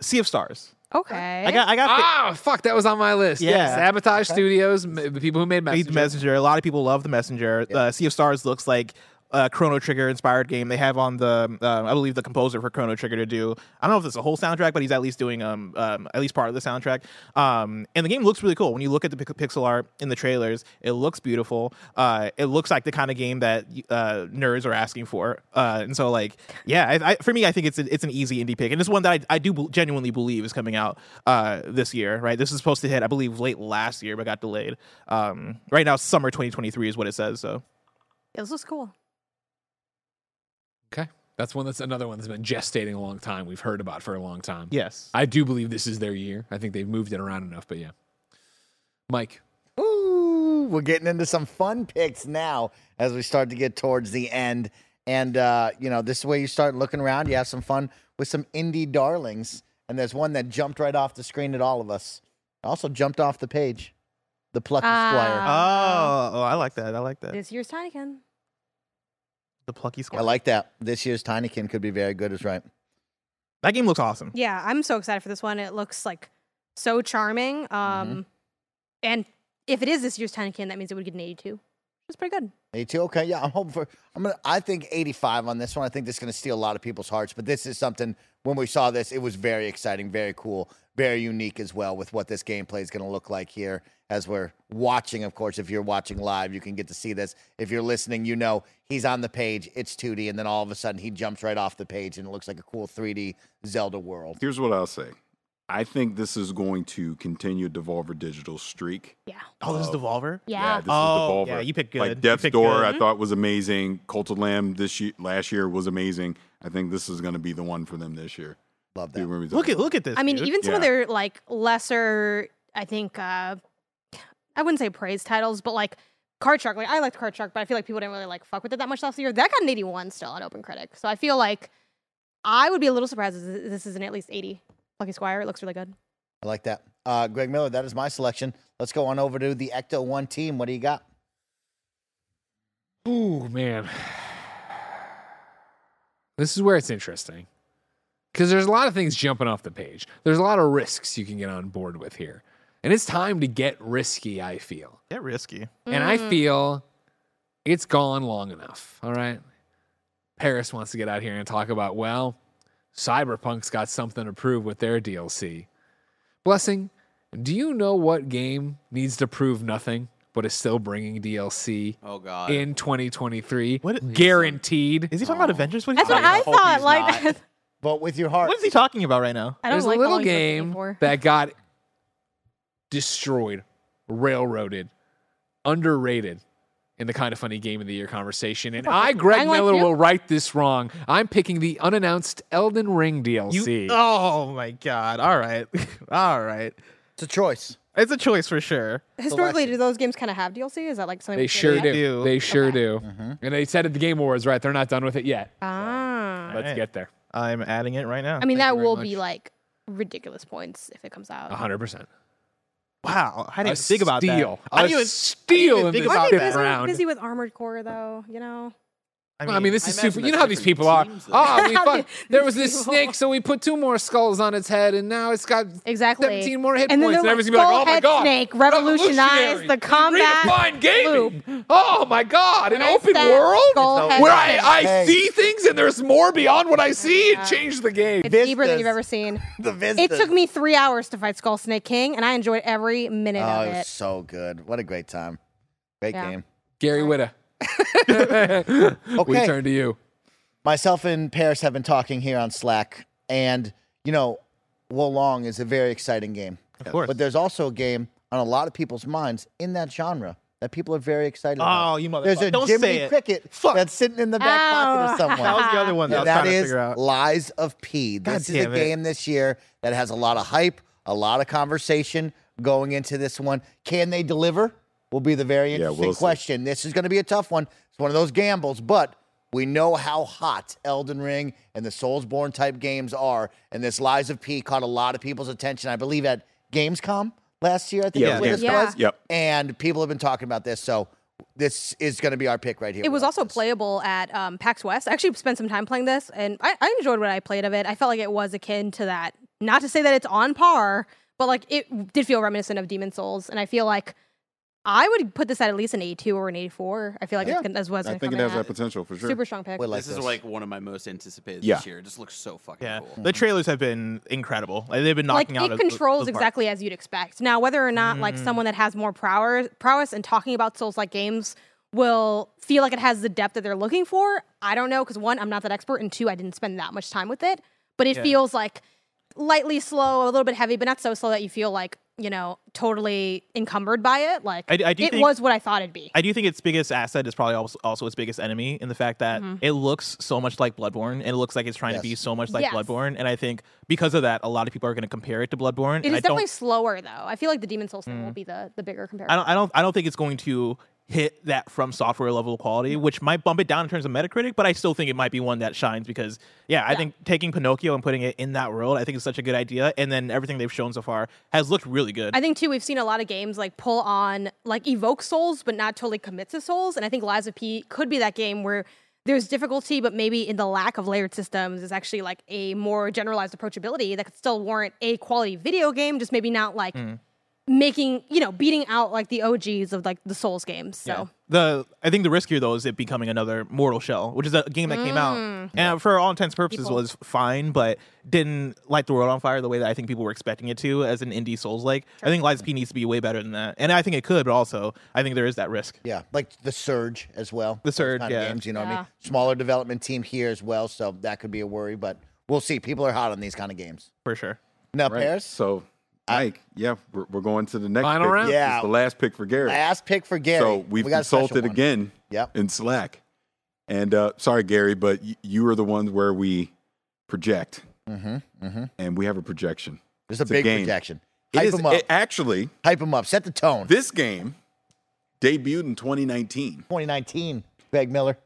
Sea of Stars.
Okay.
I got. I got.
Eh?
fi-
Ah, fuck, that was on my list.
Yeah.
Sabotage Studios, ma- the people who made
Made the
Messenger.
messenger. A lot of people love the messenger. Uh, sea of Stars looks like a Chrono Trigger inspired game. They have on the, uh, I believe, the composer for Chrono Trigger to do. I don't know if it's a whole soundtrack, but he's at least doing um, um at least part of the soundtrack. Um, and the game looks really cool. When you look at the pic- pixel art in the trailers, it looks beautiful. Uh, it looks like the kind of game that uh, nerds are asking for. Uh, and so like, yeah, I, I, for me, I think it's a, it's an easy indie pick, and it's one that I, I do bel- genuinely believe is coming out uh, this year. Right, this is supposed to hit, I believe, late last year, but got delayed. Um, right now, summer 2023 is what it says. So
this was cool.
Okay. That's one that's another one that's been gestating a long time. We've heard about for a long time.
yes,
I do believe this is their year. I think they've moved it around enough, but yeah. Mike,
Ooh, we're getting into some fun picks now as we start to get towards the end. And, uh, you know, this is where you start looking around. You have some fun with some indie darlings. And there's one that jumped right off the screen at all of us. Also jumped off the page. The Plucky
Ah.
Squire.
oh, oh, I like that. I like that.
This year's Tinykin.
The plucky
I
squad.
like that. This year's Tinykin could be very good, is right.
that game. Looks awesome.
Yeah, I'm so excited for this one. It looks like so charming. Um,
Mm-hmm.
and if it is this year's Tinykin, that means it would get an 82. It's pretty good.
82. Okay, yeah, I'm hoping for. I'm gonna. I think 85 on this one. I think this is gonna steal a lot of people's hearts. But this is something. When we saw this, it was very exciting, very cool, very unique as well with what this gameplay is gonna look like here as we're watching. Of course, if you're watching live, you can get to see this. If you're listening, you know he's on the page. It's 2D, and then all of a sudden he jumps right off the page, and it looks like a cool 3D Zelda world.
Here's what I'll say. I think this is going to continue Devolver Digital's streak.
Yeah.
Oh, this is
Oh.
Devolver.
Yeah.
this
Oh,
is Devolver.
yeah, you picked good.
Like
You
Death's
picked
Door,
good. Mm-hmm.
I thought was amazing. Cult of Lamb this year, last year was amazing. I think this is going to be the one for them this year.
Love
Dude,
that.
when we talk
Look at
about-
look at this.
I mean,
dude.
even some of
Yeah.
their like lesser, I think, uh, I wouldn't say praise titles, but like Card Shark, like I liked Card Shark, but I feel like people didn't really like fuck with it that much last year. That got an 81 still on Open Critic. So I feel like I would be a little surprised if th- this isn't at least 80. Lucky Squire, it looks really good.
I like that. Uh, Greg Miller, that is my selection. Let's go on over to the Ecto One team. What do you got?
Ooh, man. This is where it's interesting. Because there's a lot of things jumping off the page. There's a lot of risks you can get on board with here. And it's time to get risky, I feel.
They're risky.
And I feel it's gone long enough. All right. Paris wants to get out here and talk about, well, Cyberpunk's got something to prove with their DLC. Blessing, do you know what game needs to prove nothing but is still bringing DLC
Oh God.
in 2023?
What-
Guaranteed.
Is he talking about Avengers? What is he
That's what
talking
I
about?
hope
thought.
he's
<laughs> Like,
not.
Vote with your heart.
What is he talking about right now?
I don't
There's
like
a little
all he's looking
game
for.
that got destroyed, railroaded, underrated in the kind of funny game of the year conversation. And
<laughs>
I, Greg
I'm like
Miller,
you.
will right this wrong. I'm picking the unannounced Elden Ring DLC.
oh my god! All right, <laughs> all right.
It's a choice.
It's a choice for sure.
Historically, do those games kind of have DLC? Is that like something
they
we can
sure
get?
do.
do.
They sure do. And they said at the Game Awards, right? They're not done with it yet.
Ah.
Let's
right.
get there.
I'm adding it right now.
I mean,
Thank you
that
very
will be
much.
like ridiculous points if it comes out.
100%.
wow. I
A
didn't think about that.
steal.
I
A
didn't even
steal
even
in
think
this
about
fifth
that.
busy,
round.
busy with Armored Core, though, you know?
I
Well, I mean, this
I
is
imagine
super. You know
that's
how these
different
people are.
teams, though.
Oh, we
How
fuck.
these
There was this
people-
snake, so we put two more skulls on its head, and now it's got
Exactly.
17 more hit
and
points.
Then
and
they're
everyone's
like,
gonna be like, oh my
"Skullhead
god.
Snake revolutionized
revolutionary.
the combat.
Redefined gaming. Oh my god. An
Where's
open
that
world
skullhead
where I,
thing?
I
Hey.
see things and there's more beyond what I see. It changed the game.
It's deeper than
vistas.
you've ever seen.
The
It
Vistas.
took me three hours to fight Skull Snake King, and I enjoyed every minute
Oh,
of
it was
it.
so good. What a great time. Great
Yeah.
game.
Gary Witta. We <laughs>
Okay.
turn to you.
myself and Paris have been talking here on Slack, and you know, Wolong is a very exciting game. Of
course.
But there's also a game on a lot of people's minds in that genre that people are very excited about.
Oh, you motherfucker!
There's a
Don't
Jiminy
say it.
Cricket
Fuck.
that's sitting in the back pocket
Oh.
of someone.
<laughs>
<laughs>
That was the other one that I was
that
trying to
is
figure out.
Lies of P.
God
This is a
damn it.
game this year that has a lot of hype, a lot of conversation going into this one. Can they deliver? Will be the very interesting
we'll see.
question. This is going to be a tough one. It's one of those gambles, but we know how hot Elden Ring and the Soulsborne type games are. And this Lies of P caught a lot of people's attention, I believe, at Gamescom last year. I think
Yeah,
that's what this
Gamescom.
was.
Yeah. Yep.
And people have been talking about this. So this is going to be our pick right here.
It was
We'll
also
like this.
playable at um, PAX West. I actually spent some time playing this, and I, I enjoyed what I played of it. I felt like it was akin to that. Not to say that it's on par, but like it did feel reminiscent of Demon Souls, and I feel like I would put this at at least an eighty-two or an eighty-four. I feel like
Yeah.
it's gonna, that's what it's
I
gonna
think it
come
has
in at.
that potential for sure.
Super strong pick.
We like
this is
this.
like one of my most anticipated
Yeah.
this year. It just looks so fucking
Yeah,
cool.
the trailers have been incredible. Like, they've been
like
knocking out.
it
those-
controls
those parts.
exactly as you'd expect. Now, whether or not like someone that has more prowess, prowess and talking about Souls like games will feel like it has the depth that they're looking for, I don't know. Because one, I'm not that expert, and two, I didn't spend that much time with it. But it feels like lightly slow, a little bit heavy, but not so slow that you feel like you know totally encumbered by it. Like
I d- I do
it
think-
was what I thought it'd be.
I do think its biggest asset is probably also, also its biggest enemy in the fact that
Mm-hmm.
it looks so much like Bloodborne and it looks like it's trying to be so much like
Yes.
Bloodborne. And I think because of that, a lot of people are going to compare it to Bloodborne. and
it is
I
definitely
don't, Mm.
slower though. I feel like the Demon Souls thing will be the the bigger comparison.
I don't, I don't, I don't think it's going to hit that from software level of quality, which might bump it down in terms of Metacritic, but I still think it might be one that shines because, yeah, I think taking Pinocchio and putting it in that world, I think is such a good idea. And then everything they've shown so far has looked really good.
I think too we've seen a lot of games like pull on like evoke souls but not totally commit to souls and I think Lies of P could be that game where there's difficulty but maybe in the lack of layered systems is actually like a more generalized approachability that could still warrant a quality video game just maybe not like
Hmm.
making you know beating out like the OGs of like the Souls games so
The I think the riskier though is it becoming another Mortal Shell, which is a game that came out and for all intents and purposes
People-
was fine, but didn't light the world on fire the way that I think people were expecting it to as an indie Souls like. I think Lies of P needs to be way better than that, and I think it could, but also I think there is that risk.
Yeah, like the Surge as well.
The
Those
Surge,
kind of
yeah.
games, you know what I
Yeah.
mean? Smaller development team here as well, so that could be a worry, but we'll see. People are hot on these kind of games.
for sure.
Now,
Right.
Paris,
So, Mike, yeah, we're, we're going to the next
Final
pick.
round?
This is
Yeah.
the last pick for Gary.
last pick for Gary.
So we've
We got a special
consulted
one.
again
Yep.
in Slack. And uh, sorry, Gary, but y- you are the ones where we project,
Mm-hmm. Mm-hmm.
and we have a projection.
There's a
It's a
big
game.
projection.
It
Hype
is-
them up.
it- actually,
Hype them up. Set the tone.
this game debuted in 2019.
2019, Greg Miller.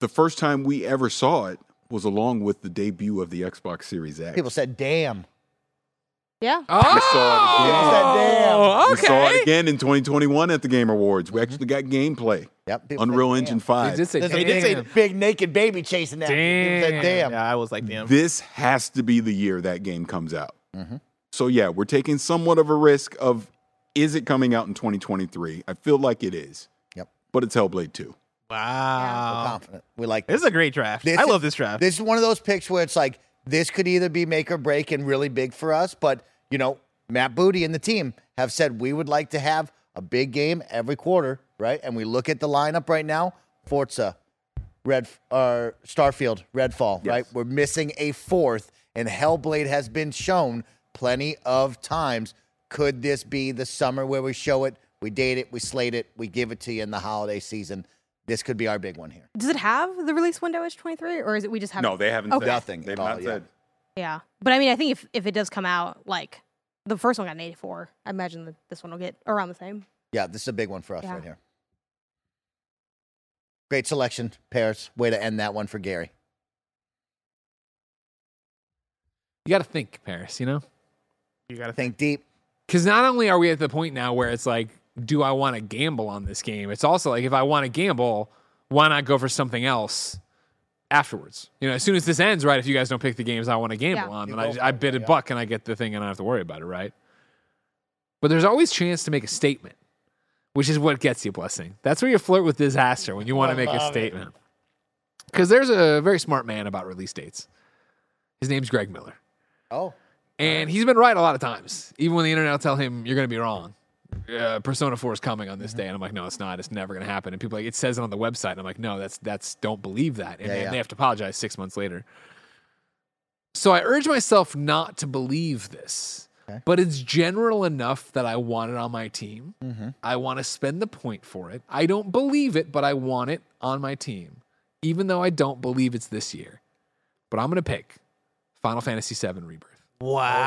The first time we ever saw it was along with the debut of the Xbox Series X.
People said, damn.
Yeah.
we
Oh!
saw it again.
People said, damn.
Oh,
We saw it again in 2021 at the Game Awards. We actually got gameplay.
Yep, people said
Unreal
damn.
Engine
They
5.
did say,
There's a
damn.
big, big naked baby chasing that. People said,
Damn.
damn.
Yeah, I was like, damn.
This has to be the year that game comes out.
Mm-hmm.
So yeah, we're taking somewhat of a risk of is it coming out in 2023? I feel like it is.
Yep.
But it's Hellblade 2.
Wow.
We're confident. We like
This is a great draft.
This
I
is-
love this draft.
This is one of those picks where it's like this could either be make or break and really big for us, but you know, Matt Booty and the team have said we would like to have a big game every quarter, right? And we look at the lineup right now, Forza, Red or Starfield, Redfall, right? We're missing a fourth and Hellblade has been shown plenty of times. Could this be the summer where we show it, we date it, we slate it, we give it to you in the holiday season? This could be our big one here.
Does it have the release window as 23 or is it we just have
No, they haven't
Okay.
said.
Nothing
They've
at all,
not
yeah.
said.
Yeah. But I mean, I think if, if it does come out, like the first one got an 84, I imagine that this one will get around the same.
Yeah, this is a big one for us
Yeah.
right here. Great selection, Paris. Way to end that one for Gary.
You got to think, Paris, you know?
you gotta
Think deep.
Because not only are we at the point now where it's like, do I want to gamble on this game? It's also like, if I want to gamble, why not go for something else afterwards? You know, as soon as this ends, right? If you guys don't pick the games I want to gamble
Yeah.
on,
You
then
go
I,
for
I
it,
bid a
yeah.
buck and I get the thing and I don't have to worry about it, right? But there's always chance to make a statement, which is what gets you blessing. That's where you flirt with disaster when you want to make a statement. Because there's a very smart man about release dates. His name's Greg Miller.
Oh,
And he's been right a lot of times, even when the internet will tell him you're going to be wrong. Uh, Persona 4 is coming on this
Mm-hmm.
day, and I'm like, no, it's not. It's never going to happen. And people are like, it says it on the website, and I'm like, no, that's that's don't believe that. And
Yeah,
they,
yeah.
they have to apologize six months later. So I urge myself not to believe this, but it's general enough that I want it on my team.
Mm-hmm.
I want to spend the point for it. I don't believe it, but I want it on my team, even though I don't believe it's this year. But I'm going to pick Final Fantasy VII Rebirth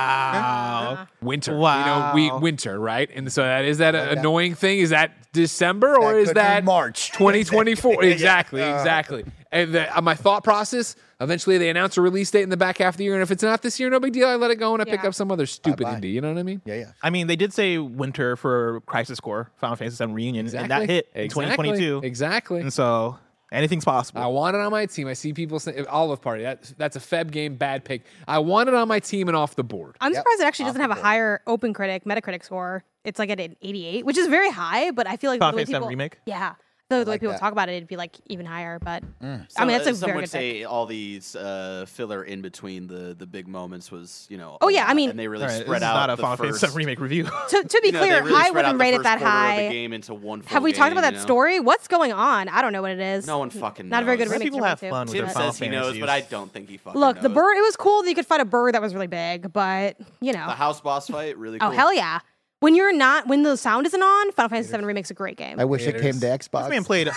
Wow.
winter.
Wow.
You know, we winter, right? And so that is that a annoying thing? Is that December or is
could be
that
March? <laughs> Uh.
2024? exactly, exactly. And the, uh, my thought process. Eventually, they announce a release date in the back half of the year, and if it's not this year, no big deal. I let it go and I pick
Yeah.
up some other stupid
Bye-bye.
indie. You know what I mean?
yeah, yeah.
I mean, they did say winter for Crisis Core, Final Fantasy VII Reunion, and that hit in
Exactly.
2022.
Exactly.
And so anything's possible.
I want it on my team. I see people saying Olive Party. That, that's a Feb game, bad pick. I want it on my team and off the
<laughs>
board.
I'm
Yep.
surprised it actually doesn't have a
Possible.
higher open critic, Metacritic score. It's like at an 88, which is very high, but I feel like
Final
the way
Fantasy VII
people,
Remake?
Yeah. The, the way
like
people
that. Mm.
talk about it, it'd be like even higher, but I
Some-
mean, that's a
uh, some
very
would
good pick.
say all these uh, filler in between the the big moments was you know. a
Oh, yeah, I
lot,
mean-
and they really
All right,
spread
this is
out
not a
the
Final
first.
Fantasy VII remake review.
To, to be
you know, they
clear,
really
I
spread out
wouldn't
the
rate it
first
that
quarter of the
high.
game into one full
Have we talked
game,
about that
you know?
story? What's going on? I don't know what it is.
No one fucking
Not a very
knows.
good
Let
remake.
people
to
have
relate to.
fun with
Tim
their
says
Final
he knows,
Fantasies.
but I don't think he fucking
Look, the
knows.
bird. It was cool that you could fight a bird that was really big, but you know.
The house boss fight, really cool.
Oh hell yeah! When you're not, when the sound isn't on, Final Fantasy VII Remake's a great game.
I wish it came to Xbox.
This man played.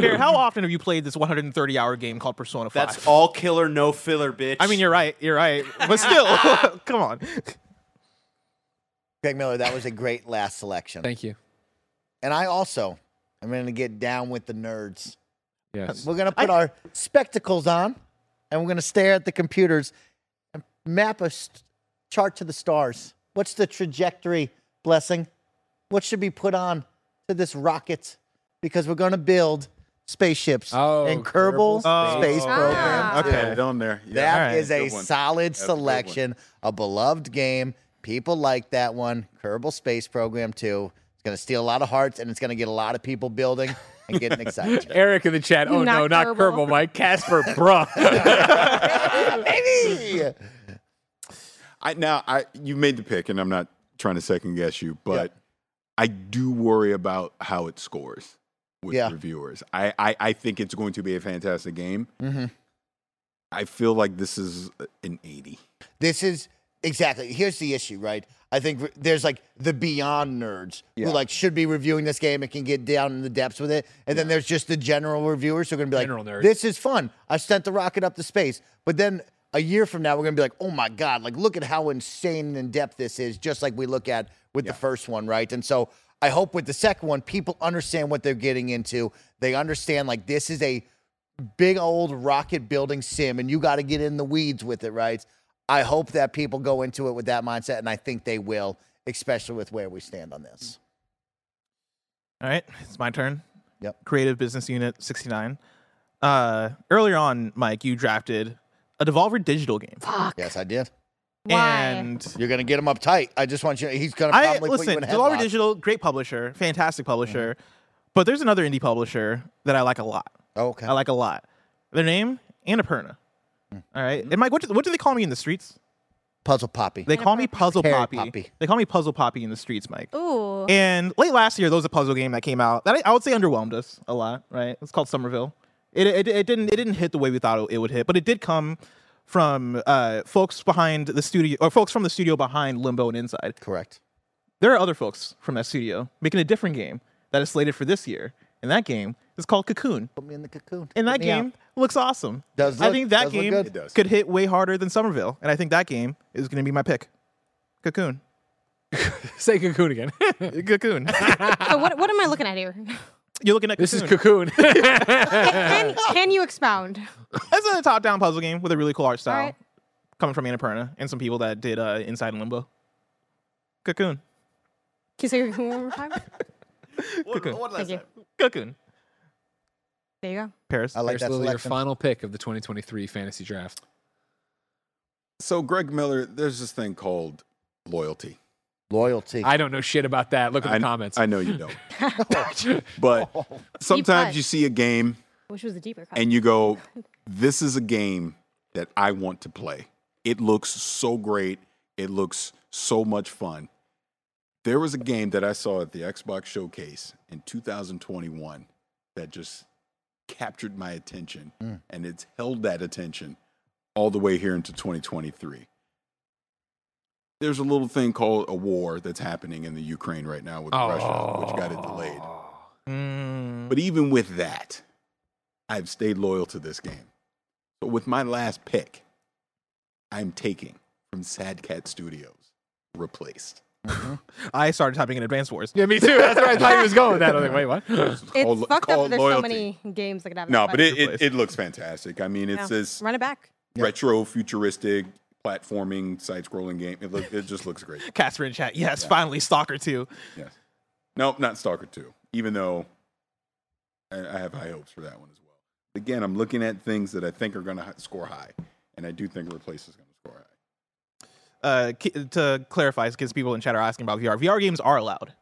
Bear, how often have you played this 130 hour game called Persona 5?
That's all killer, no filler, bitch.
I mean, you're right. You're right.
<laughs>
But still, <laughs> come on.
Greg Miller, that was a great last selection.
Thank you.
and I also, I'm going to get down with the nerds.
Yes.
We're going to put our spectacles on and we're going to stare at the computers and map a st- chart to the stars. What's the trajectory, blessing? What should be put on to this rocket? Because we're going to build spaceships
Oh,
and Kerbal,
Kerbal
Space
Space
Program.
Ah.
too.
Yeah, it on there. Yeah.
That
Alright.
is a
Good one.
solid
a good one.
selection, a beloved game. People like that one. Kerbal Space Program too. It's gonna steal a lot of hearts, and it's gonna get a lot of people building and
<laughs>
getting excited.
Eric in the chat. Oh no,
Not
not
Kerbal.
Kerbal, Mike. Casper, <laughs> bruh.
Maybe.
I now I you made the pick, and I'm not trying to second guess you, but I do worry about how it scores with
Yeah.
reviewers. I, I I think it's going to be a fantastic game. I feel like this is an 80.
This is exactly. Here's the issue, right? I think re- there's like the beyond nerds
Yeah.
who like should be reviewing this game and can get down in the depths with it, and then there's just the general reviewers who are gonna be like,
General nerds.
"This is fun. I sent the rocket up to space." But then a year from now, we're gonna be like, "Oh my god! Like look at how insane and in depth this is." Just like we look at with the first one, right? And so I I hope with the second one, people understand what they're getting into. They understand like this is a big old rocket building sim, and you got to get in the weeds with it, right? I hope that people go into it with that mindset, and I think they will, especially with where we stand on this.
All right, it's my turn.
Yep.
Creative Business Unit 69. Uh, earlier on, Mike, you drafted a Devolver Digital game.
Yes, I did.
Why?
And
You're gonna get him up tight. I just want you. He's gonna
I
probably put you
listen,
in a
Devolver
headlock. Mm-hmm.
Digital, great publisher, fantastic publisher. But there's another indie publisher that I like a lot.
Oh, okay.
I like a lot. Their name, Annapurna.
Mm.
All right.
Mm-hmm.
And Mike, what do, what do they call me in the streets?
Puzzle Poppy.
They call me Puzzle
Harry
Poppy.
Poppy.
They call me Puzzle Poppy in the streets, Mike.
Ooh.
And late last year, there was a puzzle game that came out that I, I would say underwhelmed us a lot. Right? It's called Somerville. It, it, it didn't it didn't hit the way we thought it, it would hit, but it did come from uh, folks behind the studio or folks from the studio behind Limbo and Inside.
Correct.
There are other folks from that studio making a different game that is slated for this year, and that game is called Cocoon.
Put me in the cocoon.
And that
Get me out.
game looks awesome.
Does
I
look-
think that
does look
game
good. It
does.
could hit way harder than Somerville, and I think that game is going to be my pick. Cocoon.
Say <laughs> Cocoon again.
Cocoon.
So what, what am I looking at here?
<laughs> You're looking at
this is
Cocoon.
Cocoon.
can, can you expound?
That's a top-down puzzle game with a really cool art style,
right.
coming from Annapurna and some people that did uh, Inside and Limbo. Cocoon,
Can you say your one more time?
One,
Cuckoo.
one last
Thank you.
time.
Cocoon,
There you go.
Paris.
I like
There's
that
Lily, your
selection.
final pick of the 2023 fantasy draft.
So Greg Miller, there's this thing called loyalty.
Loyalty.
I don't know shit about that. Look at the
I,
comments.
I know you
<laughs>
don't. but sometimes
cut.
you see a game
Which was the deeper cut.
and you go, this is a game that I want to play. It looks so great. It looks so much fun. There was a game that I saw at the Xbox showcase in 2021 that just captured my attention and it's held that attention all the way here into 2023. There's a little thing called a war that's happening in the Ukraine right now with Russia, which got it delayed.
Mm,
But even with that, I've stayed loyal to this game. So with my last pick, I'm taking from Sad Cat Studios, replaced.
I started typing in Advance Wars.
yeah, me too. That's where I thought he was going with that. I was like, wait, <laughs> what?
it's
"Oh,
Call-
fucked
call
up. that There's so
loyalty.
many games that could have
No,
that,
but it, it, it looks fantastic. I mean,
Yeah.
it's this
Run it back.
retro futuristic platforming side-scrolling game. It look, it just looks
<laughs>
great.
Casper in chat. Yes, finally Stalker 2.
Yes. Nope, not Stalker 2, even though I, I have high hopes for that one as well. Again, I'm looking at things that I think are going to score high, and I do think Replace is going to score high.
Uh, ki- to clarify, because people in chat are asking about VR. VR games are allowed.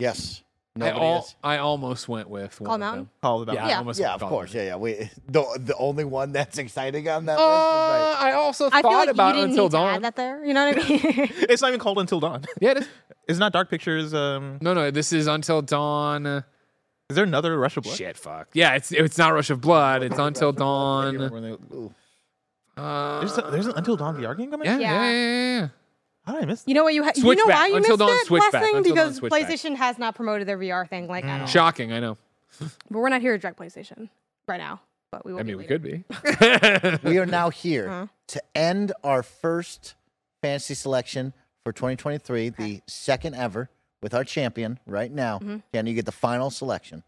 yes.
I,
Nobody
al-
is.
I almost went with one
Call
of
Mountain?
them.
Call of the
Yeah,
Mountain.
I
Yeah.
almost
Yeah,
went
of
Call
course.
Mountain.
Yeah, yeah. We, the the only one that's <laughs> exciting on
Oh,
that list is
Uh, I also thought
I feel like
about
you
it
didn't
until
need to
dawn.
add that there. You know what
<laughs>
I mean?
It's not even called Until Dawn. <laughs>
Yeah, it is.
Isn't that Dark Pictures? Um,
No, no, this is until dawn. uh,
is there another Rush of Blood?
Shit, fuck. Yeah, it's it's not rush of blood. It's until
I don't
dawn.
remember when they-
Uh,
There's, a- there's an Until Dawn VR game coming?
yeah, yeah,
out?
yeah,
Yeah.
yeah, yeah.
How did I miss that?
You know what you ha- you know
Switchback.
why you
Until
missed
Dawn,
it?
Switchback.
Last thing
Until Dawn, Mm.
because
Switchback.
PlayStation has not promoted their VR thing like at all.
Shocking, I know.
But we're not here to drag PlayStation right now. But we will.
I
be
mean, we
later.
could be.
<laughs>
right. We are now here to end our first fantasy selection for 2023, the second ever, with our champion right now. Can you get the final selection?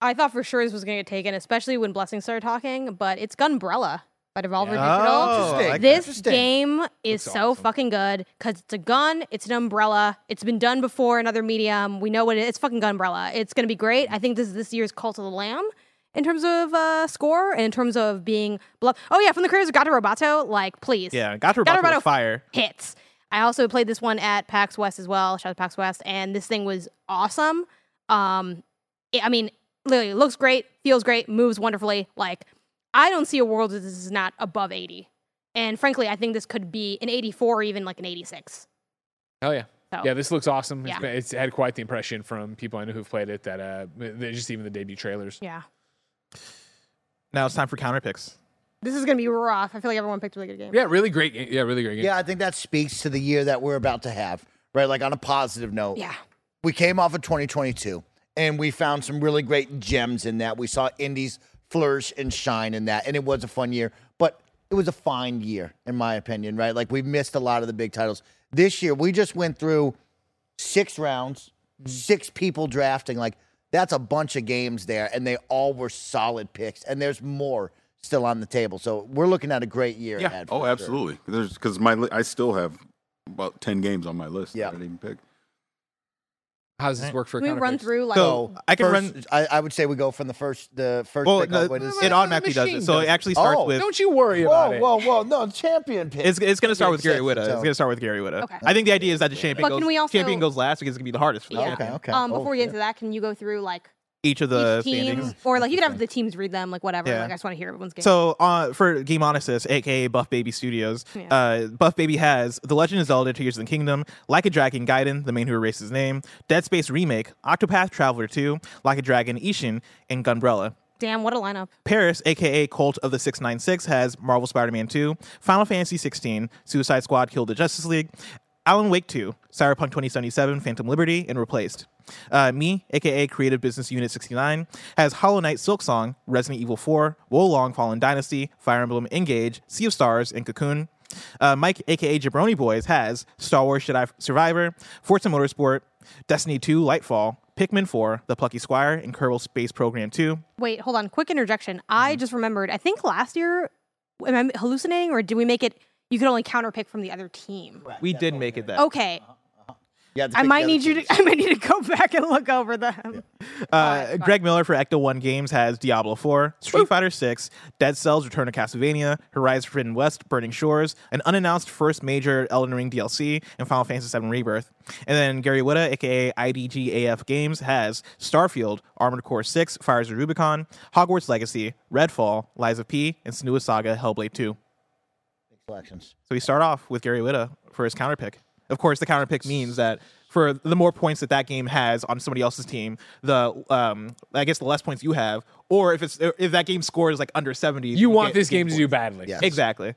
I thought for sure this was going to get taken, especially when Blessing started talking. But it's Gunbrella by Devolver Digital.
Oh, I like
this
Interesting.
game is
Looks
so
awesome.
fucking good because it's a gun, it's an umbrella, it's been done before in other medium. We know what it is. It's fucking Gunbrella. It's gonna be great. I think this is this year's Cult of the Lamb in terms of uh, score and in terms of being bluff. Oh yeah, from the creators of Gato Roboto, like please,
Yeah, got
Gato
Roboto
Roboto
with fire.
hits. I also played this one at PAX West as well. Shout out to PAX West, and this thing was awesome. Um, it, I mean, literally it looks great, feels great, moves wonderfully. Like, I don't see a world that this is not above eighty. And frankly, I think this could be an eighty-four, or even like an eighty-six.
Oh yeah.
So-
Yeah, this looks awesome. It's
Yeah.
been- It's, had quite the impression from people I know who've played it that uh, they- just even the debut trailers.
Yeah,
Now it's time for counter picks.
this is gonna be rough. I feel like everyone picked a really good game.
Yeah, really great game. Yeah, really great game.
Yeah, I think that speaks to the year that we're about to have, right? Like on a positive note.
Yeah.
we came off of 2022 and we found some really great gems in that. We saw indies flourish and shine in that, and it was a fun year, but it was a fine year, in my opinion, right? Like we missed a lot of the big titles. This year, we just went through six rounds, six people drafting. Like that's a bunch of games there, and they all were solid picks. And there's more still on the table, so we're looking at a great year
Yeah.
ahead. for
Oh,
sure.
absolutely. There's because my li- I still have about ten games on my list.
Yeah.
that I didn't even
<laughs>
pick.
How does this work for?
Can we run
counterpicks?
through like
So I can
First-
run.
I, I would say we go from the first the first
Well,
pick
no,
all the way to the
it
second.
automatically does it.
Machine
So
does
it
it.
actually starts
Oh,
with.
Don't you worry about
Whoa,
it.
whoa, whoa! No champion pick.
It's, it's going to start with Gary
Acceptance
Witta. It's
zone.
going to start with Gary Witta.
Okay.
I think the idea is that the champion
But
goes,
can we also-
champion goes last because it's going to be the hardest for the
Yeah.
champion.
Okay, okay.
um before
Oh,
we get
shit.
into that, can you go through like
Each of the
each team
standings.
or like you could have the teams read them like whatever.
Yeah.
Like I just want to hear everyone's game.
So uh, for Game On Assist, aka Buff Baby Studios,
Yeah.
uh, Buff Baby has The Legend of Zelda: Tears of the Kingdom, Like a Dragon Gaiden, the man who erased his name, Dead Space Remake, Octopath Traveler 2, Like a Dragon Ishin, and Gunbrella.
Damn, what a lineup.
Paris, aka Cult of the 696, has Marvel Spider Man 2, Final Fantasy 16, Suicide Squad Kill the Justice League, Alan Wake 2, Cyberpunk 2077, Phantom Liberty, and Replaced. Uh, me, aka Creative Business Unit 69, has Hollow Knight Silk Song, Resident Evil 4, Wolong Fallen Dynasty, Fire Emblem Engage, Sea of Stars, and Cocoon. Uh, Mike, aka Jabroni Boys, has Star Wars Jedi Survivor, Forza Motorsport, Destiny 2 Lightfall, Pikmin 4, The Plucky Squire, and Kerbal Space Program 2.
Wait, hold on. Quick interjection.
Mm-hmm.
I just remembered. I think last year, am I hallucinating or did we make it? You could only counter pick from the other team.
We did make it that.
Okay,
You have to
I
Uh-huh. pick the
might
other
need you to.
teams.
<laughs> I might need to go back and look over them.
Uh, Greg Miller for Ecto One Games has Diablo Four, Street Fighter Six, Dead Cells: Return to Castlevania, Horizon Forbidden West: Burning Shores, an unannounced first major Elden Ring DLC, and Final Fantasy VII Rebirth. And then Gary Witta, aka IDGAF Games, has Starfield, Armored Core Six, Fires of Rubicon, Hogwarts Legacy, Redfall, Lies of P, and Senua Saga: Hellblade Two.
Selections.
So we start off with Gary Witta for his counter pick. Of course, the counter pick means that for the more points that that game has on somebody else's team, the um, I guess the less points you have, or if it's if that game scores like under seventy,
You want
get-
this
get
game to do badly.
Yeah.
exactly.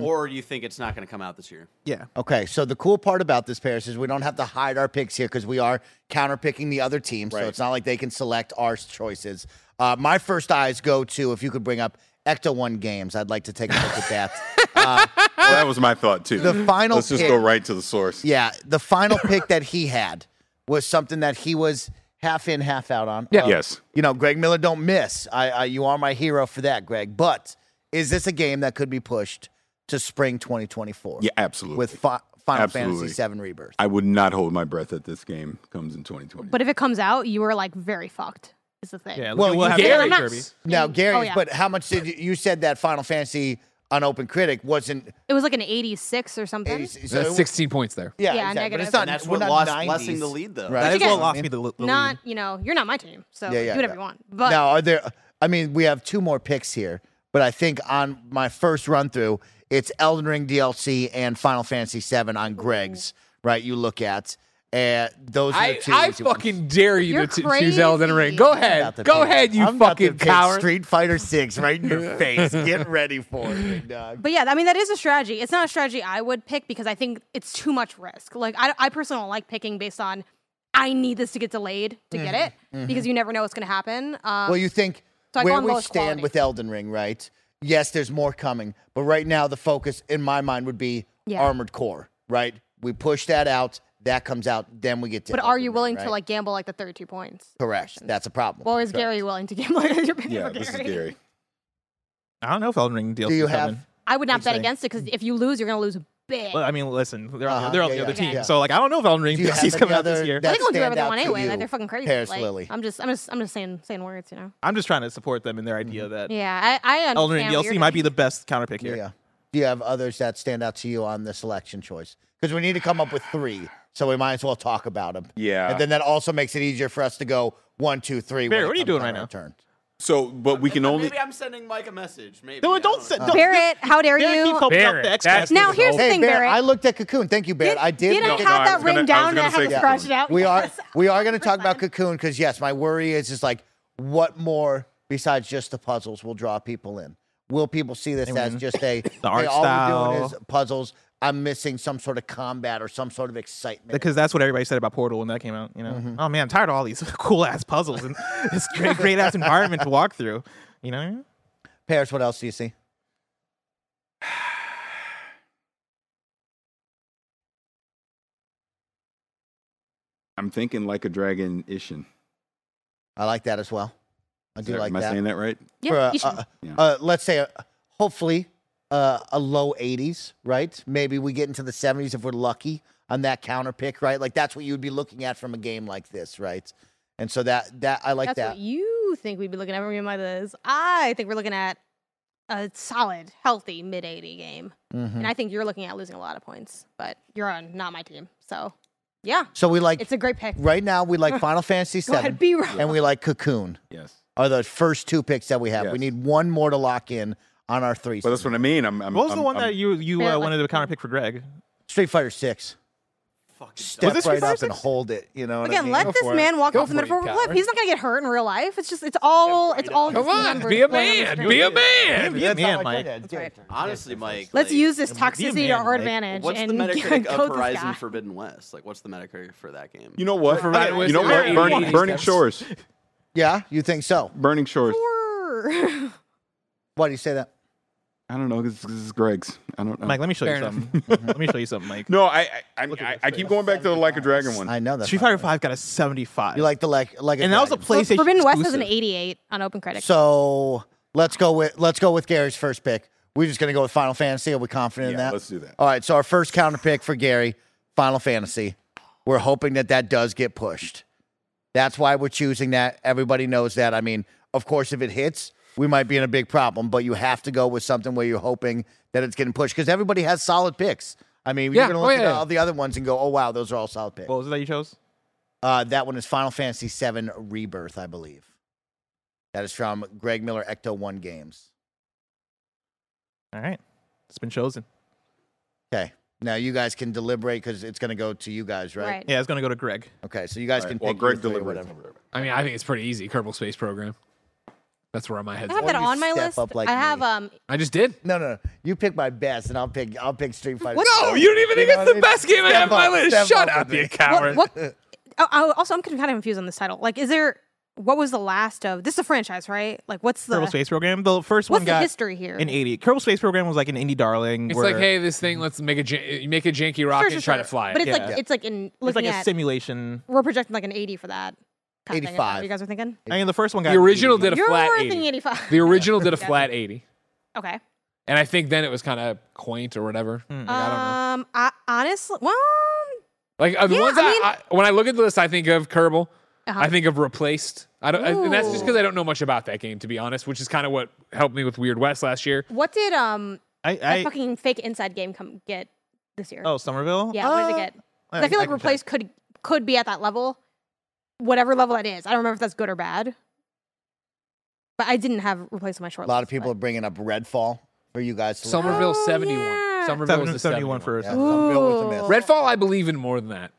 Or you think it's not going to come out this year?
Yeah,
Okay, so the cool part about this, Paris, is we don't have to hide our picks here because we are counterpicking the other team. So it's not like they can select our choices. Uh, my first eyes go to if you could bring up Ecto One Games. I'd like to take a look at that.
<laughs>
Uh,
Well, that was my thought too.
The final
Let's just
pick-
go right to the source.
Yeah, the final
<laughs>
pick that he had was something that he was half in, half out on. Um,
Yeah.
Yes.
You know, Greg Miller, don't miss. I, I you are my hero for that, Greg. But is this a game that could be pushed to spring 2024?
Yeah, absolutely.
With fi- Final
Absolutely.
Fantasy VII Rebirth.
I would not hold my breath that this game comes in 2020.
But if it comes out, you are like very fucked. Is the thing.
yeah.
Well,
we'll
you
have
Gary-
Gary
I'm not-
Kirby.
Now, Gary,
Oh, yeah.
but how much did you, you said that Final Fantasy Unopened Critic wasn't
It was like an 86 or something.
80, so it
That's
was-
16 points there.
Yeah,
Yeah,
exactly. But
negative.
it's not,
And that's
we're
what
not
lost
90s.
Blessing the lead, though.
Right.
That is
Again,
what lost me the, the
Not
lead.
you know you're not my team, so
Yeah, yeah,
do whatever
yeah.
you want. But
now, are there? I mean, we have two more picks here, but I think on my first run through, it's Elden Ring DLC and Final Fantasy VII on Greg's. Right, you look at, and those are
I,
the two.
I
easy ones.
fucking dare you
You're
to t- choose Elden Ring.
crazy.
Go
About
ahead.
to
Go
pick-
ahead, you
I'm about to
fucking
pick
coward.
Street Fighter Six right in
<laughs>
your face. Get ready for it, big dog.
But yeah, I mean that is a strategy. It's not a strategy I would pick because I think it's too much risk. Like I, I personally don't like picking based on I need this to get delayed to
Mm-hmm.
get it because you never know what's going to happen. Um,
Well, you think
So I go
where
on
we
lowest
stand
quality.
with Elden Ring, right? Yes, there's more coming, but right now the focus in my mind would be
Yeah.
Armored Core, right? We push that out, that comes out, then we get to.
but are
Elden
you
Ring,
willing
right?
to like gamble like the 32 points?
Correct. That's a problem.
Or is Gary willing to gamble? <laughs> Like, you're picking
<laughs>
Yeah,
for
this is Gary.
I don't know if Elden Ring DLC.
Do you
is coming.
have?
I would not bet
Interesting.
against it because if you lose, you're going to lose big.
Well, I mean, listen, they're
Uh-huh,
on, they're on
yeah,
the other
yeah,
team,
yeah.
so like I don't know if Elden Ring
Do you have
DLC is coming
any
out this
other-
year.
I
that
think we'll do
stand
everything
out
one
to
anyway.
you,
like they're fucking crazy.
Paris
Like,
Lilly?
I'm just, I'm just, I'm just saying, saying words, you know.
I'm just trying to support them in their idea that
Yeah, I, I understand.
Elden Ring
what you're
DLC might be
doing.
the best counter pick here.
Mm-hmm. Yeah. Do you have others that stand out to you on the selection choice? Because we need to come up with three, so we might as well talk about them.
Yeah.
And then that also makes it easier for us to go one, two, three.
Barry,
when it
what are you
comes
doing
on
right
our
now?
Turn.
So, but we can only.
<laughs> Maybe I'm sending Mike a message. Maybe.
No,
I
don't
know.
say.
Uh-huh.
Don't,
Barrett, how dare
Barrett
you?
keeps helping out
Barrett,
the Xbox
that's-
people.
Now here's the
Hey,
thing,
Barrett,
Barrett.
I looked at Cocoon. Thank you, Barrett. I did.
Did I
look
no,
have
I
that
was
written
gonna- I was
down and
gonna
I have
say
to
Cocoon.
scratch it out?
we are
<laughs> Yes.
we are going to talk about cocoon because yes my worry is just like what more besides just the puzzles will draw people in will people see this as
<laughs>
just a the
art
hey, all we're doing
style.
is puzzles i'm missing some sort of combat or some sort of excitement
because that's what everybody said about Portal when that came out. You know, oh man, I'm tired of all these <laughs> cool ass puzzles and this <laughs> great, great ass environment to walk through. You know,
paris what else do you see
I I'm thinking like a dragon Ishin.
I like that as well. I do like
Am I
that.
saying that right?
For
Yeah,
a-
you should.
a-
Yeah.
uh, let's say, uh, hopefully, uh, a low 80s, right? Maybe we get into the 70s if we're lucky on that counter pick, right? Like that's what you would be looking at from a game like this, right? And so that that I like
That's
that.
what you think we'd be looking at. Remember my this. I think we're looking at a solid, healthy mid 80 game.
Mhm.
And I think you're looking at losing a lot of points, but you're on not my team. So, yeah,
So we like
it's a great pick.
right now we
<laughs>
like Final Fantasy
Go ahead,
Seven,
be wrong.
and we like Cocoon
Yes.
are the first two picks that we have. We
Yes.
need one more to lock in on our three.
Well, that's what I mean. I'm. I'm
What was
I'm,
the one
I'm-
that you you
Yeah,
uh,
like-
wanted to counter pick for Greg?
Street Fighter Six.
Fucking
Step
this Street
right
Fighter
up and
VI?
hold it. You know what I
Again,
mean?
let
Go
this
for it.
man walk
Go
off the
for it,
metaphorical cliff.
coward.
He's not gonna get hurt in real life. It's just, it's all, it's all.
Come
just
on,
numbers
be a
going on the
man.
screen.
Be a man.
Yeah, man,
how I did
Mike.
it.
That's right.
Honestly, Mike.
Let's
like,
use this
Be a
toxicity
man,
to our
Mike.
advantage.
What's the
and <laughs>
Metacritic
go
of
this guy.
Horizon Forbidden West? Like, what's the Metacritic for that game?
You know what?
For Ryan
you
Wisner,
know what?
yeah.
Burning,
80
burning
steps.
shores.
Yeah, you think so?
Burning shores.
<laughs>
Sure.
Why do you say that?
I don't know. This, this is Greg's. I don't know.
Mike, let me show
Fair
you
enough.
something. <laughs> let me show you something, Mike.
no, I I, I,
Look at
I,
this
I keep going back to the like a dragon one.
I know that.
Street Fighter Five got a seventy-five.
You like the like like, a
and that was a
dragon.
PlayStation.
Forbidden West has an
exclusive.
88 on Open Critic.
So let's go with let's go with Gary's first pick. We're just gonna go with Final Fantasy. Are we confident in
Yeah,
that?
let's do that.
All right. So our first counter pick for Gary, Final Fantasy. We're hoping that that does get pushed. That's why we're choosing that. Everybody knows that. I mean, of course, if it hits, we might be in a big problem. But you have to go with something where you're hoping that it's getting pushed because everybody has solid picks. I mean,
Yeah,
you're gonna
oh,
look at
yeah, yeah.
all the other ones and go, "Oh wow, those are all solid picks."
What was it that you chose?
Uh, that one is Final Fantasy VII Rebirth, I believe. That is from Greg Miller Ecto One Games.
All right, it's been chosen.
Okay, now you guys can deliberate because it's going to go to you guys, right?
Right.
Yeah, it's gonna go to Greg.
Okay, so you guys
All
can
right, well,
pick your
Greg
three or
delivered.
whatever.
I mean, I think it's pretty easy. Kerbal Space Program. That's where my head's
I have
at.
that
Or you
on my
step
list.
up like
I have
me.
um.
I just did.
No, no, no. You pick my best, and I'll pick. I'll pick Street Fighter.
What-
No, you don't even think
know what
it's
I mean?
the best game I
Step
have on my
up,
list.
step
Shut
up
up,
with
you
it.
coward.
What? what oh, oh, also, I'm kind of confused on this title. Like, is there? What was the last of? This is a franchise, right? Like, what's the?
Kerbal Space Program. The first
what's
one
the
got
history here?
an eighty. Kerbal Space Program was like an indie darling.
It's
where
like, hey, this thing, let's make a jan- make a janky rocket
Sure,
and
sure,
try to
sure.
fly
But
it.
it's
Yeah.
like it's like in
it's
looking
like a
at.
simulation.
we're projecting like an 80 for that. kind of thing. Is that what
85.
You guys are thinking.
I mean, the first one got
The original
80.
did a
You're
flat
thinking
80.
85.
The original did a
Gotcha.
flat 80.
<laughs> okay.
And I think then it was kind of quaint or whatever. Like, I don't know.
Um. I honestly, well,
Like uh, the
Yeah,
ones
I
I,
mean-
I, when I look at the list, I think of Kerbal.
Uh-huh.
I think of Replaced. I don't, I- and that's just
Ooh.
because I don't know much about that game, to be honest, which is kind of what helped me with Weird West last year.
what did um
I,
that
I
fucking fake inside game come get this year?
oh Somerville.
Yeah, what did it
Uh,
get? 'Cause I feel like
can check.
replace could could be at that level, whatever level that is. I don't remember if that's good or bad. But I didn't have replace on my short.
A lot of
list,
people are
but-
bringing up Redfall for you guys. To look
Somerville
Oh,
71.
yeah.
Somerville was
Seven-
the 71
71 for
at. Yeah, Somerville was a
Ooh.
miss.
Redfall, I believe in more than that.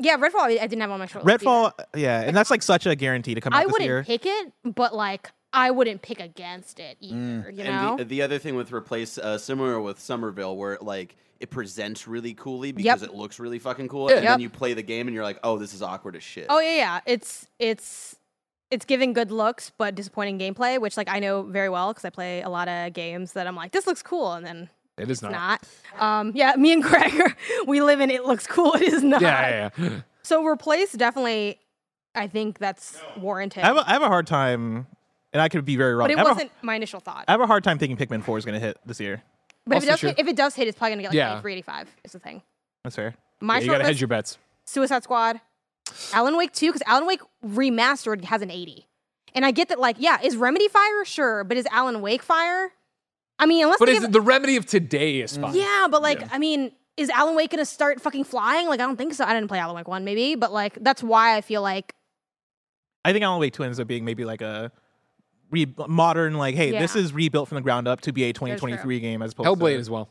Yeah, Redfall. I I didn't have on my short. list either.
Redfall, yeah, and that's like such a guarantee to come out
I
this
wouldn't
year.
pick it, but like I wouldn't pick against it either. You know.
And the, the other thing with replace, uh, similar with Somerville, where like it presents really coolly because it looks really fucking cool, and
Yep.
then you play the game and you're like, oh, this is awkward as shit.
Oh yeah, yeah. It's it's it's giving good looks but disappointing gameplay, which like I know very well because I play a lot of games that I'm like, this looks cool, and then
It is
it's
not.
not. Um, yeah, <laughs> me and Greg, are, we live in it looks cool. It is not.
Yeah, yeah, yeah.
So replace definitely. I think that's warranted.
I have, a, I have a hard time, and I could be very wrong.
but it
I, have
wasn't
A,
my initial thought.
I have a hard time thinking Pikmin Four is going to hit this year.
but if it
also
does,
true.
hit, if it does hit, it's probably gonna get like
Yeah.
83, 85 is the thing.
That's fair.
My
Yeah, you
short
gotta
list,
hedge your bets.
Suicide Squad, Alan Wake 2, because Alan Wake remastered has an 80. And I get that, like, yeah, is Remedy Fire? Sure, but is Alan Wake Fire? I mean, unless
But
they
is
give-
it the remedy of today is fine.
Yeah, but like, I mean, is Alan Wake gonna start fucking flying? Like, I don't think so. I didn't play Alan Wake 1, maybe, but like, that's why I feel like,
I think Alan Wake Two ends up being maybe like a re- modern, like, hey, this
Yeah.
is rebuilt from the ground up to be a 2023 game as opposed
Hellblade
to
as well.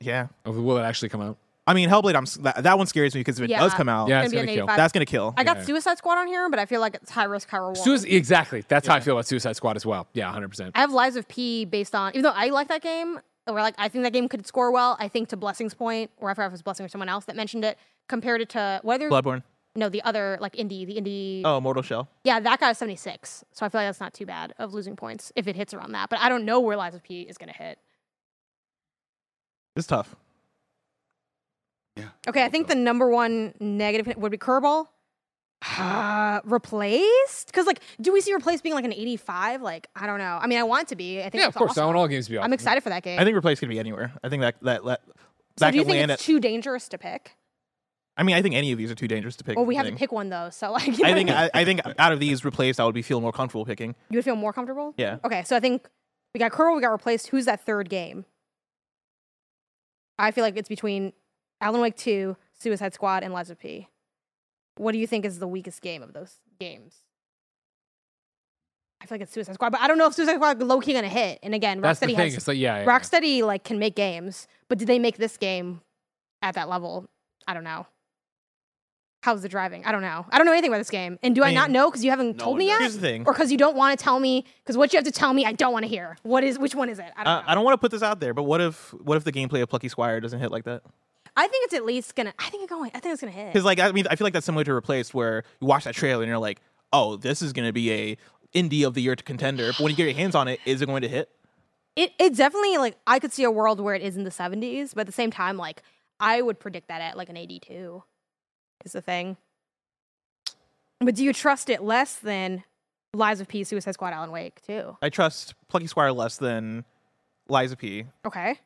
Yeah,
Oh, Will it actually come out?
I mean, Hellblade. I'm s- that, that one scares me because if it
Yeah.
does come out,
Yeah,
Gonna
it's
be
gonna
an
kill.
85.
that's going to kill.
I got Suicide Squad on here, but I feel like it's high risk, high reward.
Suicide, exactly. That's how I feel about Suicide Squad as well. Yeah, 100%.
I have Lives of P based on, even though I like that game, or like I think that game could score well. I think to Blessing's point, or I forgot if it was Blessing or someone else that mentioned it, compared it to whether
Bloodborne.
no the other like indie, the indie.
Oh, Mortal Shell.
Yeah, that got a 76. So I feel like that's not too bad of losing points if it hits around that. But I don't know where Lies of P is going to hit.
It's tough.
Okay, I think the number one negative hit would be Kerbal, uh, replaced? Because like, do we see replaced being like an 85? Like, I don't know. I mean, I want it to be. I think
Yeah, of
it's
course. I
Awesome.
want all games to be awesome.
I'm excited for that game.
I think replace could be anywhere. I think that that that,
so
that
do you
could
think
land
it's
at.
too dangerous to pick?
I mean, I think any of these are too dangerous to pick.
Well, we have
thing.
to pick one though. So like, <laughs> you, know
I
what
think
mean?
I, I think out of these replaced, I would be feel more comfortable picking.
you would feel more comfortable.
Yeah.
Okay, so I think we got Curl, we got replaced. Who's that third game? I feel like it's between Alan Wake 2, Suicide Squad, and Lies of P. What do you think is the weakest game of those games? I feel like it's Suicide Squad, but I don't know if Suicide Squad low key gonna hit. And again,
That's the
Rocksteady
thing.
has
It's like yeah, yeah, yeah.
Rocksteady like can make games, but did they make this game at that level? I don't know. How's the driving? I don't know. I don't know anything about this game. And do I,
Man.
not know because you haven't
No
told
one
me
does.
yet?
Here's the thing.
or because you don't want to tell me because what you have to tell me i don't want to hear what is which one is it i don't
Uh,
know
I don't want to put this out there, but what if what if the gameplay of Plucky Squire doesn't hit like that?
i think it's at least gonna i think it's going i think it's gonna hit
Because like I mean, I feel like that's similar to Replaced, where you watch that trailer and you're like, oh, this is gonna be a indie of the year contender. But when you get your hands on it, is it going to hit?
it, it definitely like i could see a world where it is in the 70s but at the same time like i would predict that at like an 82 is the thing but do you trust it less than lies of p suicide squad alan wake too
I trust Plucky Squire less than Liza P.
okay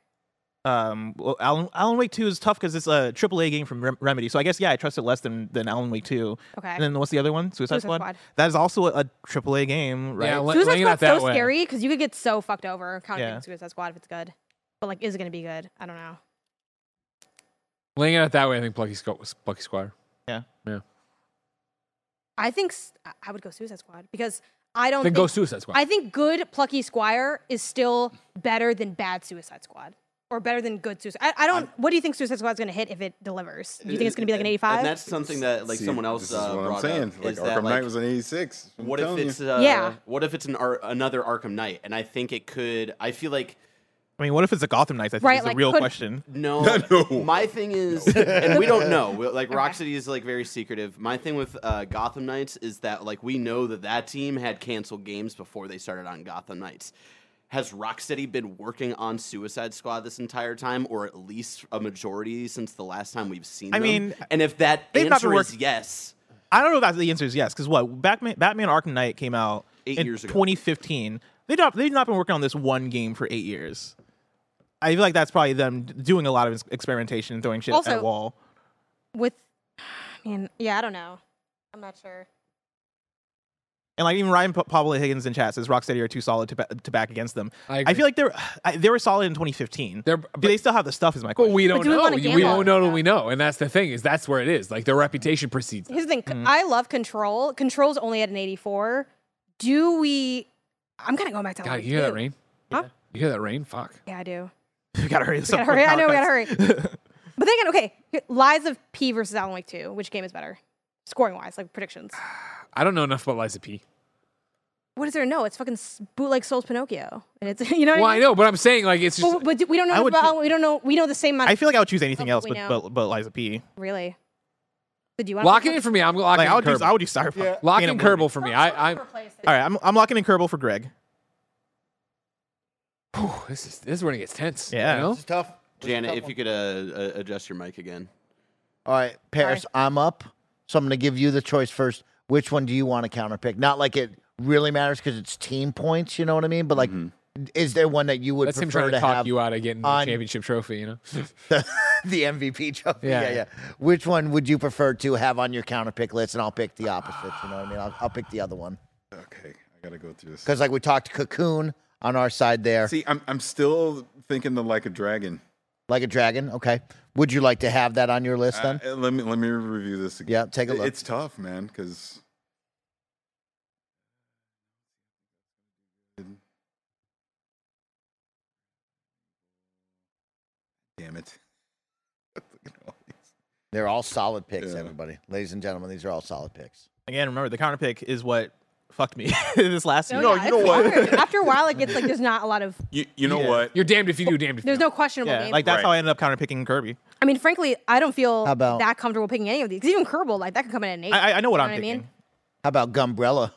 Um, well, Alan, Alan Wake Two is tough because it's a AAA game from Rem- Remedy, so I guess yeah, I trust it less than than Alan Wake Two.
okay
And then what's the other one? Suicide,
Suicide
Squad?
Squad.
That is also a, a AAA game, right?
Yeah, la-
suicide
laying it out
squad's so
that way.
scary because you could get so fucked over counting
Yeah.
suicide squad if it's good but like is it gonna be good i don't know
Laying it out that way, I think Plucky, Squ- Plucky Squire.
I think s- I- I would go Suicide Squad because I don't.
Then
think,
go Suicide Squad.
I think good Plucky Squire is still better than bad Suicide Squad, or better than good Suicide. I, I don't. what do you think Suicide Squad's going to hit if it delivers? Do you think it's going to be like an
And-
eighty-five?
And that's something that like
See,
someone else
This is
uh,
what
brought
I'm saying.
up.
Like
is
Arkham
that, like,
Knight was an '86.
what if it's uh,
Yeah.
what if it's an Ar- another Arkham Knight? And I think it could. I feel like
I mean, what if it's a Gotham Knights? I think
Right,
is the
like,
real
could-
question.
No,
<laughs> No.
my thing is, and we
<laughs>
don't know. We- Like Rocksteady is like very secretive. My thing with uh, Gotham Knights is that like we know that that team had canceled games before they started on Gotham Knights. Has Rocksteady been working on Suicide Squad this entire time, or at least a majority since the last time we've seen?
I
them?
mean,
and if that
they've not been
answer is
work-
yes,
I don't know if that the answer is yes, because what Batman Batman Arkham Knight came out
Eight
in
years ago.
2015. They don't, they've not been working on this one game for eight years. I feel like that's probably them d- doing a lot of ex- experimentation and throwing shit at
Also-
a wall.
With, I mean, yeah, I don't know. I'm not sure.
And like even Ryan Pa- Pablo Higgins in chat says Rocksteady are too solid to, ba- to back against them.
I agree.
feel like they're I, they were solid in 2015.
They're-
Do
but-
they still have the stuff? Is my
But
question.
we don't
do we
know.
wanna
We,
gamble on
won't know
it,
till
though?
we know, and that's the thing is that's where it is. Like their reputation precedes. them.
Here's the thing.
Mm-hmm.
c- I love Control. Control's only at an eighty-four. Do we? I'm kind of going back to.
God,
Alan
you hear
Wake
that
too.
rain?
Huh?
You hear that rain? Fuck.
Yeah, I
<laughs>
do.
<laughs> we gotta hurry this
We
up.
gotta
for
hurry. I know we
power
gotta
cuts.
hurry.
<laughs>
But then again, okay, here- Lies of P versus Alan Wake 2, which game is better? Scoring wise, like predictions.
I don't know enough about Liza P.
What is there? No, it's fucking s- bootleg Souls Pinocchio. And it's, <laughs> you know
Well,
what
I know, but I'm saying like it's just
But, but do- we don't know
I
enough
would
about,
ju-
Alan- we don't know, we know the same amount
I
of,
feel like I would choose anything
Oh,
else,
we
but,
know.
but but Liza P.
really. But do you want
lock it in for me. I'm locking
Like I would
in
do
Kerbal.
I would do Cyberpunk. Yeah.
Lock in Kerbal for me. I, I
All right, I'm I'm locking in Kerbal for Greg.
Whew, this is this is when it gets tense.
Yeah.
You know?
It's tough.
Janet, if you could uh, uh, adjust your mic again.
All right, Paris, I'm up. So I'm going to give you the choice first. Which one do you want to counterpick? Not like it really matters because it's team points. You know what I mean? But like,
Mm-hmm.
is there one that you would
That's him
prefer
trying to, talk
have
you out of getting the
on-
championship trophy, you know?
<laughs> the MVP trophy?
Yeah,
Yeah. yeah,
yeah.
Which one would you prefer to have on your counterpick list? And I'll pick the opposite. You know what I mean? I'll, I'll pick the other one
okay, I gotta go through this.
because like we talked Cocoon on our side there,
See, I'm I'm still thinking the like a dragon.
like a dragon. Okay. Would you like to have that on your list then?
Uh, let me let me review this again.
Yeah, take a
It-
look.
It's tough, man, because damn it.
They're all solid picks,
Yeah.
everybody. Ladies and gentlemen, these are all solid picks.
Again, remember the counter pick is what fucked me <laughs> this last year.
No, you know what?
After a while, it gets like there's not a lot of,
You you know
Yeah.
what?
You're damned if you do, damned if you
there's
don't.
no questionable
yeah,
game.
like that's
Right.
how I ended up counter picking Kirby.
I mean, frankly, I don't feel
How about-
that comfortable picking any of these. 'Cause Even Kerbal, like that could come in at an eight.
I I- I know what I'm
I
picking.
mean?
How about Gumbrella?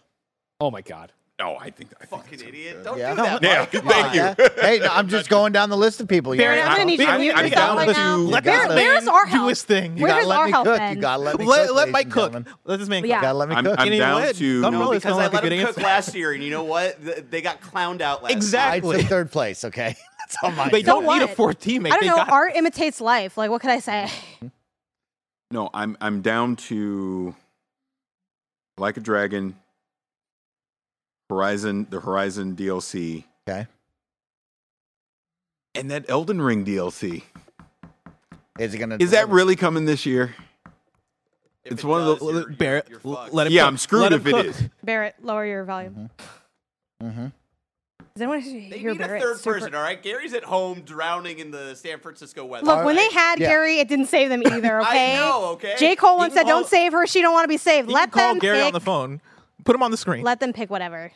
Oh my god.
Oh, I think I think
Fucking
that's-
idiot. Don't
Yeah.
do that.
Yeah,
Mike.
thank you.
Yeah. Hey, no, I'm just going down the list of people. You
Barry,
know?
I'm gonna need you to
I'm-
mute
I'm
yourself
down
right
to-
now.
Let
Where's,
this
where's
man
our
do
help?
his thing.
You
Where
gotta
has
let
our
me
help
cook.
been?
You gotta let me
Let,
cook.
let
ladies
Mike
and
cook.
gentlemen.
Let this man
Yeah.
cook.
Gotta let me
I'm,
cook.
I'm
You know
down
what?
to no,
Dumb roll.
No,
Well,
because
it's not
I
like a
let
good
him cook
answer.
last year, and you know what? Th- They got clowned out last
Exactly.
I took third place. Okay, that's all my.
<laughs> They
So
don't need a
what?
fourth teammate.
I don't
They
know.
got-
Art imitates life. Like, what can I say?
no, I'm I'm down to like a dragon. Horizon, the Horizon DLC,
Okay,
and that Elden Ring DLC.
is it gonna?
Is that really coming this year?
If
It's
it
one of the-
does, you're-
Barrett,
you're
l-
fucked.
let him
Yeah,
cook.
I'm screwed
Let him
if it
cook.
is.
Barrett, lower your volume.
Mm-hmm.
Does anyone
They
hear
need a
Barrett?
third
super-
person, all right? Gary's at home drowning in the San Francisco weather.
Look, when they had
Yeah.
Gary, it didn't save them
<laughs>
either. Okay.
I know, okay?
J. Cole once
can
said, "Don't
call-
save her. She don't want to be saved.
You
Let
can call
them
Gary
pick.
on the phone. Put him on the screen.
Let them pick whatever."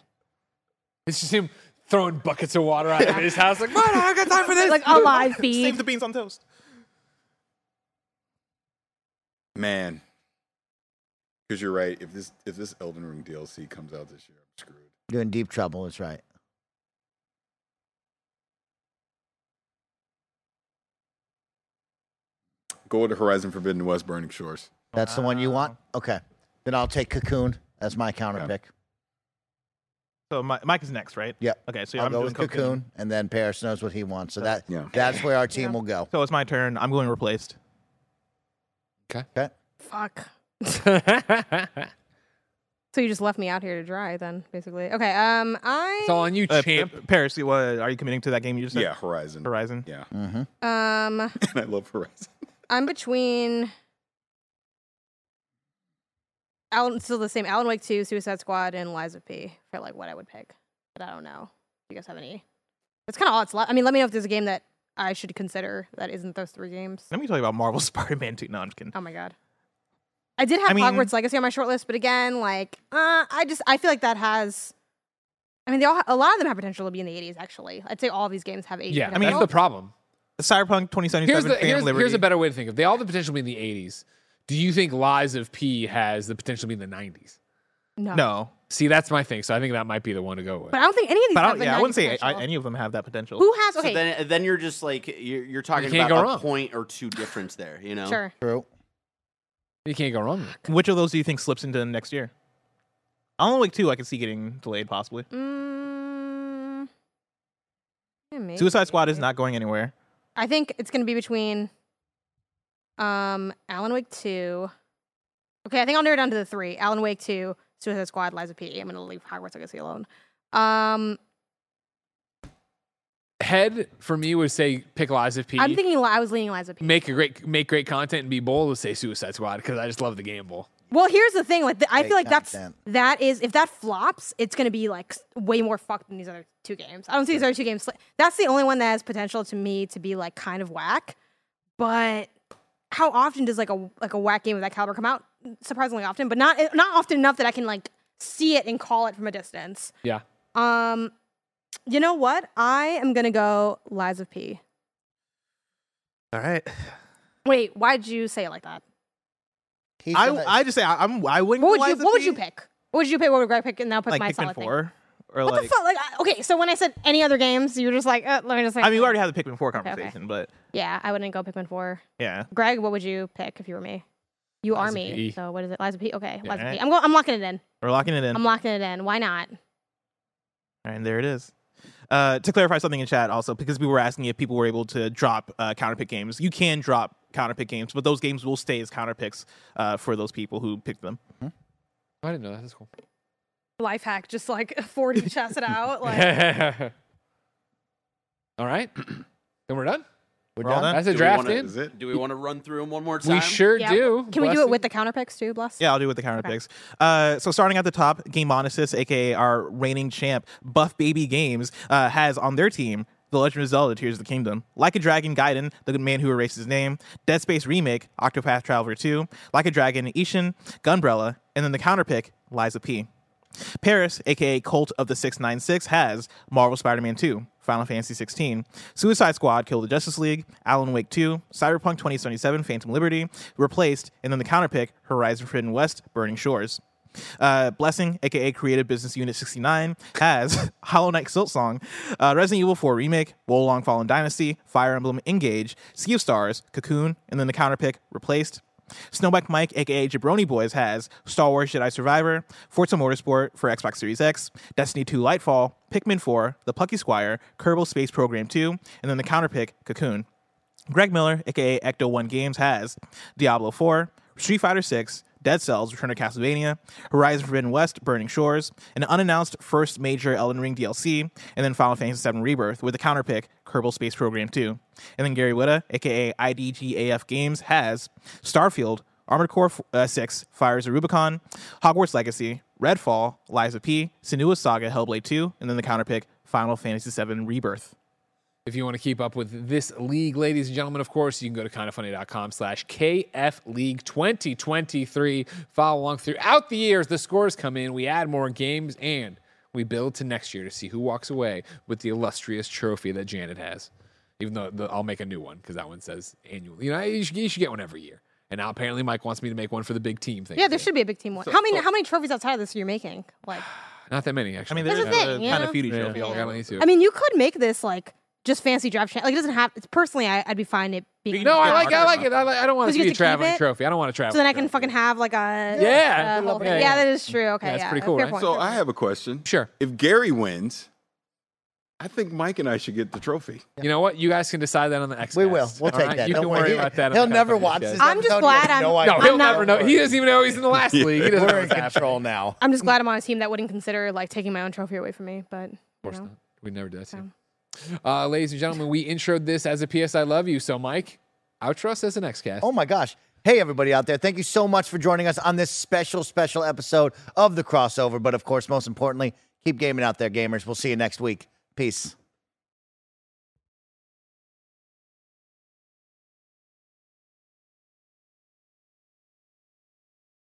It's just him throwing buckets of water out of his house. Like, what? I got time for this.
Like a
<laughs>
live
Save
feed.
the beans on toast.
Man, because you're right. If this if this Elden Ring DLC comes out this year, I'm screwed.
You're in deep trouble. That's right.
Go to Horizon Forbidden West, Burning Shores.
That's the one you want. Okay, then I'll take Cocoon as my counter
Okay.
pick.
So Mi- Mike is next, right?
Yep.
Okay, so
I'll
I'm
go
doing
with Cocoon, and then Paris knows what he wants. So that
Yeah.
that's where our team will go.
So it's my turn. I'm going replaced.
Okay.
Fuck.
it's
So you just left me out here to dry, then, basically. Okay. Um, I
all on you,
<laughs> Uh,
champ.
P- Paris, you- what, are you committing to that game you just said?
Yeah, Horizon.
Horizon.
Yeah, <laughs>
Mm-hmm.
um,
and I love Horizon.
I'm between. Alan, still the same. Alan Wake 2, Suicide Squad, and Liza P for like what I would pick, but I don't know. Do you guys have any? That's kind of all it's left. I mean, let me know if there's a game that I should consider that isn't those three games.
Let me tell you about Marvel <laughs> Spider-Man 2. No, I'm just kidding.
Oh my god. I did have
I mean-
Hogwarts Legacy on my short list, but again, like, uh, I just I feel like that has. I mean, they all ha- a lot of them have potential to be in the 80s. Actually, I'd say all these games have 80s.
Yeah, I
potential.
mean, that's the problem.
Cyberpunk 2077,
Here's, the,
Phantom
here's,
Liberty.
here's a better way to think of it. They all have the potential to be in the 80s. Do you think Lies of P has the potential to be in the 90s?
no.
No.
See, that's my thing. So I think that might be the one to go with.
but I don't think any of these.
But I,
have
don't,
the
yeah, I wouldn't
90s
say I,
potential.
any of them have that potential.
Who has? Okay,
So then, then you're just like you're, you're talking
can't
about
go
a
wrong.
point or two difference there. You know,
sure.
True.
you can't go wrong. With it.
Which of those do you think slips into next year? Alan Wake 2, I could see getting delayed possibly.
Mm, yeah, maybe.
Suicide Squad is not going anywhere.
I think it's going to be between um Alan Wake 2. Okay, I think I'll narrow it down to the 3. Alan Wake 2, Suicide Squad, Liza P. I'm going to leave Hogwarts Legacy alone. Um
Head for me would say pick Lies of P.
I'm thinking li- I was leaning Liza P.
make a great make great content and be bold to say Suicide Squad because I just love the gamble.
well, here's the thing like th- I
Great
feel like that's
content.
that is if that flops, it's going to be like s- way more fucked than these other two games. I don't see these other two games. sli- That's the only one that has potential to me to be like kind of whack. But how often does like a like a whack game of that caliber come out? Surprisingly often, but not not often enough that I can like see it and call it from a distance.
Yeah.
Um, you know what? I am gonna go Lies of P.
All right.
Wait, why'd you say it like that?
He's
I,
gonna-
I just say I, I'm, I wouldn't
What would
go
you
Lies of
What would
P.
you pick? What would you pick? What would Greg pick? And now put
Like
my
Pikmin
solid thing.
4? Or
What
like,
the fuck? Like I- okay, so when I said any other games, you were just like, uh, let me just. Like,
I mean, we already had the Pikmin 4
okay.
conversation, but
Yeah, I wouldn't go Pikmin Four.
yeah.
Greg, what would you pick if you were me? You are
Lies of
me.
P.
So what is it? Lies of P. Okay,
Yeah,
Lies of P.
alright.
I'm going. I'm locking it in.
We're locking it in.
I'm locking it in. Why not?
And there it is. Uh, to clarify something in chat also, because we were asking if people were able to drop uh, counterpick games. You can drop counterpick games, but those games will stay as counterpicks uh, for those people who picked them.
Oh, I didn't know that. That's cool.
Life hack, just like <laughs> 40 chest it out.
<laughs> All right. <clears throat> Then we're done.
We're
We're all
done?
done?
That's a
Do we
draft
wanna-
in.
Is it?
Do we want to run through them one more time?
We sure
Yeah.
do.
Can we
Bless
do it
you.
with the counter picks too? Bless.
Yeah, I'll do it with the counterpicks. Uh, so starting at the top, Game Onesis, aka our reigning champ, Buff Baby Games, uh, has on their team The Legend of Zelda: Tears of the Kingdom, Like a Dragon, Gaiden, The Man Who Erased His Name, Dead Space Remake, Octopath Traveler 2, Like a Dragon, Ishin, Gunbrella, and then the counterpick, Liza P. Paris, aka Cult of the 696, has Marvel Spider Man 2, Final Fantasy 16, Suicide Squad, Kill the Justice League, Alan Wake 2, Cyberpunk 2077, Phantom Liberty, replaced, and then the counterpick, Horizon Forbidden West, Burning Shores. Uh, Blessing, aka Creative Business Unit 69, has <laughs> Hollow Knight Silksong, uh, Resident Evil 4 Remake, Wolong Fallen Dynasty, Fire Emblem Engage, Sea of Stars, Cocoon, and then the counter pick Replaced. Snowback Mike, aka Jabroni Boys, has Star Wars Jedi Survivor, Forza Motorsport for Xbox Series X, Destiny 2 Lightfall, Pikmin 4, The Pucky Squire, Kerbal Space Program 2, and then the counter pick Cocoon. Greg Miller, aka Ecto One Games, has Diablo 4, Street Fighter 6, Dead Cells, Return to Castlevania, Horizon Forbidden West, Burning Shores, an unannounced first major Elden Ring DLC, and then Final Fantasy VII Rebirth with the counterpick Kerbal Space Program 2. And then Gary Witta, aka IDGAF Games, has Starfield, Armored Core uh, 6, Fires of Rubicon, Hogwarts Legacy, Redfall, Liza P, Sinua's Saga, Hellblade 2, and then the counterpick Final Fantasy VII Rebirth.
If you want to keep up with this league, ladies and gentlemen, of course, you can go to kindoffunny.com slash KF League 2023. Follow along throughout the years. The scores come in, we add more games, and we build to next year to see who walks away with the illustrious trophy that Janet has. Even though the, I'll make a new one because that one says annual. You know, you should, you should get one every year. And now apparently Mike wants me to make one for the big team thing.
Yeah, there should be a big team one. how many how many trophies outside of this are you making? Like,
Not that many,
I
actually.
mean,
That's
there's
the thing, you
kind
know?
of feuding trophy.
yeah.
all
I
around.
don't need to.
I mean, you could make this like just fancy draft channel. Like it doesn't have. It's personally, I, I'd be fine it being.
no, I
Yeah.
like, I like it. I, like, I don't want it
Because
to
you
be a
get to keep
traveling
it,
trophy. I don't want to travel.
So then I can fucking have like a
Yeah.
a whole thing.
Yeah,
yeah,
yeah.
that is true. Okay,
Yeah,
yeah,
it's pretty cool,
fair
right?
point,
So
fair
I
point.
have a question.
Sure.
If Gary wins, I think Mike and I should get the trophy.
You know what? You guys can decide that on the X.
We will. We'll
All
take
right?
that.
You
Don't
can
worry.
worry about that. on
He'll
the
never
company
watch
show.
this.
I'm just
episode. He
glad
has
I'm-
no
No,
No,
idea.
he'll
I'm not-
never know. He doesn't even know he's
<laughs>
in the last league. He doesn't know
We're in
what's happening.
control now.
I'm just glad I'm on a team that wouldn't consider like taking my own trophy away from me. But you
Of course
know.
not. We never did that to you. Uh, ladies and gentlemen, we introed this as a PS I love you. So, Mike, outro us as an X cast.
Oh my gosh. Hey, everybody out there. Thank you so much for joining us on this special, special episode of The Crossover. But of course, most importantly, keep gaming out there, gamers. We'll see you next week. Peace.